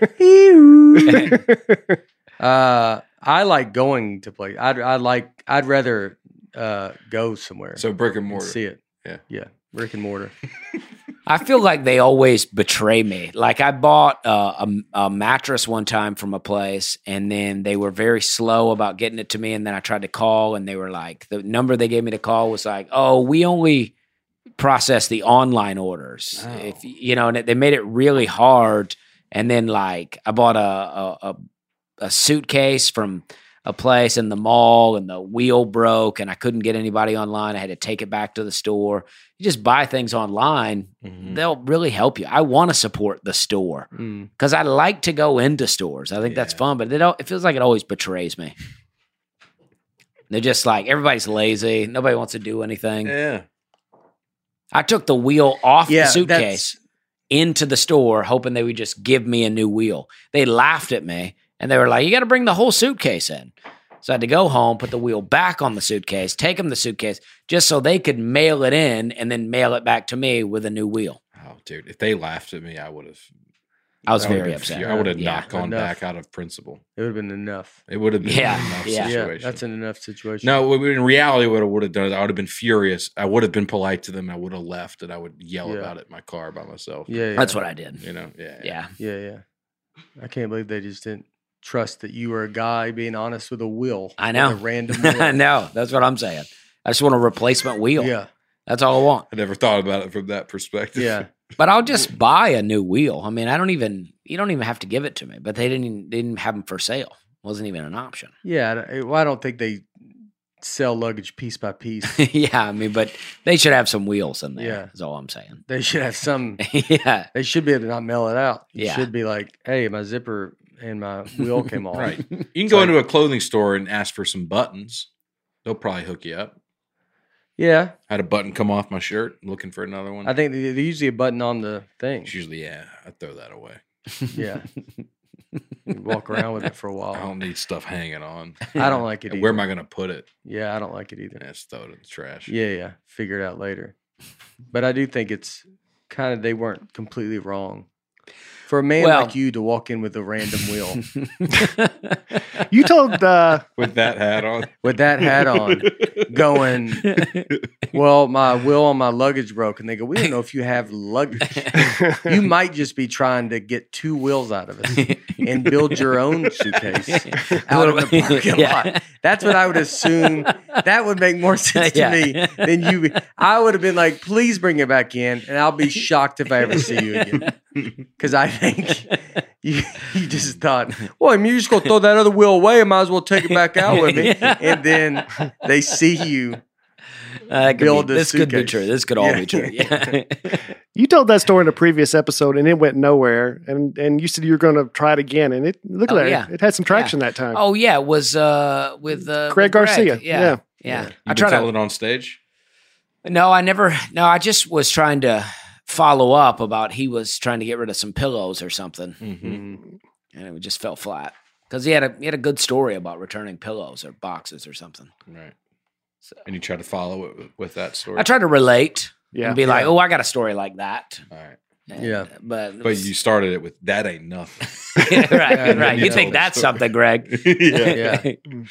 Speaker 1: uh, I like going to play. I'd I like I'd rather uh go somewhere
Speaker 2: So brick and
Speaker 1: and
Speaker 2: mortar.
Speaker 1: see it.
Speaker 2: Yeah.
Speaker 1: yeah, Rick and Mortar.
Speaker 4: I feel like they always betray me. Like I bought uh, a, a mattress one time from a place, and then they were very slow about getting it to me. And then I tried to call, and they were like, the number they gave me to call was like, "Oh, we only process the online orders."
Speaker 2: Oh.
Speaker 4: If you know, and it, they made it really hard. And then like I bought a a, a, a suitcase from. a place in the mall and the wheel broke and I couldn't get anybody online. I had to take it back to the store. You just buy things online,
Speaker 1: Mhm.
Speaker 4: Mm.
Speaker 2: Mm-hmm.
Speaker 4: they'll really help you. I want to support the store
Speaker 1: Mm.
Speaker 4: because I like to go into stores. I think that's
Speaker 2: Yeah.
Speaker 4: fun, but it, al- it feels like it always betrays me. They're just like everybody's lazy. Nobody wants to do anything.
Speaker 2: Yeah.
Speaker 4: I took the wheel off
Speaker 1: Eh. Yeah,
Speaker 4: the
Speaker 1: that's-
Speaker 4: suitcase into the store, hoping they would just give me a new wheel. They laughed at me and they were like, You got to bring the whole suitcase in. So I had to go home, put the wheel back on the suitcase, take them the suitcase just so they could mail it in and then mail it back to me with a new wheel.
Speaker 2: Oh, dude, if they laughed at me, I would have.
Speaker 4: I was
Speaker 1: That would've
Speaker 4: very
Speaker 1: been
Speaker 4: upset.
Speaker 1: furious.
Speaker 2: I would have
Speaker 4: Yeah.
Speaker 2: not gone
Speaker 1: Enough.
Speaker 2: back out of principle.
Speaker 1: It would have been enough.
Speaker 2: It would have been
Speaker 4: Yeah,
Speaker 2: an enough
Speaker 4: yeah.
Speaker 1: Yeah,
Speaker 2: situation.
Speaker 1: that's an enough situation.
Speaker 2: no, what we- in reality, what I would have done is I would have been furious. I would have been polite to them. I would have left, and I would yell
Speaker 1: Yeah.
Speaker 2: about it in my car by myself.
Speaker 1: Yeah, yeah,
Speaker 4: That's what I did.
Speaker 2: You know, yeah,
Speaker 4: Yeah.
Speaker 1: Yeah, yeah. I can't believe they just didn't trust that you were a guy being honest with a will.
Speaker 4: I know.
Speaker 1: A random will.
Speaker 4: I know. That's what I'm saying. I just want a replacement wheel.
Speaker 1: Yeah,
Speaker 4: That's all I want.
Speaker 2: I never thought about it from that perspective.
Speaker 1: yeah.
Speaker 4: But I'll just buy a new wheel. I mean, I don't even you don't even have to give it to me. But they didn't even- they didn't have them for sale. wasn't even an option.
Speaker 1: Yeah, I don't- well, I don't think they sell luggage piece by piece.
Speaker 4: yeah, I mean, but they should have some wheels in there.
Speaker 1: Yeah.
Speaker 4: is all I'm saying.
Speaker 1: they should have some.
Speaker 4: yeah,
Speaker 1: They should be able to not mail it out. You
Speaker 4: Yeah.
Speaker 1: should be like, hey, my zipper and my wheel came off.
Speaker 2: right. You can go into a clothing store and ask for some buttons. They'll probably hook you up.
Speaker 1: Yeah,
Speaker 2: I had a button come off my shirt, looking for another one.
Speaker 4: Mm.
Speaker 1: I think they- they usually a button on the thing.
Speaker 2: it's usually yeah. I throw that away.
Speaker 1: Yeah, you walk around with it for a while.
Speaker 2: I don't need stuff hanging on.
Speaker 4: Oh,
Speaker 1: I don't like Oh. it.
Speaker 2: And
Speaker 1: Either.
Speaker 2: where am I going to put it?
Speaker 1: Yeah, I don't like it either.
Speaker 2: Yeah, just throw it in the trash.
Speaker 1: Yeah, yeah. Figure it out later. But I do think it's kind of they weren't completely wrong. For a man
Speaker 4: Well-
Speaker 1: like you to walk in with a random wheel
Speaker 3: You told uh,
Speaker 2: With that hat on.
Speaker 1: with that hat on, going, Well, my wheel on my luggage broke. And they go, We don't know if you have luggage. You might just be trying to get two wheels out of us and build your own suitcase out of the parking lot. That's what I would assume. That would make more sense
Speaker 4: Yeah.
Speaker 1: to me than you. I would have been like, please bring it back in, and I'll be shocked if I ever see you again. Because I think you, you just thought, well, I mean, you're just going to throw that other wheel away. I might as well take it back out with me. And then they see you.
Speaker 4: That could be-
Speaker 1: Build a
Speaker 4: this could be
Speaker 1: suitcase.
Speaker 4: true. This could all
Speaker 1: Yeah.
Speaker 4: be true. Yeah.
Speaker 3: you told that story in a previous episode, and it went nowhere. And and you said you were going to try it again, and it look
Speaker 4: Oh,
Speaker 3: like
Speaker 4: yeah.
Speaker 3: it had some traction that time.
Speaker 4: oh yeah, it was uh with uh,
Speaker 3: Craig
Speaker 4: with
Speaker 3: Garcia.
Speaker 4: Yeah,
Speaker 3: Yeah.
Speaker 4: yeah.
Speaker 2: You
Speaker 4: I
Speaker 2: been
Speaker 4: tried to
Speaker 2: telling it on stage.
Speaker 4: No, I never. No, I just was trying to follow up about he was trying to get rid of some pillows or something, and it just fell flat because he had a he had a good story about returning pillows or boxes or something.
Speaker 2: Mm-hmm. Right. and you try to follow it with, with that story.
Speaker 4: I tried to relate
Speaker 3: Yeah,
Speaker 4: and be like, "Oh, I got a story like that."
Speaker 2: All right.
Speaker 4: And-
Speaker 1: Yeah.
Speaker 4: but it
Speaker 2: But
Speaker 4: was-
Speaker 2: you started it with that ain't nothing.
Speaker 4: right,
Speaker 1: Yeah,
Speaker 4: right.
Speaker 1: you
Speaker 4: You
Speaker 1: know
Speaker 2: the
Speaker 4: think that's
Speaker 2: story.
Speaker 4: something, Greg?
Speaker 2: yeah.
Speaker 1: Yeah.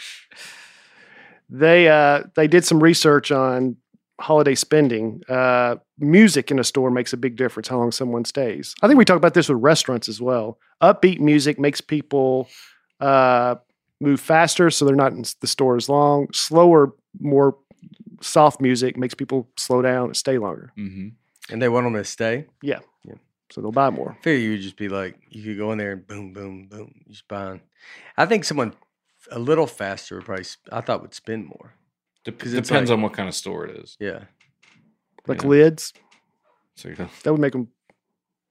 Speaker 3: they uh, they did some research on holiday spending. Uh, music in a store makes a big difference how long someone stays. I think we talk about this with restaurants as well. Upbeat music makes people uh, move faster, so they're not in s- the store as long. Slower, more soft music makes people slow down and stay longer,
Speaker 2: hmm
Speaker 1: And they want them to stay.
Speaker 3: so they'll buy more.
Speaker 1: figure you would just be like, you could go in there and boom, boom, boom, you just buying. I think someone a little faster would probably, sp- I thought would spend more.
Speaker 2: Dep-
Speaker 1: 'Cause it's
Speaker 2: depends on what kind of store it is.
Speaker 1: Yeah.
Speaker 3: Like
Speaker 2: Yeah.
Speaker 3: lids,
Speaker 2: So you know,
Speaker 3: that would make them.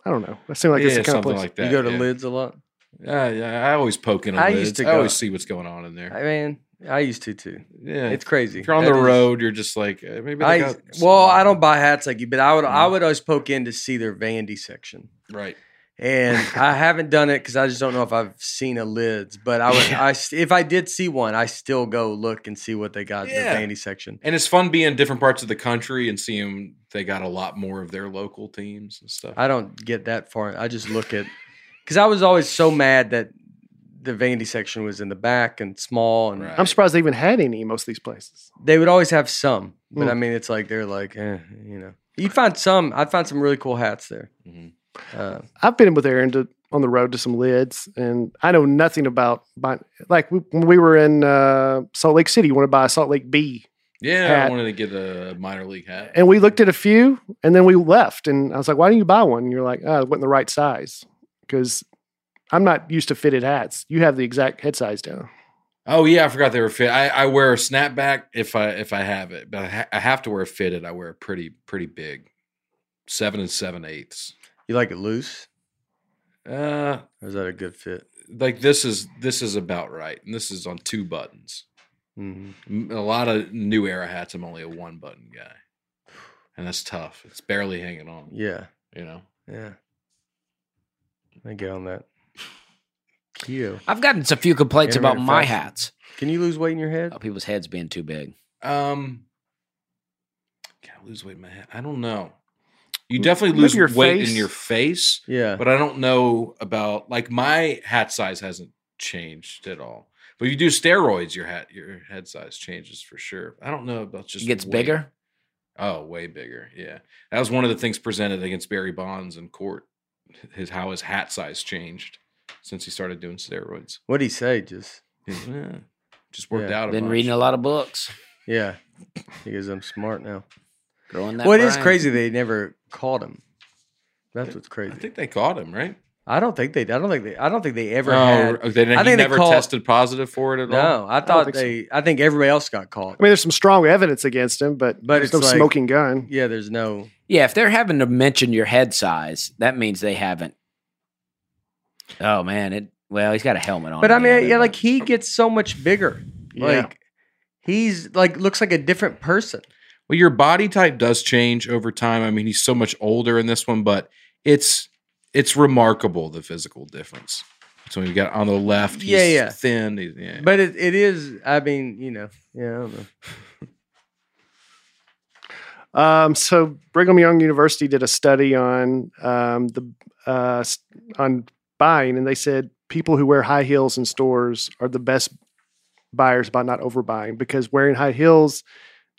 Speaker 3: I don't know. That seems like
Speaker 2: yeah,
Speaker 3: it's the kind of
Speaker 2: something
Speaker 3: place.
Speaker 2: like that.
Speaker 1: you go to
Speaker 2: yeah.
Speaker 1: lids a lot.
Speaker 2: Yeah, yeah. I always poke in.
Speaker 1: I
Speaker 2: I
Speaker 1: used
Speaker 2: used
Speaker 1: to
Speaker 2: I
Speaker 1: go-
Speaker 2: always see what's going on in there.
Speaker 1: I mean, I used to too.
Speaker 2: yeah,
Speaker 1: It's crazy.
Speaker 2: if you're on the
Speaker 1: That is-
Speaker 2: road, you're just like eh, maybe. They
Speaker 1: I
Speaker 2: got
Speaker 1: well,
Speaker 2: some-
Speaker 1: I don't buy hats like you, but I would I
Speaker 2: Mhm.
Speaker 1: would always poke in to see their Vandy section,
Speaker 2: Right.
Speaker 1: and I haven't done it because I just don't know if I've seen a lids. But I would I st- if I did see one, I still go look and see what they got
Speaker 2: Yeah.
Speaker 1: in the Vandy section.
Speaker 2: And it's fun being in different parts of the country and seeing they got a lot more of their local teams and stuff.
Speaker 1: I don't get that far. I just look at because I was always so mad that the Vandy section was in the back and small, and
Speaker 2: Right.
Speaker 3: I'm surprised they even had any in most of these places.
Speaker 1: they would always have some. But
Speaker 3: Mm.
Speaker 1: I mean, it's like they're like, eh, you know, you'd find some. I'd find some really cool hats there.
Speaker 2: Mhm.
Speaker 1: Uh,
Speaker 3: I've been with Aaron to, on the road to some lids, and I know nothing about buying. Like we, when we were in uh, Salt Lake City, you want to buy a Salt Lake B,
Speaker 2: Yeah, I
Speaker 3: Hat.
Speaker 2: wanted to get a minor league hat.
Speaker 3: and we looked at a few, and then we left. And I was like, "Why didn't you buy one?" And you're like, "Oh, it wasn't the right size," because I'm not used to fitted hats. You have the exact head size down.
Speaker 2: Oh yeah, I forgot they were fit. I, I wear a snapback if I if I have it, but I, ha- I have to wear a fitted. I wear a pretty pretty big, seven and seven eighths.
Speaker 1: You like it loose?
Speaker 2: Uh,
Speaker 1: Or is that a good fit?
Speaker 2: like this is this is about right, and this is on two buttons.
Speaker 1: Mm-hmm.
Speaker 2: M- A lot of new era hats. I'm only a one button guy, and that's tough. It's barely hanging on.
Speaker 1: Yeah.
Speaker 2: You know.
Speaker 1: Yeah. I get on that. Keto.
Speaker 4: I've gotten a few complaints
Speaker 1: Intermittent
Speaker 4: about my
Speaker 1: fasting.
Speaker 4: hats.
Speaker 1: Can you lose weight in your head?
Speaker 2: Uh,
Speaker 4: About people's heads being too big.
Speaker 2: Um, can I lose weight in my head? I don't know. You
Speaker 3: M-
Speaker 2: definitely
Speaker 3: maybe
Speaker 2: lose
Speaker 3: your
Speaker 2: weight in
Speaker 3: face.
Speaker 2: your face,
Speaker 1: Yeah.
Speaker 2: but I don't know about like my hat size hasn't changed at all. But you do steroids, your hat your head size changes for sure. I don't know about just
Speaker 4: It gets
Speaker 2: weight.
Speaker 4: bigger.
Speaker 2: Oh, way bigger. Yeah, that was one of the things presented against Barry Bonds in court. His how his hat size changed since he started doing steroids.
Speaker 1: What'd he say? Just,
Speaker 2: He's, "Yeah, just worked
Speaker 1: Yeah.
Speaker 2: out. A
Speaker 4: Been
Speaker 2: bunch."
Speaker 4: reading a lot of books.
Speaker 1: yeah. He goes, I'm smart now.
Speaker 4: Growing that.
Speaker 1: Well, it is
Speaker 4: brain.
Speaker 1: crazy they never caught him. That's what's
Speaker 2: I
Speaker 1: crazy.
Speaker 2: think they caught him right.
Speaker 1: I don't think they. I don't think they. I don't think they ever
Speaker 2: Oh,
Speaker 1: had.
Speaker 2: okay, they,
Speaker 1: I
Speaker 2: he
Speaker 1: think they
Speaker 2: never
Speaker 1: call-
Speaker 2: tested positive for it at
Speaker 1: No,
Speaker 2: all.
Speaker 1: I thought
Speaker 3: think so.
Speaker 1: they. I think everybody else got caught.
Speaker 3: I mean, there's some strong evidence against him, but,
Speaker 1: But
Speaker 3: there's
Speaker 1: it's
Speaker 3: no
Speaker 1: like-
Speaker 3: smoking gun.
Speaker 1: Yeah, there's no.
Speaker 4: Yeah, if they're having to mention your head size, that means they haven't. Oh man, it. Well, he's got a helmet on.
Speaker 1: But I
Speaker 4: and
Speaker 1: mean,
Speaker 4: everything.
Speaker 1: yeah, like he gets so much bigger.
Speaker 3: Yeah.
Speaker 1: Like he's like looks like a different person.
Speaker 2: Well, your body type does change over time. I mean, he's so much older in this one, but it's it's remarkable the physical difference. So you got on the left, he's
Speaker 1: Yeah, yeah.
Speaker 2: thin. He's, yeah.
Speaker 1: But it, it is. I mean, you know. Yeah. I don't know.
Speaker 3: Um, so Brigham Young University did a study on um, the uh, s- on buying, and they said people who wear high heels in stores are the best buyers by not overbuying because wearing high heels,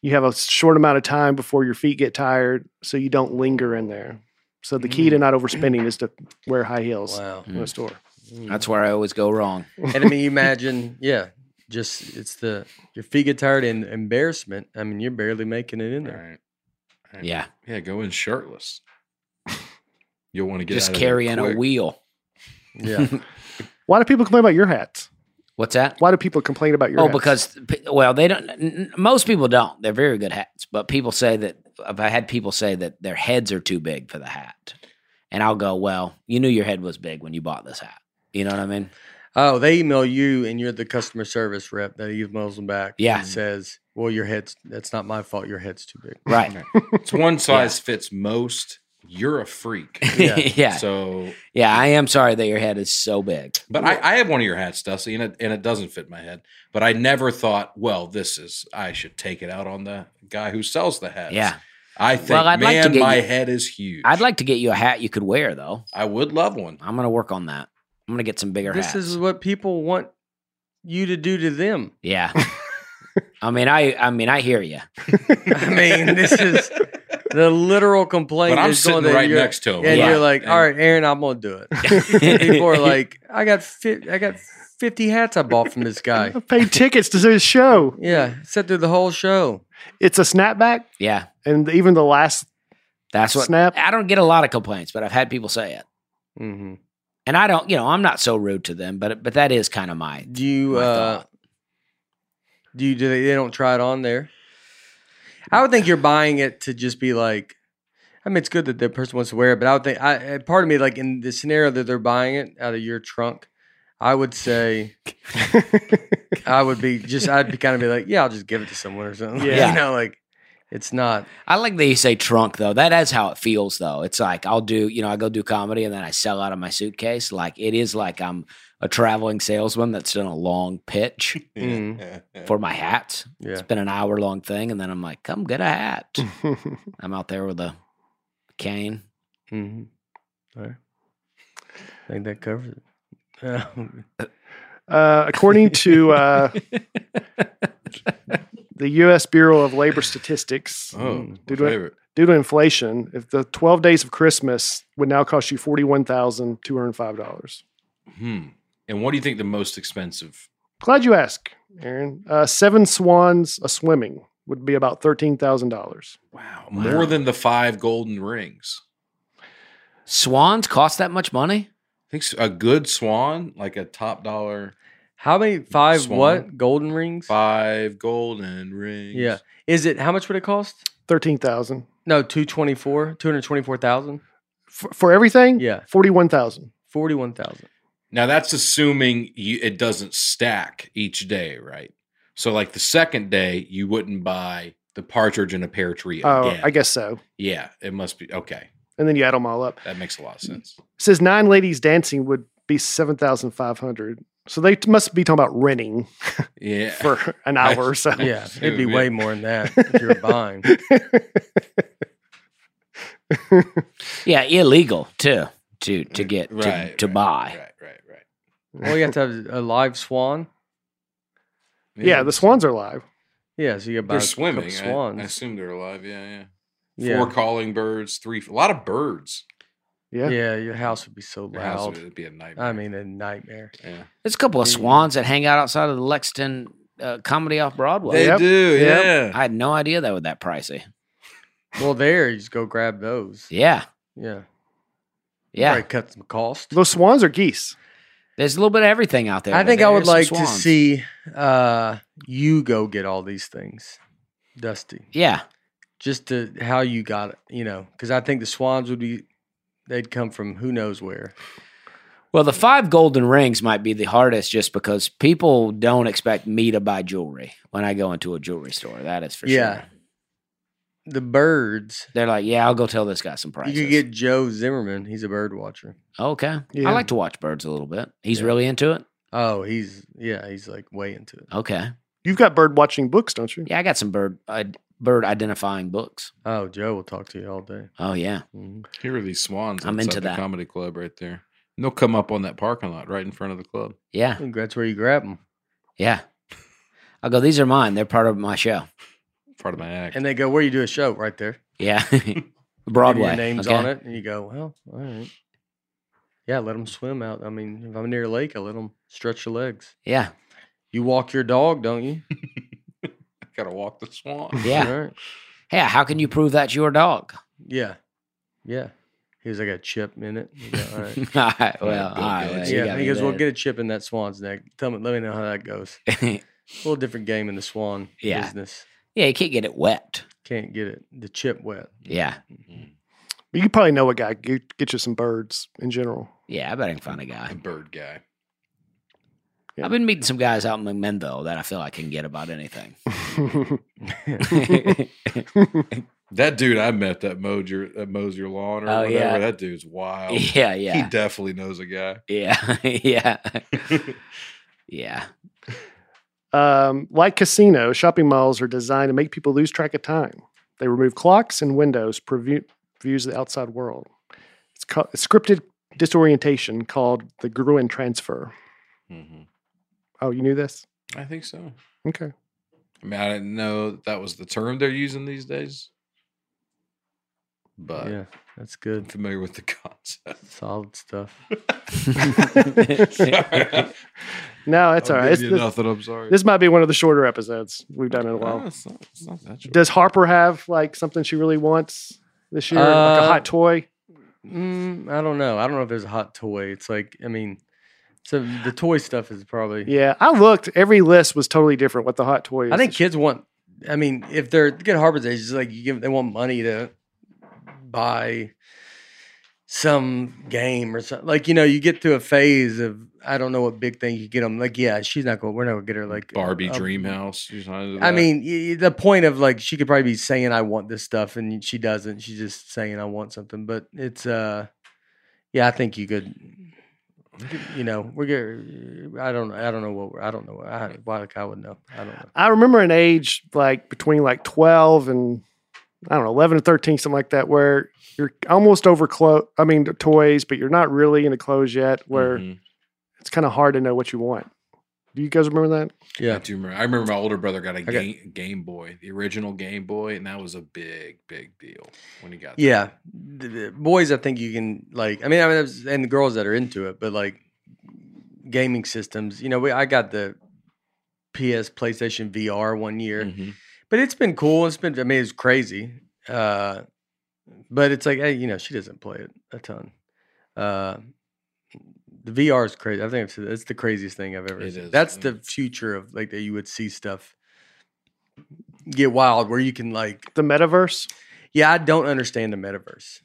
Speaker 3: you have a short amount of time before your feet get tired, so you don't linger in there. So the key to
Speaker 4: Mm.
Speaker 3: not overspending is to wear high heels
Speaker 1: Wow.
Speaker 3: in a store.
Speaker 4: that's where I always go wrong.
Speaker 1: Mm. And I mean, you imagine. Yeah. Just it's the your feet get tired and embarrassment. I mean, you're barely making it in
Speaker 2: All
Speaker 1: there.
Speaker 2: right. All right.
Speaker 4: Yeah,
Speaker 2: yeah, go in shirtless. You'll want to get
Speaker 4: just
Speaker 2: out of there
Speaker 4: carrying a
Speaker 2: quick.
Speaker 4: wheel.
Speaker 1: Yeah.
Speaker 3: Why do people complain about your hats?
Speaker 4: What's that?
Speaker 3: Why do people complain about your
Speaker 4: oh,
Speaker 3: hats?
Speaker 4: because p- well, they don't. n- n- Most people don't. They're very good hats, but people say that. I've had people say that their heads are too big for the hat, and I'll go, "Well, you knew your head was big when you bought this hat." You know what I mean?
Speaker 1: Oh, they email you and you're the customer service rep that emails them back.
Speaker 4: Yeah.
Speaker 1: And says, well, your head's, that's not my fault. Your head's too big.
Speaker 4: Right?
Speaker 2: It's one size fits most. You're a freak.
Speaker 4: yeah,
Speaker 1: Yeah.
Speaker 4: yeah,
Speaker 2: So,
Speaker 4: I am sorry that your head is so big.
Speaker 2: but I, I have one of your hats, Dusty, and it, and it doesn't fit my head. But I never thought, well, this is I should take it out on the guy who sells the hats.
Speaker 4: Yeah,
Speaker 2: I think,
Speaker 4: Well, I'd like to
Speaker 2: man,
Speaker 4: get
Speaker 2: my
Speaker 4: you-
Speaker 2: head is huge.
Speaker 4: I'd like to get you a hat you could wear though.
Speaker 2: I would love one.
Speaker 4: I'm gonna work on that. I'm gonna get some bigger
Speaker 1: This
Speaker 4: hats.
Speaker 1: is what people want you to do to them.
Speaker 4: yeah. I mean, I I mean, I hear you.
Speaker 1: I mean, this is the literal complaint.
Speaker 2: But I'm
Speaker 1: is going
Speaker 2: sitting
Speaker 1: that
Speaker 2: right
Speaker 1: you're-
Speaker 2: next to him.
Speaker 1: And
Speaker 4: Yeah.
Speaker 1: you're like, all right, Aaron, I'm going to do it. people are like, I got, fi- I got 50 hats I bought from this guy.
Speaker 3: I paid tickets to his show.
Speaker 1: Yeah. Sat through the whole show.
Speaker 3: It's a snapback,
Speaker 4: Yeah,
Speaker 3: and even the last
Speaker 4: that's what.
Speaker 3: Snap.
Speaker 4: I don't get a lot of complaints, but I've had people say it,
Speaker 1: hmm
Speaker 4: and I don't. You know, I'm not so rude to them, but but that is kind of my.
Speaker 1: Do you,
Speaker 4: My
Speaker 1: uh,
Speaker 4: thought.
Speaker 1: do you, do they, they don't try it on there? I would think you're buying it to just be like, I mean, it's good that the person wants to wear it, but I would think, I, uh, part of me, like in the scenario that they're buying it out of your trunk, I would say, I would be just, I'd be kind of be like, yeah, I'll just give it to someone or something.
Speaker 3: Yeah.
Speaker 1: you know, like it's not,
Speaker 4: I like that you say trunk though. That is how it feels though. It's like I'll do. You know, I go do comedy and then I sell out of my suitcase. Like it is like I'm a traveling salesman that's done a long pitch
Speaker 1: Mhm.
Speaker 4: for my hats.
Speaker 1: yeah.
Speaker 4: It's been an hour long thing, and then I'm like, come get a hat. I'm out there with a cane.
Speaker 1: Mm-hmm. All right. I think that covers it. Um,
Speaker 3: Uh, according to uh, the U.S. Bureau of Labor Statistics,
Speaker 2: Oh, my
Speaker 3: Dude, what-
Speaker 2: favorite.
Speaker 3: due to inflation, if the 12 days of Christmas would now cost you $41,205.
Speaker 2: Hmm. And what do you think the most expensive?
Speaker 3: Glad you asked, Aaron. Uh, seven swans a swimming would be about $13,000.
Speaker 2: Wow, more than the five golden rings.
Speaker 4: Swans cost that much money?
Speaker 2: I think s- a good swan, like a top dollar.
Speaker 1: How many five
Speaker 2: Swan.
Speaker 1: what golden rings?
Speaker 2: Five golden rings.
Speaker 1: Yeah. Is it how much would it cost?
Speaker 3: Thirteen thousand
Speaker 1: No, two twenty four, two hundred twenty four thousand.
Speaker 3: for, for everything.
Speaker 1: Yeah,
Speaker 3: forty one thousand.
Speaker 1: forty one thousand.
Speaker 2: Now that's assuming you, it doesn't stack each day, right? So like the second day, you wouldn't buy the partridge in a pear tree
Speaker 3: Oh,
Speaker 2: again.
Speaker 3: I guess so.
Speaker 2: Yeah, it must be okay.
Speaker 3: And then you add them all up.
Speaker 2: That makes a lot of sense.
Speaker 3: It says nine ladies dancing would be seven thousand five hundred. So they t- must be talking about renting
Speaker 2: Yeah.
Speaker 3: for an hour or so.
Speaker 1: Yeah, it'd be
Speaker 2: assume,
Speaker 1: way
Speaker 2: Oh, yeah.
Speaker 1: more than that if you're buying.
Speaker 4: Yeah, illegal too to to
Speaker 1: Mm,
Speaker 4: get to,
Speaker 2: right,
Speaker 4: to
Speaker 2: right,
Speaker 4: buy.
Speaker 2: Right, right, right.
Speaker 1: Well, you have to have a live swan.
Speaker 3: yeah, the swans are live.
Speaker 1: Yeah, so you got
Speaker 2: They're swimming. I-
Speaker 1: swans.
Speaker 2: I, assume they're alive. Yeah, yeah.
Speaker 1: yeah.
Speaker 2: Four calling birds, three a lot of birds.
Speaker 3: Yeah.
Speaker 1: yeah, your house would be so
Speaker 2: Your house would-
Speaker 1: loud.
Speaker 2: it'd be a nightmare.
Speaker 1: I mean, a nightmare.
Speaker 2: yeah.
Speaker 4: There's a couple of
Speaker 1: Yeah.
Speaker 4: swans that hang out outside of the Lexington uh, comedy off Broadway.
Speaker 2: they
Speaker 3: Yep,
Speaker 2: do.
Speaker 3: yep.
Speaker 2: Yeah.
Speaker 4: I had no idea they were that pricey.
Speaker 1: Well, there you just go grab those.
Speaker 4: Yeah,
Speaker 1: Yeah,
Speaker 4: yeah.
Speaker 1: Probably cut some cost.
Speaker 3: Those swans are geese.
Speaker 4: There's a little bit of everything out there.
Speaker 1: I
Speaker 4: but
Speaker 1: think
Speaker 4: there
Speaker 1: I
Speaker 4: is
Speaker 1: would
Speaker 4: some
Speaker 1: like to
Speaker 4: swans.
Speaker 1: see uh, you go get all these things, Dusty.
Speaker 4: Yeah,
Speaker 1: Just to how you got it, you know, because I think the swans would be. They'd come from who knows where.
Speaker 4: Well, the five golden rings might be the hardest just because people don't expect me to buy jewelry when I go into a jewelry store. That is for
Speaker 1: Yeah.
Speaker 4: sure.
Speaker 1: The birds.
Speaker 4: They're like, yeah, I'll go tell this guy some prices.
Speaker 1: You could get Joe Zimmerman. He's a bird watcher.
Speaker 4: okay.
Speaker 3: Yeah.
Speaker 4: I like to watch birds a little bit. He's
Speaker 1: Yeah.
Speaker 4: really into it.
Speaker 1: Oh, he's yeah, he's like way into it.
Speaker 4: Okay.
Speaker 3: You've got bird watching books, don't you?
Speaker 4: Yeah, I got some bird uh, bird identifying books.
Speaker 1: Oh, Joe will talk to you all day.
Speaker 4: Oh yeah.
Speaker 1: Mhm.
Speaker 2: Here are these swans.
Speaker 4: I'm
Speaker 2: outside
Speaker 4: into
Speaker 2: the
Speaker 4: that.
Speaker 2: comedy club right there. And they'll come up on that parking lot right in front of the club.
Speaker 1: I
Speaker 4: Yeah.
Speaker 1: think that's where you grab them,
Speaker 4: Yeah. I'll go, these are mine. They're part of my show.
Speaker 2: Part of my act.
Speaker 1: and they go, "Where you do a show right there." Maybe
Speaker 4: Yeah. Broadway.
Speaker 1: Your name's
Speaker 4: okay?
Speaker 1: on it, and you go, "Well, all right." Yeah, let them swim out. I mean, if I'm near a lake, I let them stretch their legs.
Speaker 4: Yeah.
Speaker 1: You walk your dog, don't you?
Speaker 2: Gotta walk the swan.
Speaker 4: Yeah.
Speaker 1: All right.
Speaker 4: Yeah. How can you prove that's your dog?
Speaker 1: Yeah. Yeah. He was like a chip in it. You go, all right.
Speaker 4: all right.
Speaker 2: Yeah,
Speaker 4: Well, all
Speaker 2: Bill
Speaker 4: right.
Speaker 2: Gates.
Speaker 4: you
Speaker 1: Yeah,
Speaker 4: got
Speaker 1: he
Speaker 4: me
Speaker 1: goes, "Well,
Speaker 4: there.
Speaker 1: get a chip in that swan's neck. Tell me, let me know how that goes." A little different game in the swan
Speaker 4: Yeah.
Speaker 1: business.
Speaker 4: yeah, you can't get it wet.
Speaker 1: Can't get it. The chip wet.
Speaker 4: Yeah.
Speaker 3: But you probably know a guy. Get, get you some birds in general.
Speaker 4: Yeah, I bet I can find a guy.
Speaker 2: A bird guy.
Speaker 3: Yeah.
Speaker 4: I've been meeting some guys out in McMinn though that I feel I can get about anything.
Speaker 2: That dude I met that mowed your that mows your lawn or
Speaker 4: Oh,
Speaker 2: whatever.
Speaker 4: yeah.
Speaker 2: That dude's wild.
Speaker 4: yeah,
Speaker 2: He
Speaker 4: yeah,
Speaker 2: definitely knows a guy.
Speaker 4: yeah, yeah, yeah.
Speaker 3: Um, like casino, shopping malls are designed to make people lose track of time. They remove clocks and windows, preview views of the outside world. It's called scripted disorientation called the Gruen transfer.
Speaker 2: Mhm.
Speaker 3: Oh, you knew this?
Speaker 2: I think so.
Speaker 3: Okay.
Speaker 2: I mean, I didn't know that, that was the term they're using these days, but
Speaker 1: yeah, that's
Speaker 2: I'm
Speaker 1: good.
Speaker 2: familiar with the concept.
Speaker 1: Solid stuff.
Speaker 2: Sorry.
Speaker 3: No, that's
Speaker 2: I'll
Speaker 3: all right.
Speaker 2: give
Speaker 3: It's-
Speaker 2: you
Speaker 3: This,
Speaker 2: nothing. I'm sorry.
Speaker 3: this might be one of the shorter episodes we've done in a
Speaker 2: Ah,
Speaker 3: while.
Speaker 2: it's not, it's not that short.
Speaker 3: Does Harper have like something she really wants this year? like a
Speaker 1: Uh,
Speaker 3: hot toy?
Speaker 1: Mm, I don't know. I don't know if there's a hot toy. It's like, I mean, so the toy stuff is probably.
Speaker 3: Yeah, I looked. Every list was totally different. What the hot toy is?
Speaker 1: I think kids want. I mean, if they're good Harvard's age, it's like you give they want money to buy some game or something. Like you know, you get through a phase of I don't know what big thing you get them. Like yeah, she's not going. We're not going to get her like
Speaker 2: Barbie
Speaker 1: a-
Speaker 2: Dream House? She's not into
Speaker 1: I
Speaker 2: that?
Speaker 1: mean, y- y- the point of like she could probably be saying I want this stuff and she doesn't. She's just saying I want something. But it's uh, yeah, I think you could. You know, we're get, I don't. I don't know what. We're, I don't know. I, why like I would know. I don't know.
Speaker 3: I remember an age like between like 12 and I don't know, 11 and 13, something like that, where you're almost over clothes. I mean, to toys, but you're not really into clothes yet, where
Speaker 1: Mm-hmm.
Speaker 2: Mhm.
Speaker 3: it's kind of hard to know what you want. Do you guys remember that?
Speaker 2: I
Speaker 1: Yeah,
Speaker 2: do remember. I remember my older brother got a
Speaker 1: got-
Speaker 2: game, game Boy, the original Game Boy, and that was a big, big deal when he got. that.
Speaker 1: yeah. The- the boys, I think you can like. I mean, I mean, there's- and the girls that are into it, but like gaming systems. You know, we, I got the PS PlayStation VR one year.
Speaker 2: Mhm.
Speaker 1: But it's been cool. It's been, I mean, it's crazy. Uh, but it's like, hey, you know, she doesn't play it a ton. Uh, The VR is crazy. I think it's, it's the craziest thing I've ever
Speaker 2: It
Speaker 1: seen.
Speaker 2: is,
Speaker 1: That's
Speaker 2: yeah.
Speaker 1: the future of like that you would see stuff get wild where you can like
Speaker 3: The metaverse.
Speaker 1: yeah, I don't understand the metaverse.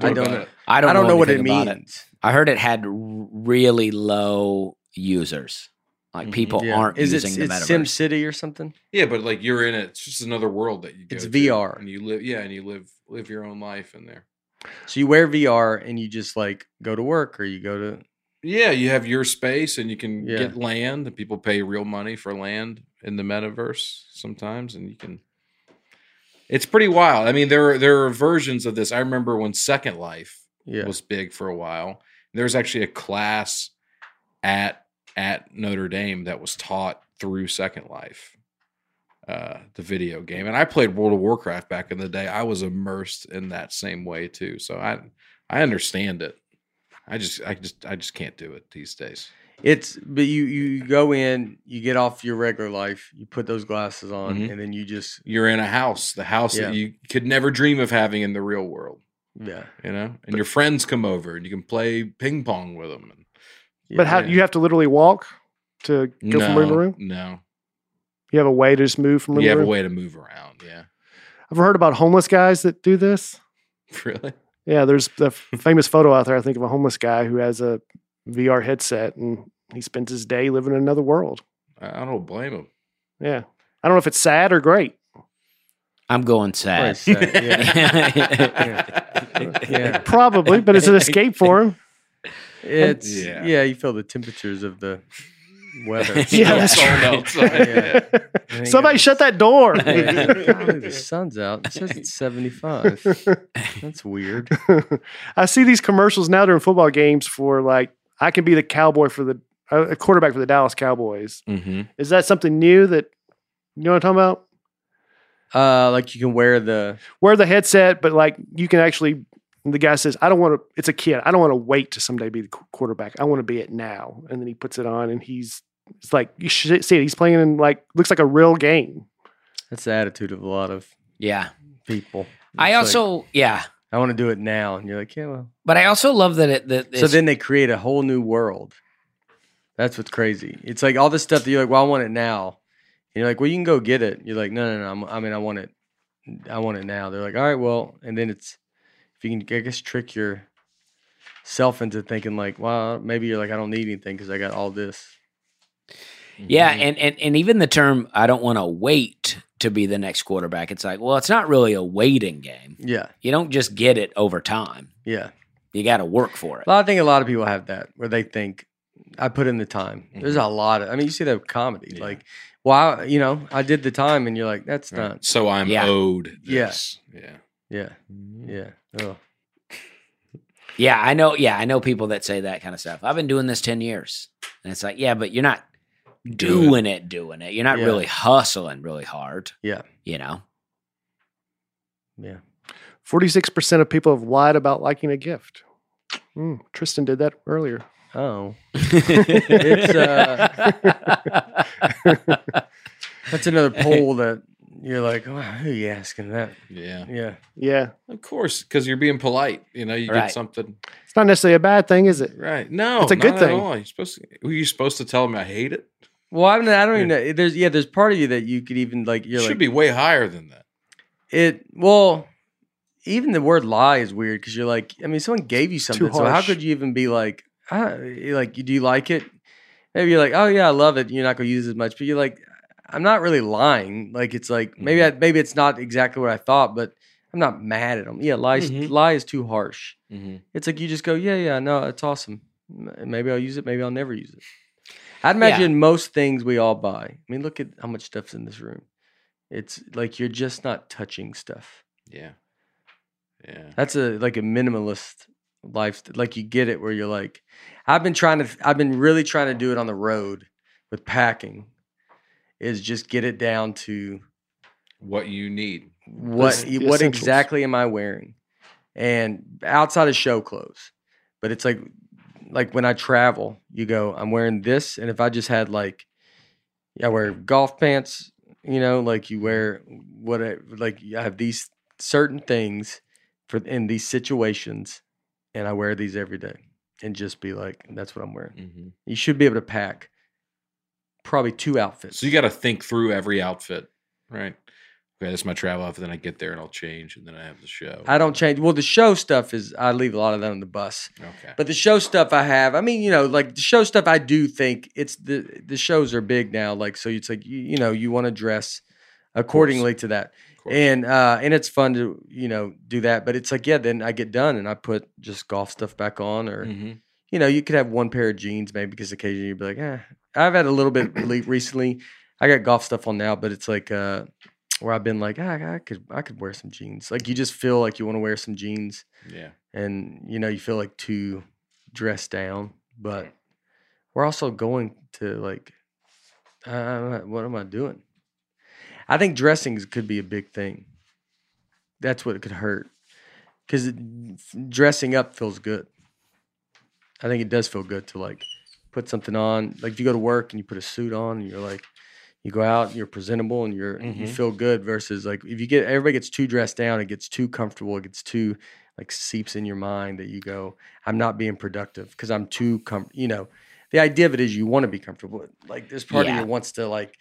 Speaker 1: I
Speaker 2: What
Speaker 1: don't
Speaker 2: about
Speaker 1: know.
Speaker 2: it?
Speaker 4: I
Speaker 1: I
Speaker 4: don't.
Speaker 1: don't, know, what it
Speaker 4: anything about
Speaker 1: means.
Speaker 4: it. I heard it had r- really low users. Like
Speaker 2: Mhm,
Speaker 4: people
Speaker 1: Yeah.
Speaker 4: aren't
Speaker 1: Is it
Speaker 4: using the
Speaker 1: it's
Speaker 4: metaverse.
Speaker 1: Sim City or something?
Speaker 2: Yeah, but like you're in it. It's just another world that you. Go
Speaker 1: It's
Speaker 2: to,
Speaker 1: VR.
Speaker 2: and you live. Yeah, and you live live your own life in there.
Speaker 1: So you wear VR and you just like go to work or you go to
Speaker 2: Yeah, you have your space, and you can
Speaker 1: Yeah.
Speaker 2: get land. And people pay real money for land in the metaverse sometimes, and you can. It's pretty wild. I mean, there are there are versions of this. I remember when Second Life
Speaker 1: yeah.
Speaker 2: was big for a while. There was actually a class at at Notre Dame that was taught through Second Life, uh, the video game. And I played World of Warcraft back in the day. I was immersed in that same way too. So I I understand it. I just I just I just can't do it these days.
Speaker 1: It's but you you go in, you get off your regular life, you put those glasses on,
Speaker 4: Mm-hmm.
Speaker 2: Mhm.
Speaker 1: and then you just
Speaker 2: You're in a house, the house
Speaker 1: Yeah.
Speaker 2: that you could never dream of having in the real world,
Speaker 1: yeah.
Speaker 2: you know. And your friends come over, and you can play ping pong with them. And
Speaker 3: But how you have to literally walk to go from room
Speaker 2: No,
Speaker 3: to room?
Speaker 2: No,
Speaker 3: You have a way to just move from room
Speaker 2: you
Speaker 3: to
Speaker 2: have a
Speaker 3: room.
Speaker 2: way to move around. Yeah,
Speaker 3: I've heard about homeless guys that do this.
Speaker 2: really.
Speaker 3: Yeah, there's the f- famous photo out there. I think of a homeless guy who has a VR headset and he spends his day living in another world.
Speaker 2: I I don't blame him.
Speaker 3: Yeah, I don't know if it's sad or great.
Speaker 4: I'm going
Speaker 1: Like,
Speaker 4: sad.
Speaker 1: so, yeah. Yeah.
Speaker 3: Probably, but it's an escape for him.
Speaker 1: It's
Speaker 2: Yeah.
Speaker 1: yeah. you feel the temperatures of the weather.
Speaker 3: Yeah,
Speaker 2: It's
Speaker 3: that's
Speaker 2: cold
Speaker 4: right.
Speaker 2: outside.
Speaker 1: Yeah. Hang
Speaker 3: Somebody
Speaker 1: on.
Speaker 3: shut that door.
Speaker 1: Yeah. Golly, the sun's out. It says it's 75. That's weird.
Speaker 3: I see these commercials now during football games for like I can be the cowboy for the uh, a quarterback for the Dallas Cowboys.
Speaker 2: Mhm.
Speaker 3: Is that something new that you know what I'm talking about?
Speaker 1: Uh, like you can wear the
Speaker 3: Wear the headset, but like you can actually. The guy says, "I don't want to." It's a kid. I don't want to wait to someday be the qu- quarterback. I want to be it now. And then he puts it on, and he's it's like you should see it. He's playing in like looks like a real game.
Speaker 1: that's the attitude of a lot of
Speaker 4: yeah.
Speaker 1: people.
Speaker 4: I
Speaker 1: It's like,
Speaker 4: also yeah,
Speaker 1: I want to do it now, and you're like, yeah, well.
Speaker 4: but I also love that it that
Speaker 1: so
Speaker 4: it's-
Speaker 1: then they create a whole new world. That's what's crazy. It's like all this stuff that you're like, well, I want it now. And you're like, well, you can go get it. You're like, no, no, no. I'm, I mean, I want it. I want it now. They're like, all right, well, and then it's if you can, I guess, trick your self into thinking like, well, maybe you're like, I don't need anything because I got all this.
Speaker 2: Mm-hmm.
Speaker 4: yeah,
Speaker 1: Mm-hmm.
Speaker 4: and, and and even the term I don't want to wait to be the next quarterback. It's like, well, it's not really a waiting game.
Speaker 1: Yeah,
Speaker 4: You don't just get it over time.
Speaker 1: yeah.
Speaker 4: You got to work for it.
Speaker 1: Well, I think a lot of people have that where they think I put in the time. There's a lot of. I mean, you see that with comedy,
Speaker 2: Mm-hmm. Yeah.
Speaker 1: like, well, I, you know, I did the time, and you're like, that's
Speaker 2: Right.
Speaker 1: not.
Speaker 2: So I'm
Speaker 4: Yeah.
Speaker 2: owed.
Speaker 1: Yeah. Mm-hmm.
Speaker 2: This. Yeah.
Speaker 1: Yeah, yeah. Ugh.
Speaker 4: Yeah, I know. Yeah, I know people that say that kind of stuff. I've been doing this ten years, and it's like, yeah, but you're not
Speaker 2: Do it.
Speaker 4: doing it, doing it. You're not
Speaker 1: Yeah.
Speaker 4: really hustling really hard.
Speaker 1: Yeah.
Speaker 4: you know.
Speaker 1: Yeah.
Speaker 3: Forty six percent of people have lied about liking a gift. Hmm, Tristan did that earlier.
Speaker 1: Oh, it's uh, that's another poll that you're like, oh, who are you asking that?
Speaker 2: Yeah.
Speaker 1: Yeah,
Speaker 3: Yeah,
Speaker 2: Of course, because you're being polite. You know, you
Speaker 4: Right.
Speaker 2: get something
Speaker 3: it's not necessarily a bad thing, is it?
Speaker 2: right. No,
Speaker 3: It's a good
Speaker 2: not at
Speaker 3: thing.
Speaker 2: all. You're supposed to, were you supposed to tell them I hate it?
Speaker 1: well, I, mean, I don't even know. There's yeah, there's part of you that you could even like.
Speaker 2: It
Speaker 1: You're
Speaker 2: should
Speaker 1: like,
Speaker 2: be way higher than that.
Speaker 1: it. Well, even the word lie is weird because you're like, I mean, someone gave you something, so how
Speaker 3: harsh.
Speaker 1: could you even be like, ah, like, do you like it? Maybe you're like, oh yeah, I love it. You're not gonna use it as much, but you're like, I'm not really lying. Like it's like maybe I, maybe it's not exactly what I thought, but I'm not mad at them. Yeah, lies
Speaker 2: Mhm.
Speaker 1: lie is too harsh.
Speaker 2: Mm-hmm.
Speaker 1: It's like you just go, yeah, yeah, no, it's awesome. M- Maybe I'll use it. Maybe I'll never use it. I'd imagine most things we all buy. I mean, look at how much stuff's in this room. It's like you're just not touching stuff.
Speaker 2: Yeah. Yeah.
Speaker 1: That's a like a minimalist lifestyle. Like you get it where you're like, I've been trying to, I've been really trying to do it on the road with packing, is just get it down to
Speaker 2: What you need.
Speaker 1: what e,
Speaker 3: Those- the
Speaker 1: what
Speaker 3: essentials.
Speaker 1: exactly am I wearing? And outside of show clothes, but it's like like when I travel, you go, I'm wearing this, and if I just had like, I wear golf pants, you know, like you wear what I, like I have these certain things for in these situations, and I wear these every day. and just be like, that's what I'm wearing.
Speaker 2: Mhm.
Speaker 1: You should be able to pack probably two outfits.
Speaker 2: So you got to think through every outfit, right? Okay, that's my travel outfit. Then I get there and I'll change, and then I have the show.
Speaker 1: I don't change. Well, the show stuff is I leave a lot of that on the bus.
Speaker 2: Okay.
Speaker 1: But the show stuff I have, I mean, you know, like the show stuff I do think it's the the shows are big now. Like so, it's like you, you know you want to dress accordingly to that,
Speaker 2: Of course.
Speaker 1: and uh and it's fun to you know do that. But it's like yeah, then I get done and I put just golf stuff back on, or
Speaker 2: Mhm.
Speaker 1: you know you could have one pair of jeans maybe because occasionally you'd be like, eh. I've had a little bit le- recently. I got golf stuff on now, but it's like uh where I've been like ah, I could I could wear some jeans. Like you just feel like you want to wear some jeans
Speaker 2: yeah,
Speaker 1: and you know you feel like too dressed down but we're also going to like uh, what am i doing i think dressings could be a big thing that's what it could hurt because dressing up feels good i think it does feel good to like put something on like if you go to work and you put a suit on and you're like you go out and you're presentable and you're you
Speaker 2: Mhm.
Speaker 1: feel good versus like if you get everybody gets too dressed down it gets too comfortable it gets too like seeps in your mind that you go, I'm not being productive because I'm too com. You know, the idea of it is you want to be comfortable. Like this part
Speaker 4: Yeah.
Speaker 1: of you wants to like,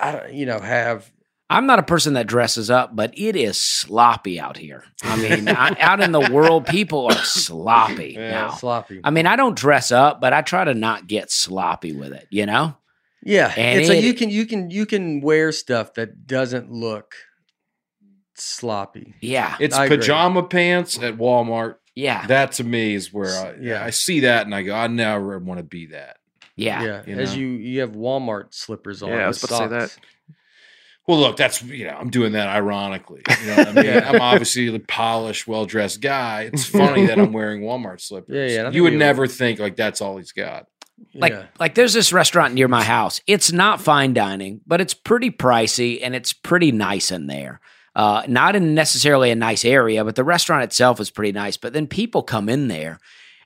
Speaker 1: I don't, you know, have
Speaker 4: I'm not a person that dresses up, but it is sloppy out here. I mean, I, out in the world, people are sloppy now.
Speaker 1: sloppy.
Speaker 4: I mean, I don't dress up, but I try to not get sloppy with it, you know?
Speaker 1: yeah,
Speaker 4: and
Speaker 1: it's like
Speaker 4: it-
Speaker 1: you can you can you can wear stuff that doesn't look sloppy.
Speaker 4: Yeah.
Speaker 2: it's
Speaker 1: I agree.
Speaker 2: pajama pants at Walmart.
Speaker 4: Yeah.
Speaker 2: That to me is where I yeah
Speaker 1: Yeah.
Speaker 2: I see that and I go I never want to be that.
Speaker 4: yeah.
Speaker 1: Yeah,
Speaker 2: you
Speaker 1: as
Speaker 2: know.
Speaker 1: you you have Walmart slippers on.
Speaker 3: Yeah, I was
Speaker 1: with
Speaker 3: about to say that.
Speaker 1: socks.
Speaker 2: Well, look, that's you know I'm doing that ironically. You know what I mean?
Speaker 1: Yeah.
Speaker 2: I'm obviously the polished, well dressed guy. It's funny that I'm wearing Walmart slippers.
Speaker 1: Yeah, yeah, and I
Speaker 2: You
Speaker 1: think
Speaker 2: would
Speaker 1: you-
Speaker 2: never think like that's all he's got.
Speaker 4: Like
Speaker 1: yeah.
Speaker 4: like there's this restaurant near my house. It's not fine dining, but it's pretty pricey and it's pretty nice in there. Uh, not in necessarily a nice area, but the restaurant itself is pretty nice. But then people come in there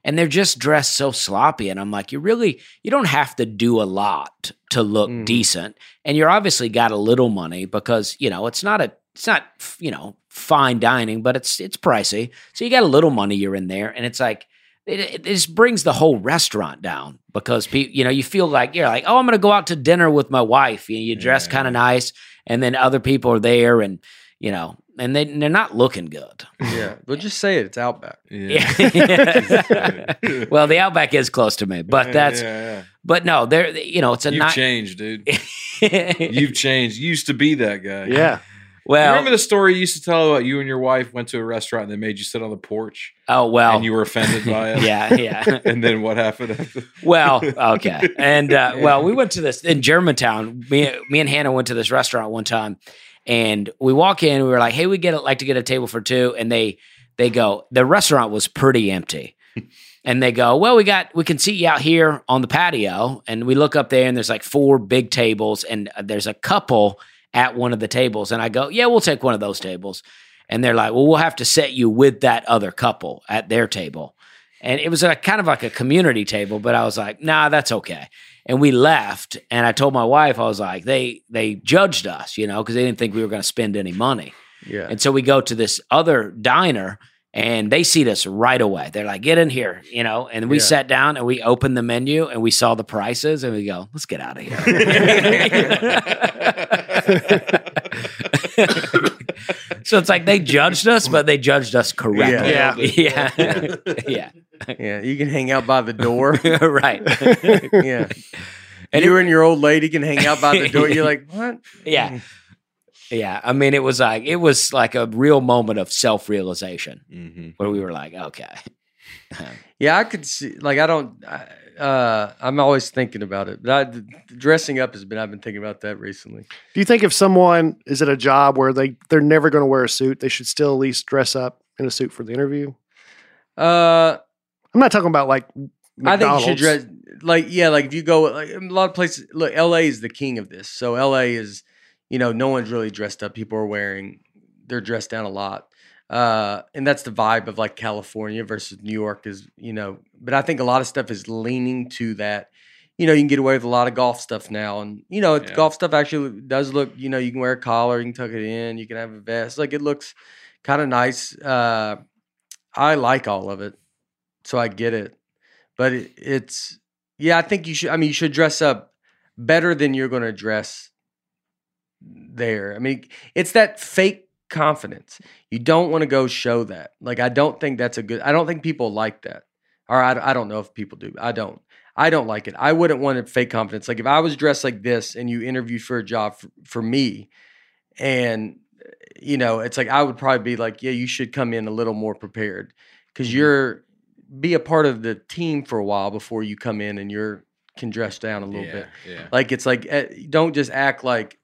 Speaker 4: and they're just dressed so sloppy. And I'm like, you really you don't have to do a lot to look
Speaker 1: Mhm.
Speaker 4: decent. And you're obviously got a little money because, you know, it's not a it's not you know fine dining, but it's it's pricey. So you got a little money you're in there, and it's like it, it just brings the whole restaurant down because pe- you know you feel like you're like oh I'm gonna go out to dinner with my wife. You, you dress
Speaker 2: Yeah.
Speaker 4: kind of nice, and then other people are there, and you know, and they they're not looking good.
Speaker 1: yeah, but just say it. It's Outback.
Speaker 4: Yeah. well, the Outback is close to me, but that's
Speaker 2: yeah,
Speaker 4: but no, there you know it's a
Speaker 2: yeah. you've
Speaker 4: not
Speaker 2: changed, dude. You've changed. You used to be that guy.
Speaker 3: Yeah.
Speaker 2: You
Speaker 4: well
Speaker 2: remember the story you used to tell about you and your wife went to a restaurant and they made you sit on the porch
Speaker 4: oh well
Speaker 2: and you were offended by it?
Speaker 4: yeah yeah.
Speaker 2: And then what happened after?
Speaker 4: Well, okay. And uh, well, we went to this in Germantown. Me, me and Hannah went to this restaurant one time, and we walk in. We were like, "Hey, we get like to get a table for two. And they they go. The restaurant was pretty empty, and they go, "Well, we got we can seat you out here on the patio." And we look up there, and there's like four big tables, and uh, there's a couple at one of the tables. And I go, "Yeah, we'll take one of those tables." And they're like, "Well, we'll have to set you with that other couple at their table." And it was a kind of like a community table, but I was like, nah, that's okay. And we left, and I told my wife, I was like, they they judged us, you know, because they didn't think we were going to spend any money.
Speaker 1: Yeah,
Speaker 4: And so we go to this other diner, and they seat us right away. They're like, get in here, you know. And we
Speaker 1: Yeah.
Speaker 4: sat down, and we opened the menu, and we saw the prices, and we go, let's get out of here. so it's like they judged us, but they judged us correctly.
Speaker 3: Yeah.
Speaker 4: yeah, yeah.
Speaker 1: yeah. You can hang out by the door.
Speaker 4: right.
Speaker 1: yeah.
Speaker 4: And
Speaker 1: And you and your old lady can hang out by the door. You're like, what?
Speaker 4: Yeah.
Speaker 3: Mm.
Speaker 4: Yeah. I mean, it was like, it was like a real moment of self realization
Speaker 2: Mm-hmm.
Speaker 4: where we were like, okay.
Speaker 1: Yeah, I could see. Like, I don't. I, uh, I'm always thinking about it. But I, the dressing up has been. I've been thinking about that recently.
Speaker 3: Do you think if someone is at a job where they they're never going to wear a suit, they should still at least dress up in a suit for the interview?
Speaker 1: Uh,
Speaker 3: I'm not talking about like McDonald's.
Speaker 1: I think you should dress like yeah, like if you go like a lot of places. Look, L.A. is the king of this. So L.A. is you know no one's really dressed up. People are wearing they're dressed down a lot, uh, and that's the vibe of like California versus New York is you know. But I think a lot of stuff is leaning to that. You know, you can get away with a lot of golf stuff now, and you know,
Speaker 2: Yeah.
Speaker 1: golf stuff actually does look. You know, you can wear a collar, you can tuck it in, you can have a vest. Like it looks kind of nice. Uh, I like all of it, so I get it But it, it's yeah, I think you should. I mean, you should dress up better than you're going to dress there. I mean, it's that fake confidence. You don't want to go show that. Like, I don't think that's a good. I don't think people like that. Or I, I don't know if people do. I don't. I don't like it. I wouldn't want to fake confidence. Like if I was dressed like this and you interviewed for a job for, for me, and eh, you know, it's like I would probably be like, yeah, you should come in a little more prepared because you're be a part of the team for a while before you come in and you're can dress down a little
Speaker 2: yeah,
Speaker 1: bit.
Speaker 2: Yeah.
Speaker 1: Like it's like eh, don't just act like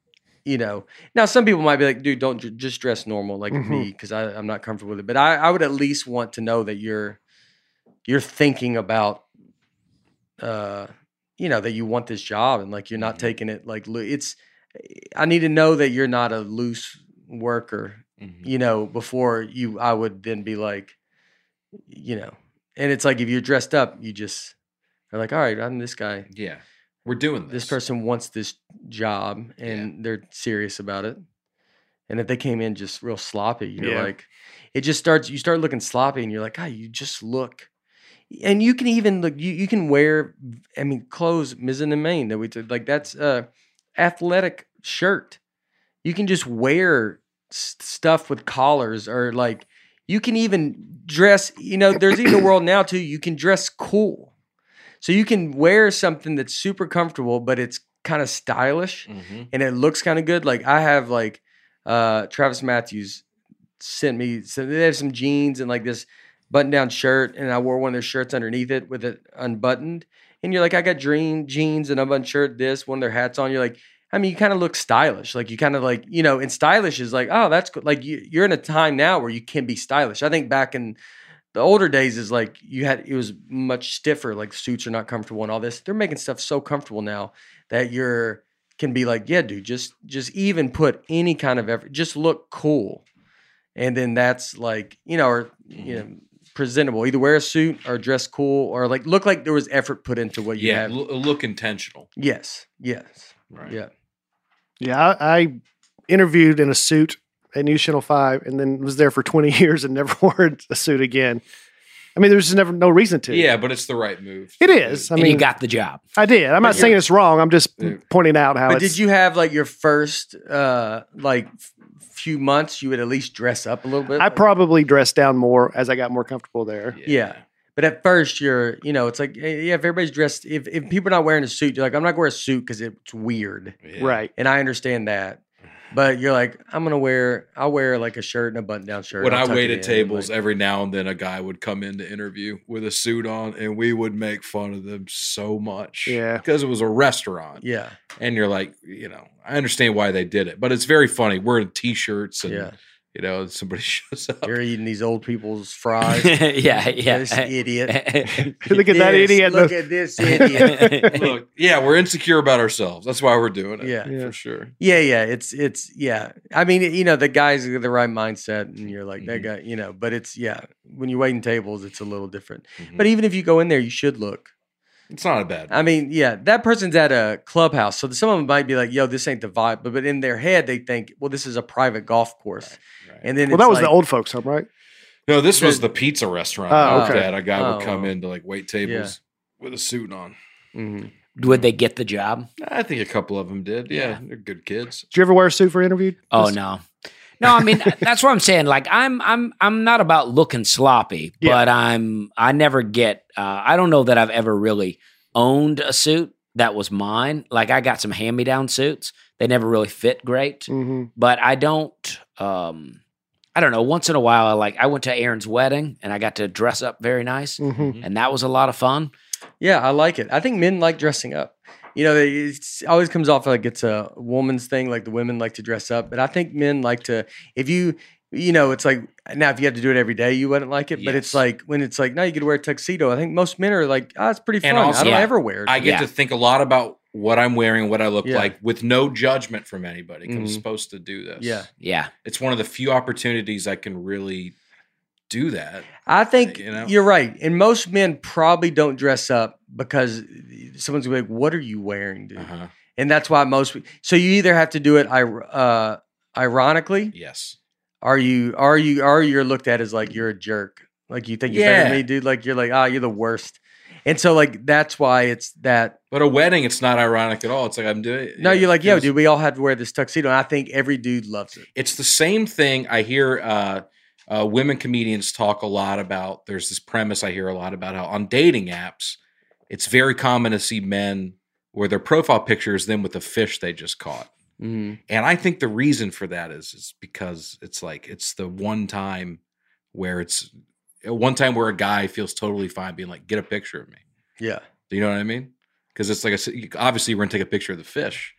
Speaker 1: you know. Now some people might be like, dude, don't ju- just dress normal like
Speaker 3: Mhm.
Speaker 1: me because I'm not comfortable with it. But I, I would at least want to know that you're you're thinking about uh you know that you want this job and like you're not
Speaker 2: Mhm.
Speaker 1: taking it like loo- it's eh, I need to know that you're not a loose worker
Speaker 2: Mhm.
Speaker 1: you know, before you, I would then be like, you know, and it's like if you're dressed up, you just are like, all right, I'm this guy.
Speaker 2: Yeah. We're doing this.
Speaker 1: This person wants this job and they're serious about it. And if they came in just real sloppy, you're
Speaker 3: Yeah.
Speaker 1: like, it just starts, you start looking sloppy and you're like, ah, you just look. And you can even look, you, you can wear, I mean, clothes, mizzen and main that we did, like that's a athletic shirt. You can just wear s- stuff with collars or like, you can even dress, you know, there's even a world now too, you can dress cool. So you can wear something that's super comfortable, but it's kind of stylish
Speaker 2: Mhm.
Speaker 1: and it looks kind of good. Like I have like uh Travis Matthews sent me so they have some jeans and like this button down shirt and I wore one of their shirts underneath it with it unbuttoned. And you're like, I got dream jeans and unbuttoned shirt, this, one of their hats on. You're like, I mean, you kind of look stylish. Like you kind of like, you know, and stylish is like, oh, that's good. Like you, you're in a time now where you can be stylish. I think back in the older days is like you had it was much stiffer. Like suits are not comfortable and all this. They're making stuff so comfortable now that you're can be like, yeah, dude, just just even put any kind of effort, just look cool, and then that's like you know, or you know, presentable. Either wear a suit or dress cool, or like look like there was effort put into what you
Speaker 2: Yeah.
Speaker 1: have.
Speaker 2: l- look intentional.
Speaker 1: yes, yes,
Speaker 2: Right.
Speaker 1: yeah.
Speaker 3: Yeah, I, I interviewed in a suit at News Channel Five, and then was there for twenty years and never wore a suit again. I mean, there's just never no reason to.
Speaker 2: Yeah, but it's the right move.
Speaker 3: it is. I
Speaker 4: and
Speaker 3: mean,
Speaker 4: you got the job.
Speaker 3: I did. I'm
Speaker 2: But
Speaker 3: not
Speaker 2: you're-
Speaker 3: saying it's wrong. I'm just
Speaker 2: Yeah.
Speaker 3: pointing out how.
Speaker 1: But
Speaker 3: it's,
Speaker 1: did you have like your first uh like f- few months? You would at least dress up a little bit.
Speaker 3: I
Speaker 1: Like-
Speaker 3: probably dressed down more as I got more comfortable there.
Speaker 1: Yeah. But at first, you're, you know, it's like, eh, yeah, if everybody's dressed, if, if people are not wearing a suit, you're like, I'm not going to wear a suit because it's weird.
Speaker 2: Yeah.
Speaker 3: Right.
Speaker 1: And I understand that. But you're like, I'm going to wear, I'll wear like a shirt and a button down shirt.
Speaker 2: When
Speaker 1: I'll
Speaker 2: I
Speaker 1: tuck it
Speaker 2: waited
Speaker 1: in,
Speaker 2: tables,
Speaker 1: like-
Speaker 2: every now and then a guy would come in to interview with a suit on, and we would make fun of them so much.
Speaker 3: Yeah.
Speaker 2: Because it was a restaurant.
Speaker 1: yeah.
Speaker 2: And you're like, you know, I understand why they did it, but it's very funny. We're in t shirts, and,
Speaker 1: Yeah.
Speaker 2: you know, somebody shows up.
Speaker 1: You're eating these old people's fries.
Speaker 4: yeah,
Speaker 1: This
Speaker 4: yeah.
Speaker 1: idiot.
Speaker 3: Look at that
Speaker 1: This,
Speaker 3: idiot.
Speaker 1: Look at this idiot.
Speaker 2: Look, yeah, we're insecure about ourselves. That's why we're doing it.
Speaker 1: Yeah.
Speaker 3: Yeah.
Speaker 2: for sure.
Speaker 1: Yeah, yeah, it's it's yeah. I mean, you know, the guy's got the right mindset, and you're like that
Speaker 2: Mhm.
Speaker 3: Mm-hmm.
Speaker 1: guy, you know. But it's yeah, when you're waiting tables, it's a little different.
Speaker 2: Mhm.
Speaker 3: Mm-hmm.
Speaker 1: But even if you go in there, you should look.
Speaker 2: it's not a bad.
Speaker 1: I mean, yeah, that person's at a clubhouse, so some of them might be like, "Yo, this ain't the vibe," but but in their head, they think, "Well, this is a private golf course,"
Speaker 2: Right.
Speaker 1: and then
Speaker 3: Well,
Speaker 1: it's
Speaker 3: that was the
Speaker 1: like-
Speaker 3: old folks home, right?
Speaker 2: no, this was
Speaker 1: the-
Speaker 2: the pizza restaurant.
Speaker 3: Oh,
Speaker 2: I worked
Speaker 1: okay.
Speaker 2: at. A guy would
Speaker 1: Oh,
Speaker 2: come
Speaker 1: well.
Speaker 2: in to like wait tables with a suit on.
Speaker 1: Mhm.
Speaker 4: Would they get the job?
Speaker 2: I think a couple of them did. Yeah, they're good kids.
Speaker 3: Did you ever wear a suit for interview?
Speaker 4: Oh
Speaker 3: Just-
Speaker 4: no. No, I mean that's what I'm saying. Like I'm I'm I'm not about looking sloppy,
Speaker 3: Yeah.
Speaker 4: but I'm I never get uh, I don't know that I've ever really owned a suit that was mine. Like I got some hand-me-down suits. They never really fit great.
Speaker 3: Mhm.
Speaker 4: but I don't. Um, I don't know. Once in a while, I like. I went to Aaron's wedding and I got to dress up very nice,
Speaker 3: Mhm.
Speaker 4: and that was a lot of fun.
Speaker 1: Yeah, I like it. I think men like dressing up. You know, they- it's- it always comes off like it's a woman's thing, like the women like to dress up. But I think men like to, if you, you know, it's like, now if you had to do it every day, you wouldn't like it. But
Speaker 2: Yes.
Speaker 1: it's like, when it's like, now you could wear a tuxedo. I think most men are like, ah, it's pretty fun.
Speaker 2: And also-
Speaker 1: I don't
Speaker 4: Yeah.
Speaker 1: ever wear it.
Speaker 2: I get
Speaker 4: Yeah.
Speaker 2: to think a lot about what I'm wearing, what I look
Speaker 1: Yeah.
Speaker 2: like, with no judgment from anybody. 'cause I'm
Speaker 1: Mhm.
Speaker 2: supposed to do this.
Speaker 1: Yeah.
Speaker 4: Yeah,
Speaker 2: it's one of the few opportunities I can really do that.
Speaker 1: I think
Speaker 2: you know?
Speaker 1: you are right. And most men probably don't dress up because someone's gonna be like, what are you wearing, dude?
Speaker 2: Uh-huh.
Speaker 1: And that's why most, so you either have to do it ir- uh, ironically.
Speaker 2: Yes.
Speaker 1: are you are you are you're looked at as like you're a jerk like you think you're better
Speaker 2: Yeah.
Speaker 1: than me dude like you're like ah you're the worst And so like that's why it's that.
Speaker 2: But a wedding, it's not ironic at all. It's like I'm doing.
Speaker 1: No, you're like, yo,
Speaker 2: it's-
Speaker 1: dude, we all have to wear this tuxedo. And I think every dude loves it.
Speaker 2: It's the same thing I hear uh, uh, women comedians talk a lot about. There's this premise I hear a lot about how on dating apps, it's very common to see men where their profile picture is them with a fish they just caught.
Speaker 1: Mhm.
Speaker 2: And I think the reason for that is is because it's like it's the one time where it's uh, one time where a guy feels totally fine being like, get a picture of me.
Speaker 1: Yeah.
Speaker 2: Do you know what I mean? Because it's like I said, you- obviously we're gonna take a picture of the fish,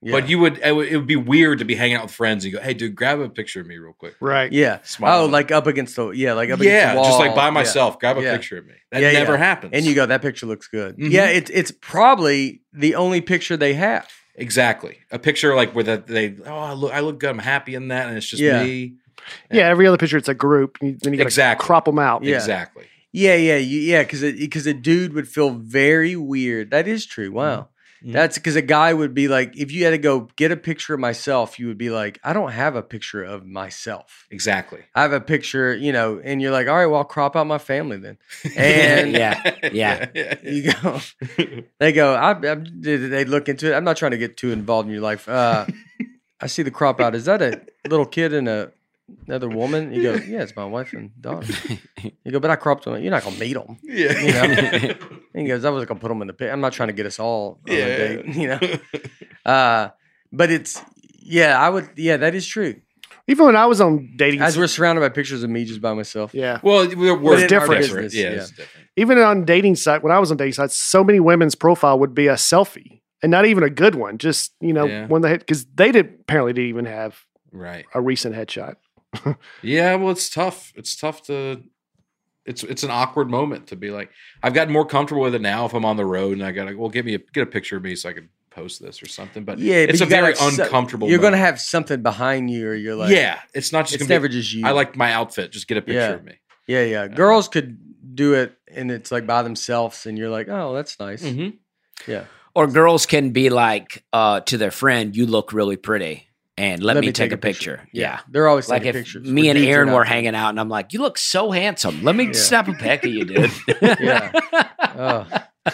Speaker 1: yeah.
Speaker 2: but you would it, would it would be weird to be hanging out with friends and you go, hey, dude, grab a picture of me real quick.
Speaker 3: Right.
Speaker 1: Yeah.
Speaker 2: Smile.
Speaker 1: Oh, like up against the yeah, like up against
Speaker 2: yeah,
Speaker 1: the wall.
Speaker 2: just like by
Speaker 1: Yeah.
Speaker 2: myself, grab a
Speaker 1: Yeah.
Speaker 2: picture of me. That
Speaker 1: Yeah,
Speaker 2: never
Speaker 1: yeah.
Speaker 2: happens.
Speaker 1: And you go, that picture looks good.
Speaker 2: Mhm.
Speaker 1: Yeah, it's it's probably the only picture they have.
Speaker 2: exactly a picture like where that they oh I look I look good, I'm happy in that, and it's just
Speaker 1: Yeah.
Speaker 2: me.
Speaker 3: Yeah. Every other picture, it's a group. And you, then you got to
Speaker 2: Exactly.
Speaker 3: crop them out.
Speaker 1: Yeah.
Speaker 2: Exactly.
Speaker 1: Yeah, yeah, you, yeah, because because a dude would feel very weird. That is true.
Speaker 4: Mm-hmm.
Speaker 1: Wow,
Speaker 2: Mhm.
Speaker 1: that's because a guy would be like, if you had to go get a picture of myself, you would be like, I don't have a picture of myself.
Speaker 2: Exactly.
Speaker 1: I have a picture, you know, and you're like, all right, well, I'll crop out my family then. And
Speaker 4: Yeah, yeah.
Speaker 2: yeah, yeah.
Speaker 1: you go, they go, I, I, they look into it. I'm not trying to get too involved in your life. Uh, I see the crop out. Is that a little kid and a another woman? You go, yeah, it's my wife and daughter. You go, but I cropped them. You're not gonna meet them.
Speaker 2: Yeah.
Speaker 1: You And he goes, I was gonna put them in the pit. I'm not trying to get us all on
Speaker 2: Yeah.
Speaker 1: a date, you know. Uh, but it's yeah, I would yeah, that is true.
Speaker 3: Even when I was on dating,
Speaker 1: As we're surrounded by pictures of me just by myself.
Speaker 3: yeah.
Speaker 2: well, we're, we're
Speaker 1: in our
Speaker 2: different.
Speaker 1: business,
Speaker 2: Yeah,
Speaker 1: yeah.
Speaker 2: it's different.
Speaker 3: Even on dating site, when I was on dating sites, so many women's profile would be a selfie and not even a good one. Just, you know,
Speaker 2: Yeah.
Speaker 3: one they had, because they did apparently didn't even have
Speaker 2: Right.
Speaker 3: a recent headshot.
Speaker 2: Yeah, well, it's tough. It's tough to. It's it's an awkward moment to be like. I've gotten more comfortable with it now. If I'm on the road and I gotta, well, give me a get a picture of me so I can post this or something. But
Speaker 1: Yeah, but
Speaker 2: it's a
Speaker 1: you gotta
Speaker 2: very
Speaker 1: have so-
Speaker 2: uncomfortable.
Speaker 1: You're gonna
Speaker 2: moment.
Speaker 1: have something behind you or you're like
Speaker 2: yeah, it's not just
Speaker 1: it's
Speaker 2: gonna be.
Speaker 1: never just you.
Speaker 2: I like my outfit. Just get a picture
Speaker 1: Yeah.
Speaker 2: of me.
Speaker 1: Yeah, yeah. Girls could do it and it's like by themselves and you're like, Oh, that's nice.
Speaker 2: Mm-hmm.
Speaker 4: Or girls can be like uh, to their friend, "You look really pretty," and let, me, take, a picture. Yeah.
Speaker 1: They're always
Speaker 4: Like
Speaker 1: taking
Speaker 4: if
Speaker 1: pictures.
Speaker 4: me
Speaker 1: We're
Speaker 4: and
Speaker 1: dudes are
Speaker 4: Aaron
Speaker 1: not-
Speaker 4: were hanging out, and I'm like, "You look so handsome. Let me snap a pic of you, dude."
Speaker 1: Yeah. Oh,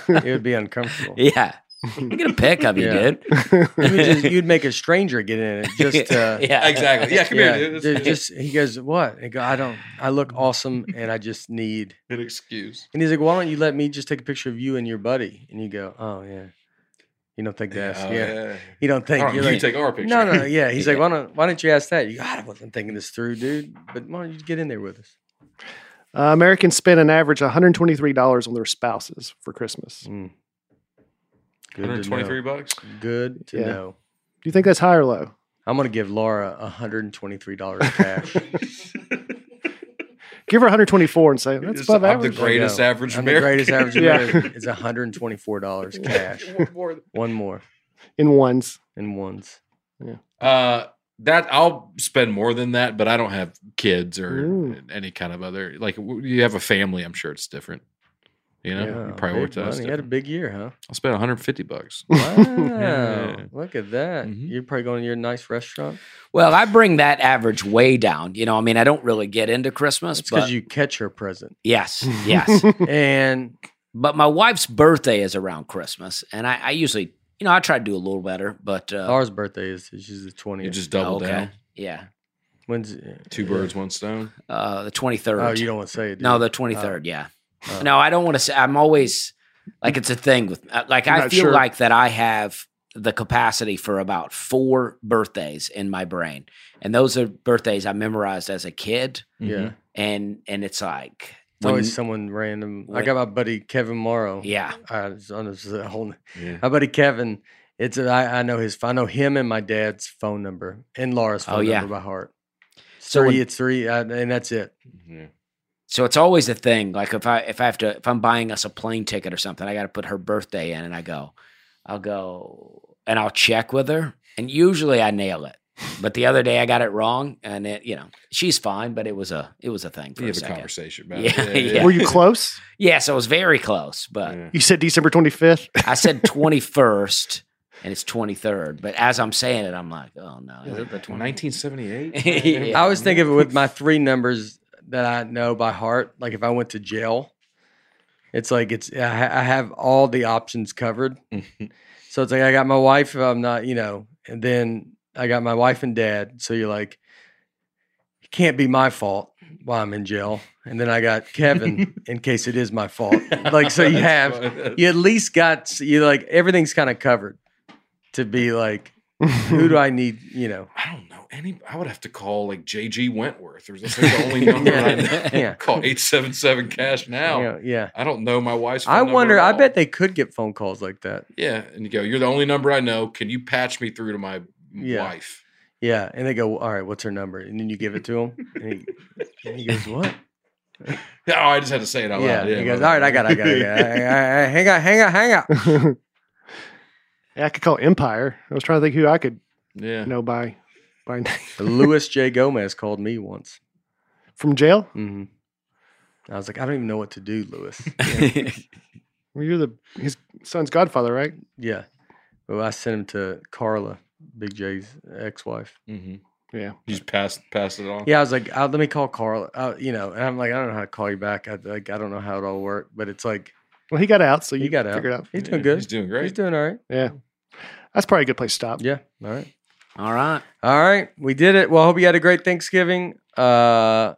Speaker 1: it would be uncomfortable.
Speaker 4: yeah, let me get a pic of you,
Speaker 1: Yeah.
Speaker 4: dude.
Speaker 1: You would just, you'd make a stranger get in it just to
Speaker 4: yeah,
Speaker 2: Exactly. Yeah, come
Speaker 1: yeah,
Speaker 2: here, dude.
Speaker 1: ju-
Speaker 2: It's
Speaker 1: just he goes, what? I go, I don't. I look awesome, and I just need.
Speaker 2: an excuse.
Speaker 1: And he's like, why don't you let me just take a picture of you and your buddy? And you go, oh yeah, you don't think that's yeah. You don't
Speaker 2: Oh, All
Speaker 1: think
Speaker 2: right,
Speaker 1: you're
Speaker 2: you
Speaker 1: like,
Speaker 2: take our picture.
Speaker 1: no, no, no, yeah. He's like, why don't why don't you ask that? You go, I wasn't thinking this through, dude. But why don't you get in there with us?
Speaker 3: Uh, Americans spend an average $123 on their spouses for Christmas. Do
Speaker 1: Mm. Good to
Speaker 2: 123
Speaker 1: know.
Speaker 2: bucks.
Speaker 1: Good to
Speaker 3: Yeah.
Speaker 1: know.
Speaker 3: you think that's high or low?
Speaker 1: I'm gonna give Laura 123 dollars cash.
Speaker 3: Give her 124 and say, that's
Speaker 2: It's-
Speaker 3: above
Speaker 2: I'm the
Speaker 3: average.
Speaker 2: greatest
Speaker 1: I know.
Speaker 2: average.
Speaker 1: I'm the
Speaker 2: American.
Speaker 1: greatest average
Speaker 3: Yeah.
Speaker 1: American. It's 124 dollars cash. One more
Speaker 3: in ones.
Speaker 1: and ones.
Speaker 2: Uh, that I'll spend more than that, but I don't have kids or
Speaker 3: Ooh.
Speaker 2: any kind of other. Like w- you have a family, I'm sure it's different. You know, you
Speaker 1: Wow, oh, big
Speaker 2: prioritize.
Speaker 1: money. You had a
Speaker 2: different.
Speaker 1: big year, huh?
Speaker 2: I'll spend 150 bucks.
Speaker 1: Wow. Look at that.
Speaker 2: Mhm.
Speaker 1: You're probably going to your nice restaurant.
Speaker 4: Well, I bring that average way down. You know, I mean, I don't really get into Christmas,
Speaker 1: It's
Speaker 4: but
Speaker 1: because you catch her present.
Speaker 4: yes, yes.
Speaker 1: And
Speaker 4: but my wife's birthday is around Christmas, and I, I usually, you know, I try to do a little better, but uh,
Speaker 1: ours birthday is she's the 20th.
Speaker 2: You just double
Speaker 4: okay,
Speaker 2: down.
Speaker 4: yeah,
Speaker 1: When's
Speaker 2: Two birds, one stone.
Speaker 4: uh, the twenty third.
Speaker 1: Oh, you don't want to say it. do
Speaker 4: no,
Speaker 1: you?
Speaker 4: the twenty third. yeah,
Speaker 1: Oh.
Speaker 4: no, I don't want to say. I'm always like it's a thing with uh, like
Speaker 3: You're
Speaker 4: I
Speaker 3: not
Speaker 4: feel
Speaker 3: sure.
Speaker 4: like that I have the capacity for about four birthdays in my brain, and those are birthdays I memorized as a kid,
Speaker 1: yeah.
Speaker 2: Mhm.
Speaker 4: and and it's like
Speaker 1: It's always someone random. I
Speaker 4: when-
Speaker 1: got my buddy Kevin Morrow.
Speaker 4: yeah.
Speaker 1: I was on this uh, whole.
Speaker 2: Mm-hmm. Yeah.
Speaker 1: My buddy Kevin. It's a, I, I know his. I know him and my dad's phone number and Laura's
Speaker 4: Oh,
Speaker 1: phone
Speaker 4: yeah.
Speaker 1: number by heart.
Speaker 4: So
Speaker 1: three,
Speaker 4: when-
Speaker 1: it's three, I, and that's it.
Speaker 2: Yeah.
Speaker 4: So it's always a thing. Like if I if I have to if I'm buying us a plane ticket or something, I got to put her birthday in, and I go, I'll go and I'll check with her, and usually I nail it. But the other day I got it wrong, and it you know she's fine, but it was a it was a thing for
Speaker 2: You
Speaker 4: a
Speaker 2: have a
Speaker 4: second.
Speaker 2: conversation about
Speaker 4: Yeah,
Speaker 2: it.
Speaker 4: yeah.
Speaker 3: Were you close?
Speaker 4: yeah, so it was very close, but
Speaker 2: Yeah.
Speaker 3: You said December 25th.
Speaker 4: I said twenty first, and it's twenty third. But as I'm saying it, I'm like, oh no, is it the twenty?
Speaker 2: 1978.
Speaker 4: Yeah.
Speaker 1: I always think of it with my three numbers that I know by heart. Like if I went to jail, It's like it's I, ha- I have all the options covered. so it's like I got my wife. If I'm not, you know, and then I got my wife and dad. So you're like, it can't be my fault why I'm in jail. And then I got Kevin in case it is my fault. Like so, you have you at least got s- you like everything's kind of covered to be like who do I need you know
Speaker 2: I don't know any. I would have to call like JG Wentworth or something. the only number I know.
Speaker 1: yeah
Speaker 2: Call eight seven seven cash now.
Speaker 1: you know, yeah
Speaker 2: I don't know my wife's. phone
Speaker 1: I
Speaker 2: number
Speaker 1: wonder
Speaker 2: at
Speaker 1: I
Speaker 2: all.
Speaker 1: bet they could get phone calls like that
Speaker 2: Yeah, and you go. You're the only number I know. Can you patch me through to my
Speaker 1: Yeah.
Speaker 2: wife?
Speaker 1: yeah and they go all right what's her number and then you give it to him and he, and he goes what
Speaker 2: Oh, I just had to say it out
Speaker 1: yeah
Speaker 2: loud.
Speaker 1: he goes all right I got it, I got it, I got it. I- I- I- hang on hang on hang on
Speaker 3: Yeah, I could call Empire. I was trying to think who I could
Speaker 2: Yeah.
Speaker 3: know by by name.
Speaker 1: Louis J Gomez called me once
Speaker 3: from jail.
Speaker 1: hmm I was like I don't even know what to do Louis
Speaker 3: Well, you're the his son's godfather, right?
Speaker 1: yeah well I sent him to Carla Big J's ex wife.
Speaker 2: Mm-hmm.
Speaker 3: Yeah.
Speaker 2: You just pass pass it on.
Speaker 1: Yeah, I was like, uh let me call Carl. Uh, you know, and I'm like, I don't know how to call you back. I like, I don't know how it all worked, but it's like
Speaker 3: Well, he got out, so
Speaker 1: he
Speaker 3: you
Speaker 1: got out.
Speaker 3: figured out.
Speaker 1: He's doing
Speaker 2: Yeah,
Speaker 1: good.
Speaker 2: He's
Speaker 1: He's,
Speaker 2: doing great.
Speaker 1: doing all right.
Speaker 3: Yeah, that's probably a good place to stop.
Speaker 1: Yeah. All right.
Speaker 4: All right.
Speaker 1: All right. We did it. Well, I hope you had a great Thanksgiving. Uh,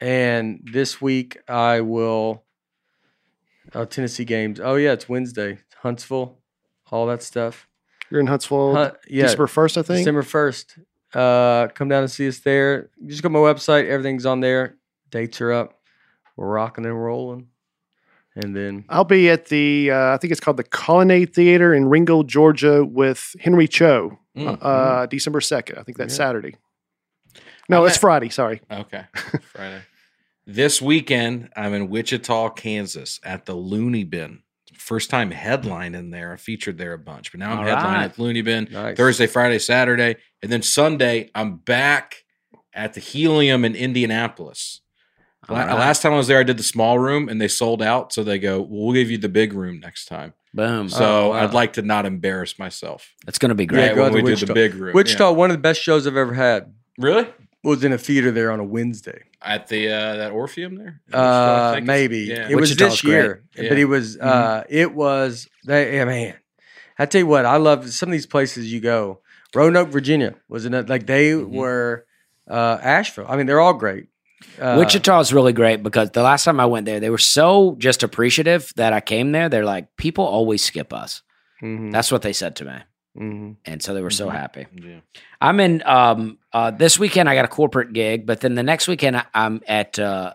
Speaker 1: and this week I will. Oh, Tennessee games. Oh yeah, it's Wednesday. Huntsville, all that stuff.
Speaker 3: You're in Huntsville,
Speaker 1: Hun- yeah,
Speaker 3: December first, I think.
Speaker 1: December first. Uh, come down and see us there. Just go to my website. Everything's on there. Dates are up. We're rocking and rolling. And then
Speaker 3: I'll be at the uh, I think it's called the Colonnade Theater in Ringgold, Georgia, with Henry Cho,
Speaker 2: Mm.
Speaker 3: uh, December second. I think that's
Speaker 1: Mm-hmm. Yeah.
Speaker 3: Saturday. No,
Speaker 2: I'm
Speaker 3: it's
Speaker 2: at-
Speaker 3: Friday. Sorry.
Speaker 2: Okay. Friday. This weekend, I'm in Wichita, Kansas at the Looney Bin. First time headline in there. I featured there a bunch, but now I'm
Speaker 4: All
Speaker 2: headlining
Speaker 4: right.
Speaker 2: at Looney Bin
Speaker 1: nice
Speaker 2: Thursday, Friday, Saturday. And then Sunday, I'm back at the Helium in Indianapolis.
Speaker 4: All
Speaker 2: La-
Speaker 4: right.
Speaker 2: Last time I was there, I did the small room and they sold out. So they go, well, we'll give you the big room next time.
Speaker 4: Boom.
Speaker 2: So
Speaker 1: Oh, wow.
Speaker 2: I'd like to not embarrass myself.
Speaker 4: That's going to be
Speaker 1: Yeah,
Speaker 4: great.
Speaker 2: right,
Speaker 1: go out to
Speaker 2: when we do
Speaker 1: Wichita.
Speaker 2: the big room.
Speaker 1: Wichita, one of the best shows I've ever had
Speaker 2: Yeah. Really?
Speaker 1: was in a theater there on a Wednesday.
Speaker 2: At the uh, that Orpheum there? In Wichita, I
Speaker 1: Uh,
Speaker 2: think it's-
Speaker 1: maybe
Speaker 2: Yeah.
Speaker 1: it was
Speaker 4: Wichita's
Speaker 1: this
Speaker 4: great. Mm-hmm.
Speaker 1: year, but
Speaker 2: Yeah.
Speaker 1: it was uh, it was they yeah, man. I tell you what, I love some of these places you go. Roanoke, Virginia was another like they
Speaker 2: Mhm.
Speaker 4: Mm-hmm.
Speaker 1: were uh, Asheville. I mean, they're all great. Uh,
Speaker 4: Wichita is really great because the last time I went there, they were so just appreciative that I came there. They're like, people always skip us.
Speaker 1: mhm,
Speaker 4: That's what they said to me.
Speaker 1: mhm.
Speaker 4: And so they were so
Speaker 2: Mhm.
Speaker 4: happy.
Speaker 2: Yeah.
Speaker 4: I'm in um uh this weekend I got a corporate gig, but then the next weekend I, I'm at uh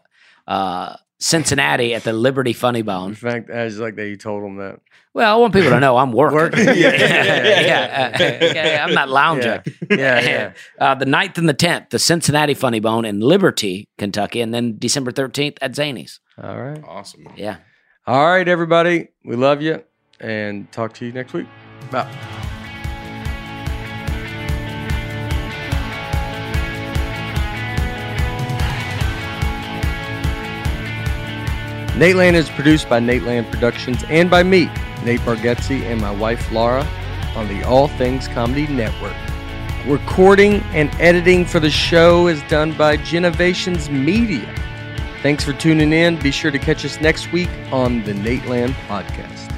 Speaker 4: uh Cincinnati at the Liberty Funny
Speaker 1: In
Speaker 4: Bone.
Speaker 1: fact, I was like that, you told them that.
Speaker 4: Well, I want people to know I'm working.
Speaker 1: Working. Yeah, yeah, yeah,
Speaker 2: yeah.
Speaker 4: Yeah, uh, okay, I'm not lounging.
Speaker 1: Yeah, yeah.
Speaker 4: Uh, the 9th and the 10th, the Cincinnati Funny Bone in Liberty, Kentucky, and then December 13th at Zanies.
Speaker 1: all right,
Speaker 2: Awesome.
Speaker 4: Yeah.
Speaker 1: all right, everybody. We love you, and talk to you next week. Bye. Nate Land is produced by Nate Land Productions and by me, Nate Bargatze, and my wife Laura on the All Things Comedy Network. Recording and editing for the show is done by Genovations Media. Thanks for tuning in. Be sure to catch us next week on the Nate Land Podcast.